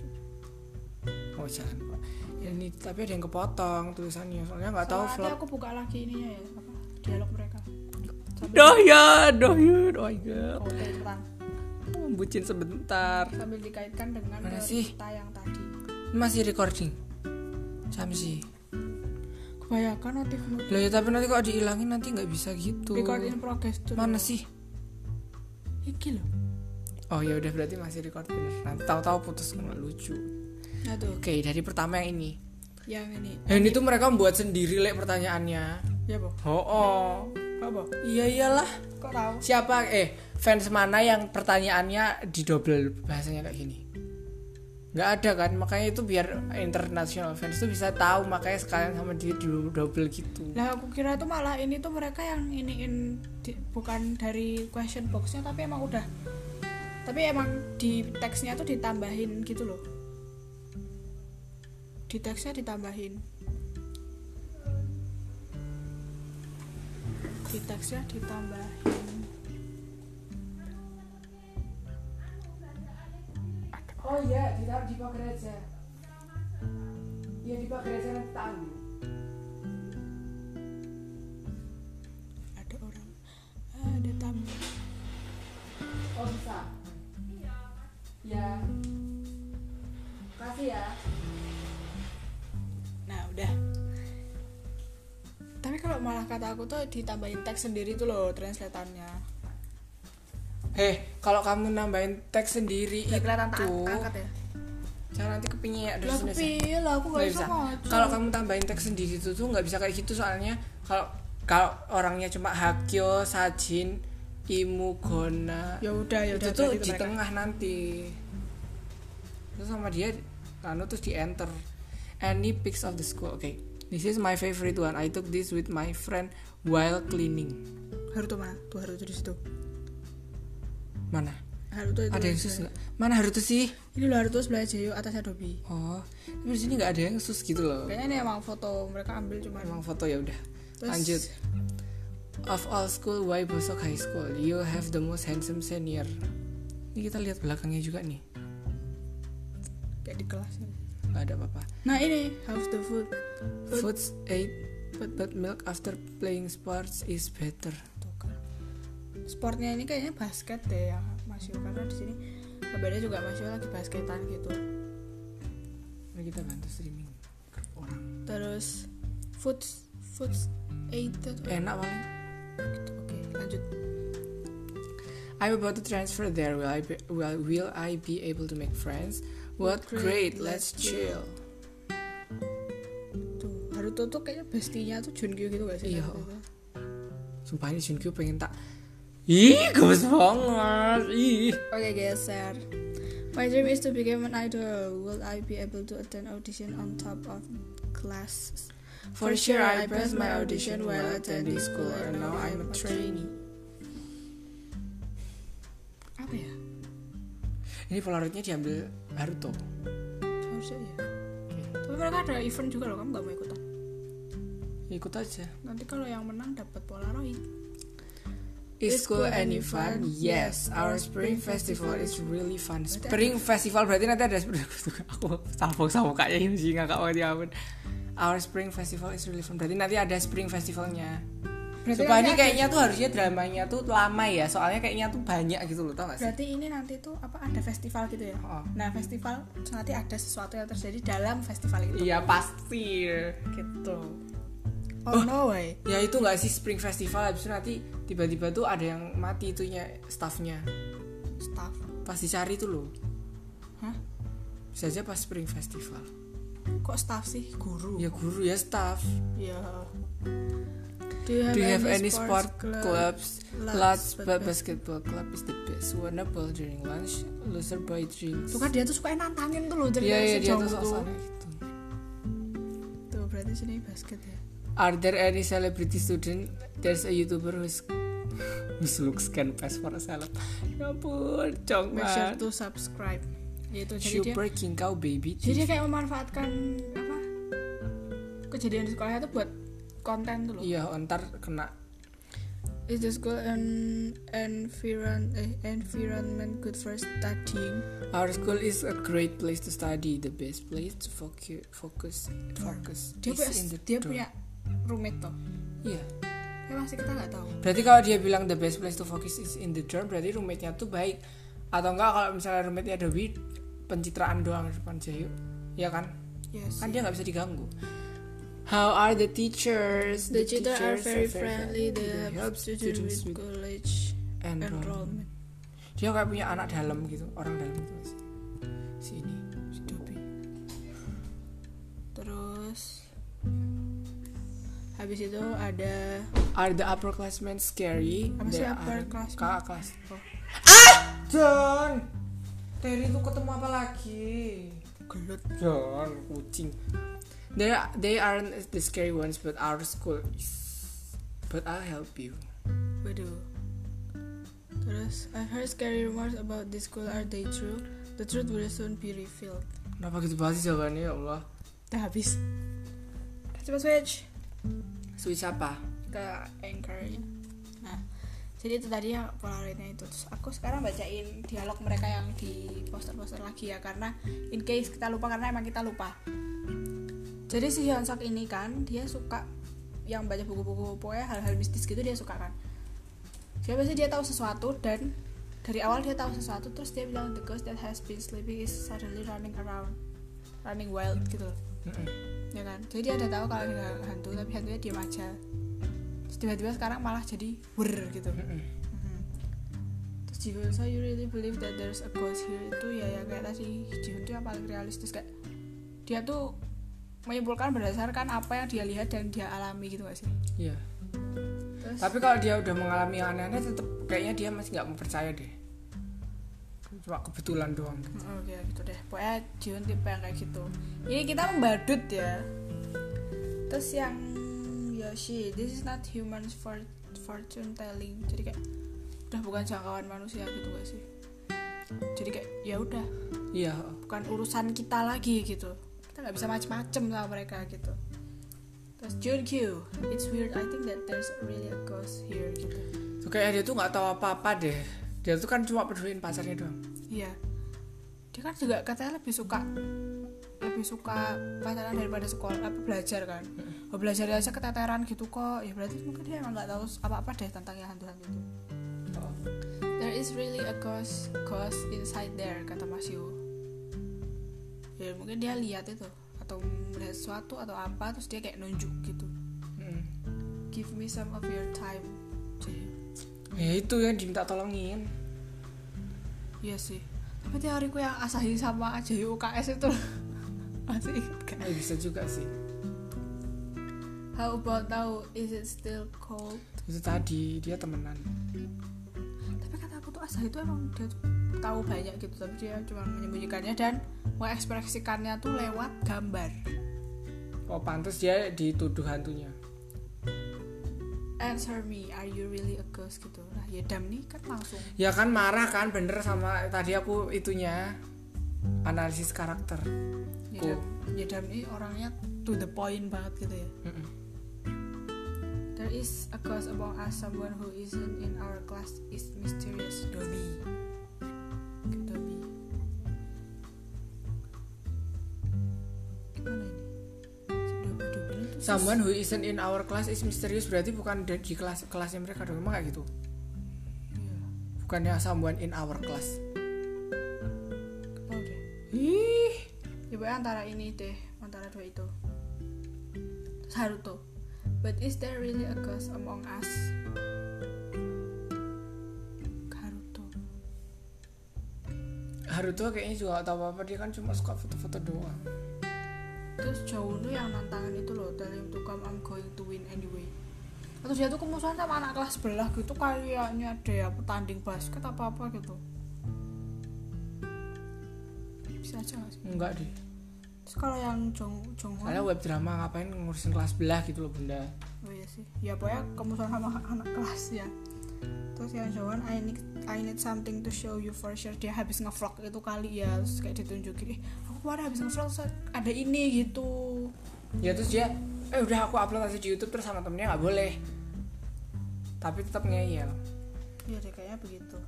Speaker 1: oh jalan pak ini tapi ada yang kepotong tulisannya soalnya nggak tahu
Speaker 2: Soalnya nanti
Speaker 1: vlog
Speaker 2: aku buka lagi ininya ya apa dialog mereka sambil
Speaker 1: doh ya doh ya oh my god
Speaker 2: oh, tentang
Speaker 1: Oh, bucin sebentar
Speaker 2: sambil dikaitkan dengan
Speaker 1: Mana
Speaker 2: teori
Speaker 1: sih?
Speaker 2: kita yang tadi
Speaker 1: masih recording Samsi
Speaker 2: kebanyakan notifmu
Speaker 1: loh ya tapi nanti kok dihilangin nanti nggak bisa gitu
Speaker 2: record in progress tuh
Speaker 1: mana sih
Speaker 2: iki loh
Speaker 1: oh ya udah berarti masih record bener nanti tahu-tahu putus nggak lucu
Speaker 2: nah tuh
Speaker 1: oke dari pertama yang ini
Speaker 2: yang ini
Speaker 1: yang itu mereka membuat sendiri lek pertanyaannya
Speaker 2: ya boh
Speaker 1: Oh, oh.
Speaker 2: apa
Speaker 1: Iya iyalah.
Speaker 2: kok tahu
Speaker 1: Siapa eh fans mana yang pertanyaannya didobel bahasanya kayak gini? Nggak ada kan, makanya itu biar international fans tuh bisa tahu makanya sekalian sama dia didobel gitu.
Speaker 2: lah aku kira tuh malah ini tuh mereka yang iniin di- bukan dari question boxnya tapi emang udah tapi emang di teksnya tuh ditambahin gitu loh di teksnya ditambahin di teksnya ditambahin
Speaker 1: Oh iya, ditaruh di pagar aja. Iya di pagar aja nanti tahu.
Speaker 2: ada orang ada tamu
Speaker 1: Oh bisa.
Speaker 2: kan?
Speaker 1: Iya. Kasih ya.
Speaker 2: nah udah tapi kalau malah kata aku tuh ditambahin teks sendiri tuh loh translatannya
Speaker 1: Heh, Eh, kalau kamu nambahin teks sendiri
Speaker 2: Nggak
Speaker 1: itu,
Speaker 2: kelihatan tak angkat ya
Speaker 1: jangan nanti kepingin ya
Speaker 2: lah aku
Speaker 1: dosen-dosen.
Speaker 2: pilih lah aku gak
Speaker 1: Nggak
Speaker 2: bisa
Speaker 1: bisa.
Speaker 2: maju
Speaker 1: Kalau kamu tambahin teks sendiri itu tuh nggak bisa kayak gitu soalnya kalau kalau orangnya cuma Hakyo, Sajin, Imugona
Speaker 2: ya udah ya
Speaker 1: itu
Speaker 2: udah
Speaker 1: tuh
Speaker 2: berarti
Speaker 1: di
Speaker 2: mereka.
Speaker 1: tengah nanti. Terus sama dia lalu terus di enter. Any pics of the school. Oke. This is my favorite one. I took this with my friend while cleaning.
Speaker 2: Haruto mana tuh Haruto di situ
Speaker 1: Mana?
Speaker 2: Haruto itu
Speaker 1: Ada yang sus nggak? Mana Haruto sih?
Speaker 2: ini loh Haruto sebelah Jayo atas Adobe
Speaker 1: Oh, tapi di sini nggak ada yang sus gitu loh.
Speaker 2: kayaknya ini emang foto mereka ambil cuma
Speaker 1: emang foto ya udah
Speaker 2: Terus-
Speaker 1: lanjut of all school why Bosok High School you have the most handsome senior ini kita lihat belakangnya juga nih
Speaker 2: kayak di kelas ini.
Speaker 1: nggak ada apa-apa
Speaker 2: nah ini how's the food
Speaker 1: foods eight but, but milk after playing sports is better
Speaker 2: Tuh kan. sportnya ini kayaknya basket deh ya Mas Yo karena di sini kabarnya juga Mas Yo lagi basketan gitu
Speaker 1: Mari kita bantu streaming orang
Speaker 2: terus food food eight atau-
Speaker 1: enak paling
Speaker 2: oke lanjut
Speaker 1: I'm about to transfer there will I be, will, will I be able to make friends what
Speaker 2: Great,
Speaker 1: great let's
Speaker 2: let's chill.
Speaker 1: chill
Speaker 2: tuh Haruto Naruto tuh kayaknya bestinya tuh Junkyu gitu gak sih?
Speaker 1: Iya.
Speaker 2: Naruto itu?
Speaker 1: Sumpah ini Junkyu pengen tak Ih, gemes banget. Ih.
Speaker 2: Oke geser. My dream is to become an idol. Will I be able to attend audition on top of classes? For sure, I passed my audition while attending school, and now I'm a trainee. Apa ya?
Speaker 1: Ini polaroidnya diambil Naruto.
Speaker 2: Harusnya ya. Tapi mereka ada event juga loh, kamu gak mau ikutan?
Speaker 1: Ikut aja.
Speaker 2: Nanti kalau yang menang dapat Polaroid.
Speaker 1: Is school any fun? Yes, our spring festival is really fun. Spring festival berarti nanti ada aku sabok sabok kayak ini sih nggak kau ya ampun. Our spring festival is really fun. Berarti nanti ada spring festivalnya.
Speaker 2: Berarti
Speaker 1: Sumpah
Speaker 2: nanti
Speaker 1: ini
Speaker 2: ada-
Speaker 1: kayaknya tuh harusnya dramanya tuh lama ya. Soalnya kayaknya tuh banyak gitu loh tau gak sih?
Speaker 2: Berarti ini nanti tuh apa ada festival gitu ya?
Speaker 1: Oh.
Speaker 2: Nah festival nanti ada sesuatu yang terjadi dalam festival itu.
Speaker 1: Iya pasti.
Speaker 2: Gitu. Oh, no way.
Speaker 1: Ya itu nggak sih spring festival habis itu nanti tiba-tiba tuh ada yang mati itunya staffnya.
Speaker 2: Staff.
Speaker 1: Pas dicari tuh loh.
Speaker 2: Hah?
Speaker 1: Bisa aja pas spring festival.
Speaker 2: Kok staff sih? Guru.
Speaker 1: Ya guru ya staff.
Speaker 2: Yeah. Do you have,
Speaker 1: Do you have
Speaker 2: any,
Speaker 1: any
Speaker 2: sports
Speaker 1: sport
Speaker 2: club?
Speaker 1: clubs?
Speaker 2: Lots,
Speaker 1: Lots,
Speaker 2: but
Speaker 1: but basketball club is the best. Wanna ball during lunch, loser buy drinks.
Speaker 2: Tuh kan dia tuh suka nantangin tuh loh cerita
Speaker 1: Iya, iya, dia
Speaker 2: sejauh
Speaker 1: tuh
Speaker 2: tuh.
Speaker 1: sosokan gitu.
Speaker 2: Tuh berarti sini basket ya.
Speaker 1: Are there any celebrity student? There's a YouTuber who's who's looks can pass for a celeb. Ya ampun, cong
Speaker 2: Make sure
Speaker 1: banget.
Speaker 2: to ya. subscribe. Yaitu jadi dia
Speaker 1: Super king kau baby.
Speaker 2: jadi dia kayak memanfaatkan apa? Kejadian di sekolahnya tuh buat konten tuh loh.
Speaker 1: Iya, ntar kena.
Speaker 2: Is the school an environ eh, environment good for studying?
Speaker 1: Our school is a great place to study, the best place to focus, focus, focus.
Speaker 2: Dia
Speaker 1: is
Speaker 2: punya
Speaker 1: in the
Speaker 2: dia
Speaker 1: dorm.
Speaker 2: punya roommate tuh.
Speaker 1: Iya.
Speaker 2: Ya masih kita nggak tahu.
Speaker 1: Berarti kalau dia bilang the best place to focus is in the dorm, berarti roommate-nya tuh baik. Atau enggak kalau misalnya roommate-nya ada weed, pencitraan doang di depan Jayu. Iya kan?
Speaker 2: Yes.
Speaker 1: Kan dia nggak bisa diganggu. How are the teachers?
Speaker 2: The teachers are very friendly.
Speaker 1: They
Speaker 2: They help students with college
Speaker 1: enrollment.
Speaker 2: enrollment.
Speaker 1: Dia kayak punya anak dalam gitu, orang dalam gitu sih. Si ini, si Dobi.
Speaker 2: Terus habis itu ada
Speaker 1: Are the upperclassmen scary?
Speaker 2: Apa sih
Speaker 1: They are-
Speaker 2: upperclassmen? Oh.
Speaker 1: Kakak kelas. Ah! John! Terry tuh ketemu apa lagi?
Speaker 2: gelut.
Speaker 1: John kucing. They they aren't the scary ones, but our school is. But I'll help you.
Speaker 2: Waduh. Terus I've heard scary rumors about this school. Are they true? The truth will soon be revealed.
Speaker 1: Kenapa gitu banget sih jawabannya ya Allah?
Speaker 2: Udah habis. Coba switch
Speaker 1: Switch apa?
Speaker 2: ke anchornya. Nah, jadi itu tadi ya polaroidnya itu. Terus aku sekarang bacain dialog mereka yang di poster-poster lagi ya karena in case kita lupa karena emang kita lupa. Jadi si Hyun Suk ini kan dia suka yang baca buku-buku pokoknya hal-hal mistis gitu dia suka kan. Jadi pasti dia tahu sesuatu dan dari awal dia tahu sesuatu terus dia bilang the ghost that has been sleeping is suddenly running around running wild gitu loh ya kan jadi dia udah tahu kalau ada hantu tapi hantunya diem aja terus tiba-tiba sekarang malah jadi wer gitu
Speaker 1: Mm-hmm.
Speaker 2: Mhm. terus Jihoon so you really believe that there's a ghost here itu ya ya kayak tadi Jihoon tuh yang paling realistis kayak dia tuh menyimpulkan berdasarkan apa yang dia lihat dan dia alami gitu gak sih
Speaker 1: Iya.
Speaker 2: terus
Speaker 1: Tapi kalau dia udah mengalami yang aneh-aneh, tetap kayaknya dia masih nggak mau percaya deh. Cuma kebetulan doang.
Speaker 2: oke gitu deh pokoknya Jihoon tipe yang kayak gitu ini kita membadut ya terus yang Yoshi this is not human for fortune telling jadi kayak udah bukan jangkauan manusia gitu gak sih jadi kayak ya udah
Speaker 1: Iya.
Speaker 2: bukan urusan kita lagi gitu kita nggak bisa macem-macem sama mereka gitu terus Junkyu it's weird I think that there's really a ghost here gitu
Speaker 1: Tuh kayaknya dia tuh nggak tahu apa-apa deh. Dia tuh kan cuma peduliin pacarnya doang.
Speaker 2: Iya. Dia kan juga katanya lebih suka lebih suka pacaran daripada sekolah apa belajar kan. Oh, belajar aja keteteran gitu kok. Ya berarti mungkin dia emang nggak tahu apa-apa deh tentang yang hantu-hantu itu. There is really a ghost ghost inside there kata Mas Yu. Ya mungkin dia lihat itu atau melihat sesuatu atau apa terus dia kayak nunjuk gitu.
Speaker 1: Mm.
Speaker 2: Give me some of your time. Jadi,
Speaker 1: Ya itu yang diminta tolongin.
Speaker 2: Iya sih. Tapi teoriku yang Asahi
Speaker 1: Ya
Speaker 2: sama Ajayu UKS itu masih ingat kan?
Speaker 1: Eh, bisa juga sih.
Speaker 2: How about now? Is it still cold?
Speaker 1: itu tadi dia temenan
Speaker 2: Tapi kata aku tuh Asa itu emang dia tuh tahu banyak gitu tapi dia cuma menyembunyikannya dan mengekspresikannya tuh lewat gambar.
Speaker 1: oh pantas dia dituduh hantunya
Speaker 2: Answer me, are you really a ghost gitu? Nah, ya Dam nih kan langsung
Speaker 1: ya kan marah kan bener sama tadi aku itunya analisis karakter
Speaker 2: ya
Speaker 1: Cool.
Speaker 2: Dam, ya Dam ini orangnya to the point banget gitu ya.
Speaker 1: Mm-mm.
Speaker 2: There is a ghost among us. Someone who isn't in our class is mysterious. Dobby. Dobby. Gimana ini? Si Dobby, Dobby itu sus-
Speaker 1: someone who isn't in our class is mysterious berarti bukan di di kelas kelasnya mereka dong emang kayak gitu
Speaker 2: Iya,
Speaker 1: bukannya someone in our class
Speaker 2: nggak tahu deh.
Speaker 1: ih
Speaker 2: Ya pokoknya antara ini deh, antara dua itu. Terus Haruto. But is there really a ghost among us? Haruto.
Speaker 1: Haruto kayaknya juga gak tahu apa-apa dia kan cuma suka foto-foto doang
Speaker 2: terus jauh tuh yang tantangan itu loh dari untuk come I'm going to win anyway atau dia tuh kemusuhan sama anak kelas sebelah gitu kayaknya ada ya pertanding basket apa apa gitu bisa aja gak sih
Speaker 1: enggak deh
Speaker 2: terus kalau yang jong jonghwan
Speaker 1: soalnya web drama ngapain ngurusin kelas belah gitu loh bunda
Speaker 2: oh iya sih ya pokoknya kemusuhan sama anak kelas ya terus yang jonghwan I need I need something to show you for sure dia habis ngevlog itu kali ya terus kayak ditunjukin "Ih, aku kemarin habis ngevlog terus ada ini gitu
Speaker 1: ya terus dia eh udah aku upload aja di YouTube terus sama temennya nggak boleh tapi tetap ngeyel
Speaker 2: ya deh kayaknya begitu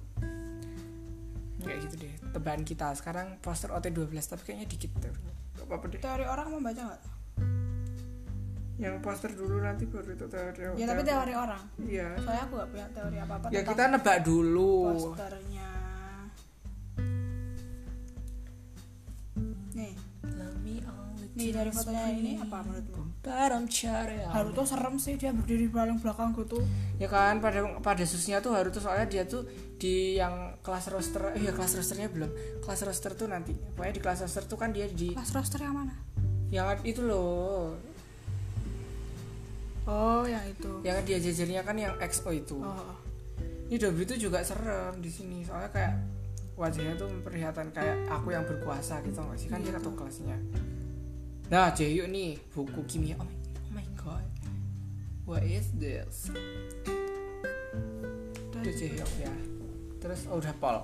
Speaker 1: kayak gitu deh tebakan kita sekarang poster OT12 tapi kayaknya dikit tuh gak apa-apa deh
Speaker 2: teori orang mau baca nggak
Speaker 1: yang poster dulu nanti baru itu teori
Speaker 2: Ya tapi teori orang.
Speaker 1: iya
Speaker 2: Soalnya aku gak punya teori apa-apa
Speaker 1: ya kita
Speaker 2: tentang
Speaker 1: nebak dulu
Speaker 2: posternya. Nih, nih dari fotonya ini apa menurutmu? Haruto serem sih dia berdiri paling belakang gitu.
Speaker 1: ya kan pada pada susnya tuh Haruto soalnya dia tuh di yang kelas roster eh ya kelas rosternya belum kelas roster tuh nanti pokoknya di kelas roster tuh kan dia di
Speaker 2: Mas roster yang mana?
Speaker 1: yang itu loh
Speaker 2: Oh, yang itu.
Speaker 1: yang dia jajarnya kan yang XO itu
Speaker 2: Oh, oh.
Speaker 1: ini Dobby tuh juga serem di sini soalnya kayak wajahnya tuh memperlihatkan kayak aku yang berkuasa gitu nggak sih kan dia ketua kelasnya nah Jaehyuk nih buku kimia oh my, oh my god what is this itu Jaehyuk ya terus oh, udah Paul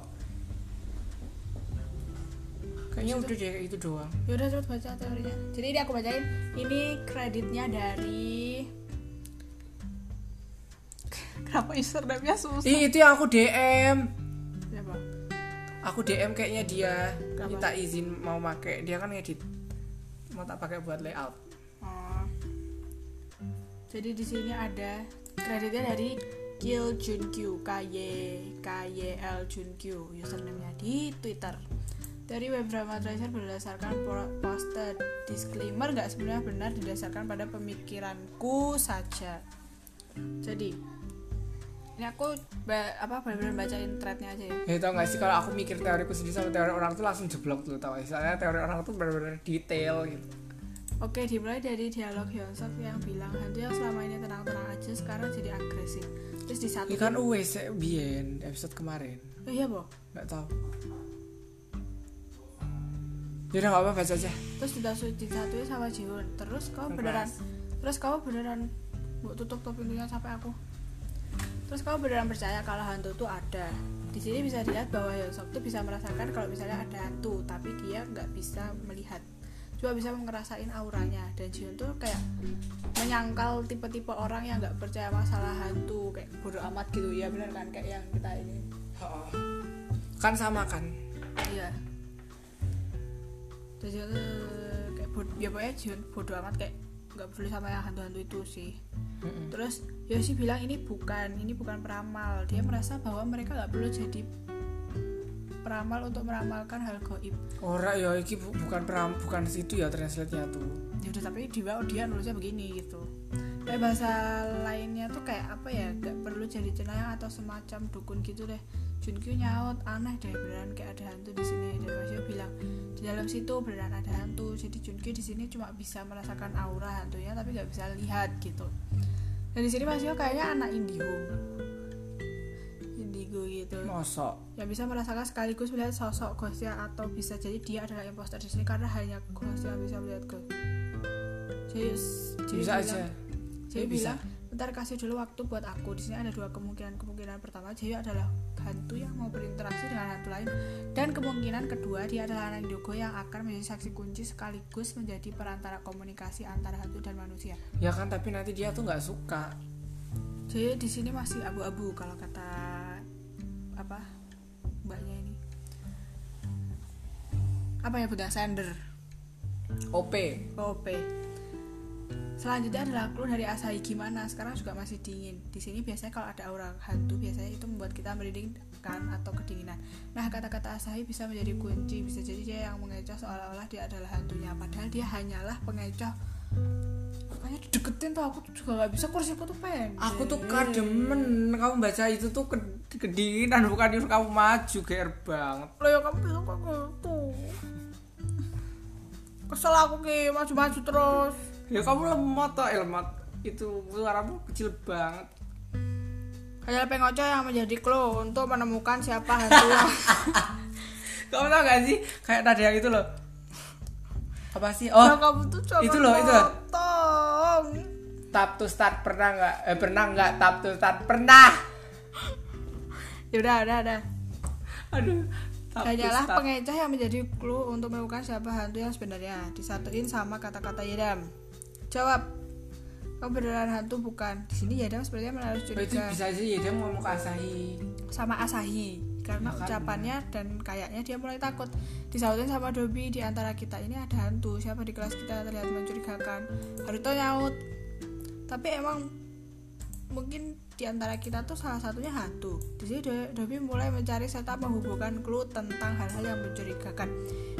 Speaker 1: kayaknya udah deh kayak itu doang
Speaker 2: Yaudah cepet ya baca teorinya. Jadi ini aku bacain. Ini kreditnya dari Kenapa username-nya susah?
Speaker 1: Ih, itu yang aku DM
Speaker 2: Siapa?
Speaker 1: aku DM kayaknya dia
Speaker 2: Kenapa?
Speaker 1: minta izin mau make dia kan ngedit mau tak pakai buat layout
Speaker 2: Oh. Jadi di sini ada kreditnya dari Gil Junkyu KY KYL Junkyu username-nya di Twitter. Dari web drama Treasure berdasarkan po- poster disclaimer nggak sebenarnya benar didasarkan pada pemikiranku saja. Jadi ini aku ba- apa benar-benar bacain threadnya aja ya.
Speaker 1: Ya tau gak sih kalau aku mikir teoriku sendiri sama teori orang tuh langsung jeblok dulu tau gak sih Soalnya teori orang tuh bener-bener detail gitu
Speaker 2: Oke, dimulai dari dialog Hyunsuk yang bilang Hantu yang selama ini tenang-tenang aja sekarang jadi agresif. Terus di satu
Speaker 1: Ini kan UWC Bien episode kemarin
Speaker 2: Oh iya, Bo.
Speaker 1: Gak tau Yaudah gak apa-apa baca aja
Speaker 2: Terus ditasuh disatuin sama Jiwon. Terus kamu
Speaker 1: Yang
Speaker 2: beneran
Speaker 1: keras.
Speaker 2: Terus kamu beneran Bu tutup tuh pintunya sampai aku. Terus kamu beneran percaya kalau hantu tuh ada. Di sini bisa dilihat bahwa Hyunsuk tuh bisa merasakan kalau misalnya ada hantu, tapi dia nggak bisa melihat. Cuma bisa ngerasain auranya dan Jiwon tuh kayak menyangkal tipe-tipe orang yang nggak percaya masalah hantu kayak bodoh amat gitu ya bener kan kayak yang kita ini
Speaker 1: Kan sama kan
Speaker 2: Iya. Terus dia tuh kayak bod- ya pokoknya Jion bodoh amat kayak nggak peduli sama yang hantu-hantu itu sih. Terus Yoshi bilang ini bukan, ini bukan peramal. Dia merasa bahwa mereka nggak perlu jadi peramal untuk meramalkan hal goib.
Speaker 1: Ora ya iki bu- bukan peram bukan situ ya translate-nya tuh
Speaker 2: Ya udah tapi di bawah dia nulisnya begini gitu. Kayak bahasa lainnya tuh kayak apa ya? Gak perlu jadi cenayang atau semacam dukun gitu deh. Junkyu nyaut aneh deh beneran kayak ada hantu di sini dan Mas Yo bilang di dalam situ beneran ada hantu jadi Junkyu di sini cuma bisa merasakan aura hantunya tapi nggak bisa lihat gitu dan di sini Mas Yo kayaknya anak indigo indigo gitu
Speaker 1: mosok
Speaker 2: yang bisa merasakan sekaligus melihat sosok ghostnya atau bisa jadi dia adalah imposter di sini karena hanya ghost yang bisa melihat ghost jadi, jadi
Speaker 1: bisa
Speaker 2: bilang-
Speaker 1: aja Ya,
Speaker 2: Jayu
Speaker 1: bisa.
Speaker 2: bilang, bentar kasih dulu waktu buat aku. Di sini ada dua kemungkinan. Kemungkinan pertama, Jayu adalah hantu yang mau berinteraksi dengan hantu lain. Dan kemungkinan kedua, dia adalah anak Yogo yang akan menjadi saksi kunci sekaligus menjadi perantara komunikasi antara hantu dan manusia.
Speaker 1: ya kan tapi nanti dia tuh nggak suka
Speaker 2: Jayu di sini masih abu-abu kalau kata apa mbaknya ini. Apa ya Bunda Sander?
Speaker 1: OP
Speaker 2: OP. Selanjutnya adalah clue dari Asahi gimana. Sekarang juga masih dingin. Di sini biasanya kalau ada aura hantu biasanya itu membuat kita merinding kan atau kedinginan. Nah, kata-kata Asahi bisa menjadi kunci. Bisa jadi dia yang mengecoh seolah-olah dia adalah hantunya padahal dia hanyalah pengecoh. Makanya deketin tuh aku tuh juga nggak bisa kursiku tuh pengen.
Speaker 1: aku tuh kademen kamu baca itu tuh ke- kedinginan bukan nyuruh kamu maju ger banget
Speaker 2: Loh ya kamu bilang kok gitu. Kesel aku Ki, maju-maju terus.
Speaker 1: ya kamu lemot toh eh, lemot itu suaramu kecil banget
Speaker 2: Hanyalah pengecoh yang menjadi clue untuk menemukan siapa hantu yang
Speaker 1: kamu tau gak sih kayak tadi yang itu loh apa sih oh
Speaker 2: Nah, kamu tuh cuma
Speaker 1: itu loh, itu loh.
Speaker 2: potong.
Speaker 1: tap to start pernah nggak eh, pernah nggak tap to start pernah
Speaker 2: Ya udah, udah, udah.
Speaker 1: aduh tap to
Speaker 2: Hanyalah
Speaker 1: start
Speaker 2: pengecoh yang menjadi clue untuk menemukan siapa hantu yang sebenarnya. Disatuin sama kata-kata Yedam. Jawab. Kamu beneran hantu bukan? Di sini Yedam sebenarnya
Speaker 1: Oh,
Speaker 2: menaruh
Speaker 1: itu
Speaker 2: curiga
Speaker 1: bisa aja ya dia ngomong ke Asahi
Speaker 2: sama Asahi karena
Speaker 1: Ya kan?
Speaker 2: ucapannya dan kayaknya dia mulai takut. Disautin sama Dobi di antara kita ini ada hantu. Siapa di kelas kita terlihat mencurigakan? Haruto nyaut. Tapi emang mungkin di antara kita tuh salah satunya hantu. Di sini Do- Dobby mulai mencari serta menghubungkan clue tentang hal-hal yang mencurigakan.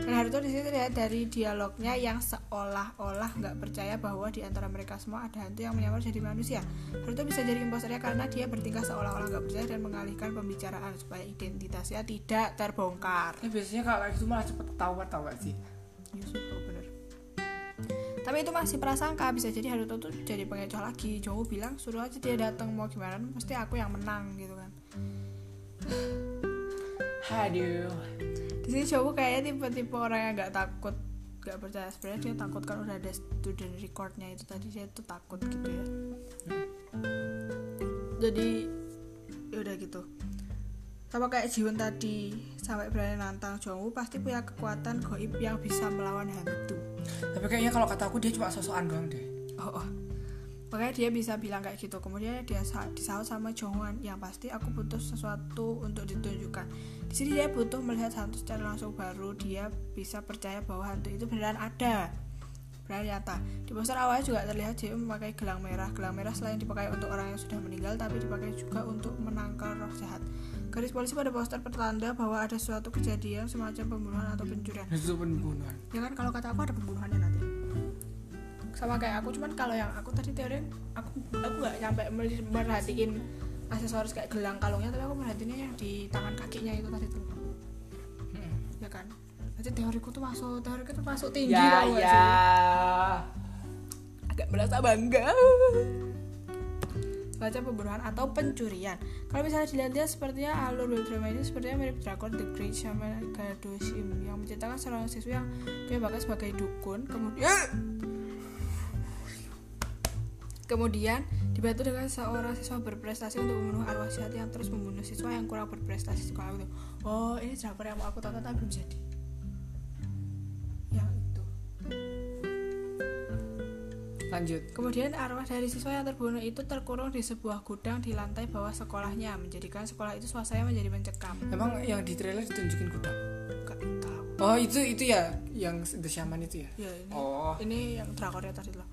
Speaker 2: Dan Haruto di sini terlihat dari dialognya yang seolah-olah nggak percaya bahwa di antara mereka semua ada hantu yang menyamar jadi manusia. Haruto bisa jadi imposternya karena dia bertingkah seolah-olah nggak percaya dan mengalihkan pembicaraan supaya identitasnya tidak terbongkar.
Speaker 1: ya biasanya kalau kayak gitu malah cepet ketahuan tau gak sih
Speaker 2: Iya sih, oh bener. Tapi itu masih prasangka bisa jadi Haruto tuh jadi pengecoh lagi. Jowo bilang suruh aja dia datang mau gimana mesti aku yang menang gitu kan.
Speaker 1: aduh
Speaker 2: Di sini Jowo kayaknya tipe-tipe orang yang nggak takut nggak percaya sebenarnya dia takut kan udah ada student recordnya itu tadi dia tuh takut gitu ya. Jadi ya udah gitu. Sama kayak Jiwon tadi sampai berani nantang Jowo pasti punya kekuatan goib yang bisa melawan hantu.
Speaker 1: tapi kayaknya kalau kata aku dia cuma sosokan doang deh
Speaker 2: Oh, oh. Makanya dia bisa bilang kayak gitu. Kemudian dia sa- disaut sama Jongan yang pasti aku butuh sesuatu untuk ditunjukkan. Di sini dia butuh melihat hantu secara langsung baru dia bisa percaya bahwa hantu itu beneran ada. Beneran nyata. Di poster awalnya juga terlihat dia memakai gelang merah. Gelang merah selain dipakai untuk orang yang sudah meninggal tapi dipakai juga untuk menangkal roh jahat. Garis polisi pada poster pertanda bahwa ada suatu kejadian semacam pembunuhan atau pencurian
Speaker 1: Dan itu pembunuhan
Speaker 2: ya kan kalau kata aku ada pembunuhannya nanti sama kayak aku cuman kalau yang aku tadi teori aku aku nggak nyampe mer- merhatiin aksesoris kayak gelang kalungnya tapi aku merhatiinnya yang di tangan kakinya itu tadi tuh ya kan berarti teoriku tuh masuk teoriku tuh masuk tinggi
Speaker 1: Hmm. ya
Speaker 2: tau nggak
Speaker 1: ya
Speaker 2: sih? agak merasa bangga semacam pembunuhan atau pencurian kalau misalnya dilihat-lihat sepertinya alur web drama ini sepertinya mirip drakor The Great Shaman Gadoshim yang menceritakan seorang siswa yang dia bakal sebagai dukun kemudian Kemudian dibantu dengan seorang siswa berprestasi untuk membunuh arwah jahat yang terus membunuh siswa yang kurang berprestasi di sekolah itu. Oh, ini drakor yang mau aku tonton tapi belum jadi. Yang itu.
Speaker 1: lanjut
Speaker 2: Kemudian arwah dari siswa yang terbunuh itu terkurung di sebuah gudang di lantai bawah sekolahnya, menjadikan sekolah itu suasana menjadi mencekam.
Speaker 1: emang yang di trailer ditunjukin gudang
Speaker 2: Gak tahu.
Speaker 1: oh itu itu ya yang the shaman itu ya
Speaker 2: Ya ini,
Speaker 1: Oh.
Speaker 2: ini yang drakornya tadi loh.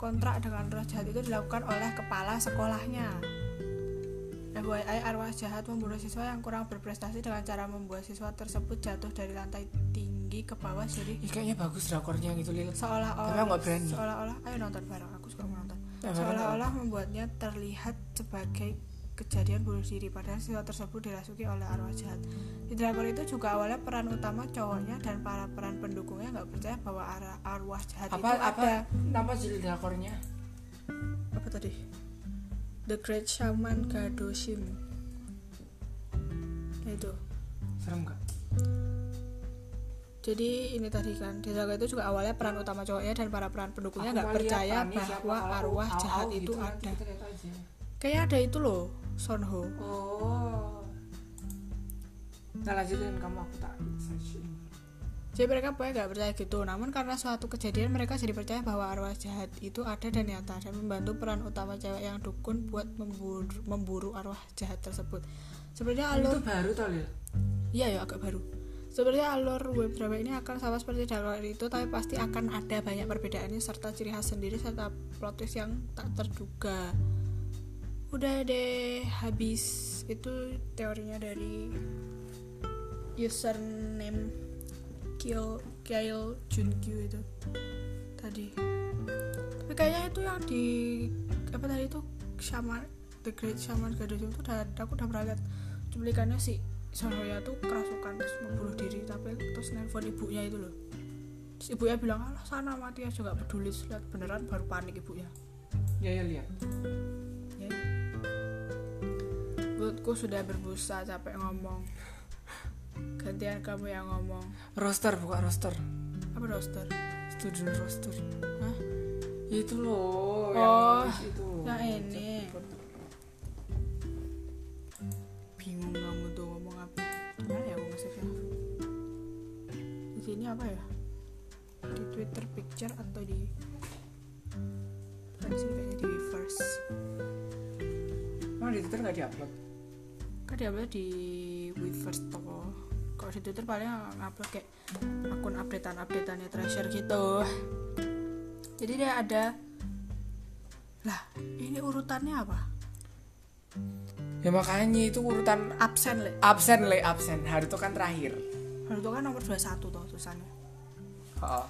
Speaker 2: Kontrak dengan roh jahat itu dilakukan oleh kepala sekolahnya. FYI, arwah jahat membunuh siswa yang kurang berprestasi dengan cara membuat siswa tersebut jatuh dari lantai tinggi ke bawah jadi
Speaker 1: Ih, kayaknya bagus drakornya gitu lil
Speaker 2: seolah-olah
Speaker 1: Tapi aku nggak berani.
Speaker 2: seolah-olah ayo nonton bareng aku suka mau nonton
Speaker 1: Ya, bareng.
Speaker 2: seolah-olah membuatnya terlihat sebagai kejadian bunuh diri padahal siswa tersebut dirasuki oleh arwah jahat. Di drakor itu juga awalnya peran utama cowoknya dan para peran pendukungnya nggak percaya bahwa ara- arwah jahat
Speaker 1: apa
Speaker 2: itu
Speaker 1: apa
Speaker 2: ada.
Speaker 1: nama judul drakornya
Speaker 2: Apa tadi? The Great Shaman Gadoshim. Nah, itu.
Speaker 1: serem gak
Speaker 2: Jadi ini tadi kan di drakor itu juga awalnya peran utama cowoknya dan para peran
Speaker 1: Aku
Speaker 2: pendukungnya nggak
Speaker 1: mau lihat
Speaker 2: percaya
Speaker 1: Tani siapa,
Speaker 2: bahwa
Speaker 1: kalau
Speaker 2: arwah
Speaker 1: au-au
Speaker 2: jahat itu
Speaker 1: gitu kan,
Speaker 2: ada.
Speaker 1: kita lihat aja.
Speaker 2: Kayaknya ada itu loh, Sonho.
Speaker 1: oh nah lanjutin kamu aku tak searching
Speaker 2: Jadi mereka pokoknya nggak percaya gitu. Namun karena suatu kejadian mereka jadi percaya bahwa arwah jahat itu ada dan nyata dan membantu peran utama cewek yang dukun buat memburu, memburu arwah jahat tersebut. Sebenarnya
Speaker 1: itu
Speaker 2: alur
Speaker 1: baru tau Lil
Speaker 2: iya ya agak baru. Sebenarnya alur web drama ini akan sama seperti drakor itu, tapi pasti akan ada banyak perbedaannya serta ciri khas sendiri serta plot twist yang tak terduga. Udah deh, habis itu teorinya dari username Kyo Kyle Junkyu itu tadi. Tapi kayaknya itu yang di apa tadi itu Shaman The Great Shaman Gadot itu udah aku udah pernah lihat cuplikannya si Sonoya tuh kerasukan terus membunuh diri tapi terus nelpon ibunya itu loh. Terus ibunya bilang alah sana mati aja nggak peduli Terus lihat beneran baru panik ibunya.
Speaker 1: ya ya lihat
Speaker 2: Ya. Mulutku sudah berbusa capek ngomong. Gantian kamu yang ngomong.
Speaker 1: roster buka roster
Speaker 2: Apa roster?
Speaker 1: student roster
Speaker 2: Hah?
Speaker 1: Ya itu loh yang
Speaker 2: Oh,
Speaker 1: nulis itu loh.
Speaker 2: yang ini.
Speaker 1: Cepet.
Speaker 2: bingung kamu tuh ngomong apa gimana ya aku nge-save-nya? di sini apa ya di Twitter picture atau di Bukan di sini kayaknya di Weverse
Speaker 1: Emang di Twitter nggak diupload?
Speaker 2: kan dia upload di Weverse toko kalau di Twitter paling ngupload kayak akun updatean updateannya Treasure gitu jadi dia ada lah ini urutannya apa
Speaker 1: Ya makanya itu urutan
Speaker 2: absen le
Speaker 1: absen le absen. Haruto kan terakhir.
Speaker 2: Haruto kan nomor 21 tuh tulisannya
Speaker 1: Oh.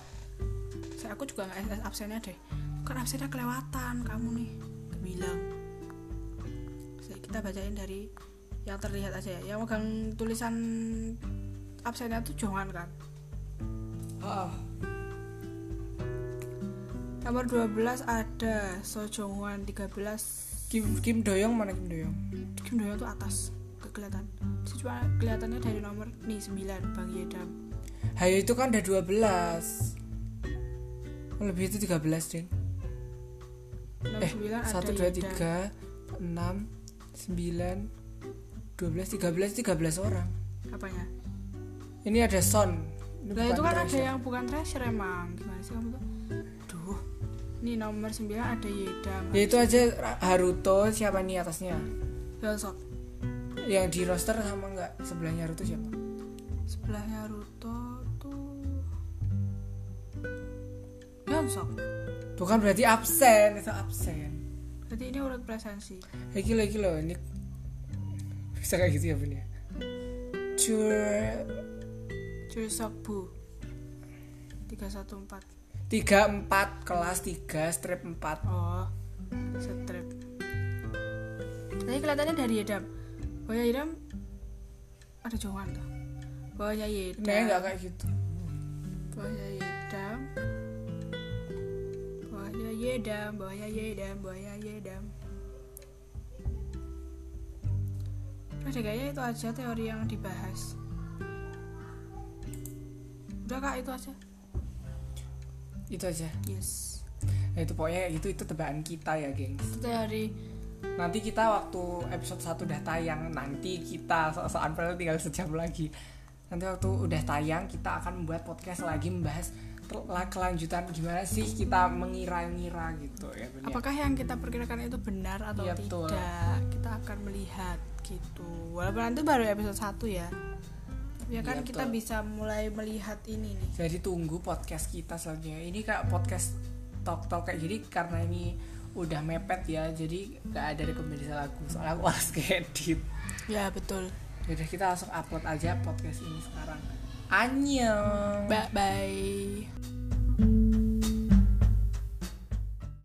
Speaker 2: saya aku juga nggak SS absennya deh bukan absennya kelewatan kamu nih Dia bilang Saya- kita bacain dari yang terlihat aja ya yang megang tulisan absennya tuh Johan kan
Speaker 1: Oh.
Speaker 2: nomor 12 ada So Jong Hwan 13
Speaker 1: Kim Kim Doyong mana Kim Doyong?
Speaker 2: Kim Do Hyun tuh atas nggak kelihatan Terus cuma kelihatannya dari nomor nih 9 Bang Yedam
Speaker 1: Hayo itu kan ada 12. Lebih itu 13, Din.
Speaker 2: nomor
Speaker 1: Eh,
Speaker 2: 9 ada
Speaker 1: 1 2
Speaker 2: Yedam.
Speaker 1: 3 6 9 12 13 13 orang.
Speaker 2: apanya
Speaker 1: Ini ada Son. Ini
Speaker 2: Nah
Speaker 1: bukan
Speaker 2: itu kan ada
Speaker 1: treasure.
Speaker 2: yang bukan treasure emang Gimana sih kamu tuh Duh Nih nomor 9 ada Yedam
Speaker 1: Ya itu aja Ra- Haruto siapa nih atasnya?
Speaker 2: Hillsong
Speaker 1: Yang di roster sama nggak? Sebelahnya Haruto siapa?
Speaker 2: Sebelahnya Ruto tuh Hyunsok
Speaker 1: Tuh kan berarti absen, itu absen.
Speaker 2: Berarti ini urut presensi
Speaker 1: Iki loh, iki loh, ini bisa kayak gitu ya bun ya. Cur
Speaker 2: Jurisok Bu 314
Speaker 1: tiga empat kelas tiga strip empat.
Speaker 2: Oh Strip Tadi kelihatannya dari Yedam Bahwa Yedam Ada Johan tuh Bahwa Yedam
Speaker 1: Nah nggak kayak gitu.
Speaker 2: buaya yedam buaya yedam buaya yedam buaya yedam udah kayaknya itu aja teori yang dibahas udah kak itu aja
Speaker 1: Itu aja.
Speaker 2: yes
Speaker 1: Nah, itu pokoknya kayak gitu itu tebakan kita ya, gengs.
Speaker 2: itu teori
Speaker 1: Iya. Nanti kita waktu episode 1 udah tayang, nanti kita soal padahal tinggal sejam lagi. Nanti waktu udah tayang kita akan membuat podcast lagi membahas tel- kelanjutan gimana sih kita mengira-ngira gitu ya bun ya.
Speaker 2: apakah yang kita perkirakan itu benar atau
Speaker 1: Iya,
Speaker 2: tidak
Speaker 1: betul.
Speaker 2: kita akan melihat gitu walaupun nanti baru episode 1 ya ya kan
Speaker 1: Iya,
Speaker 2: kita
Speaker 1: betul.
Speaker 2: bisa mulai melihat ini nih
Speaker 1: Jadi tunggu podcast kita selanjutnya. Ini kayak podcast talk talk kayak jadi karena ini udah mepet ya. Jadi nggak ada rekomendasi lagu. Soalnya aku harus edit. Iya,
Speaker 2: ya betul
Speaker 1: Yaudah kita langsung upload aja podcast ini sekarang. Annyeong.
Speaker 2: bye bye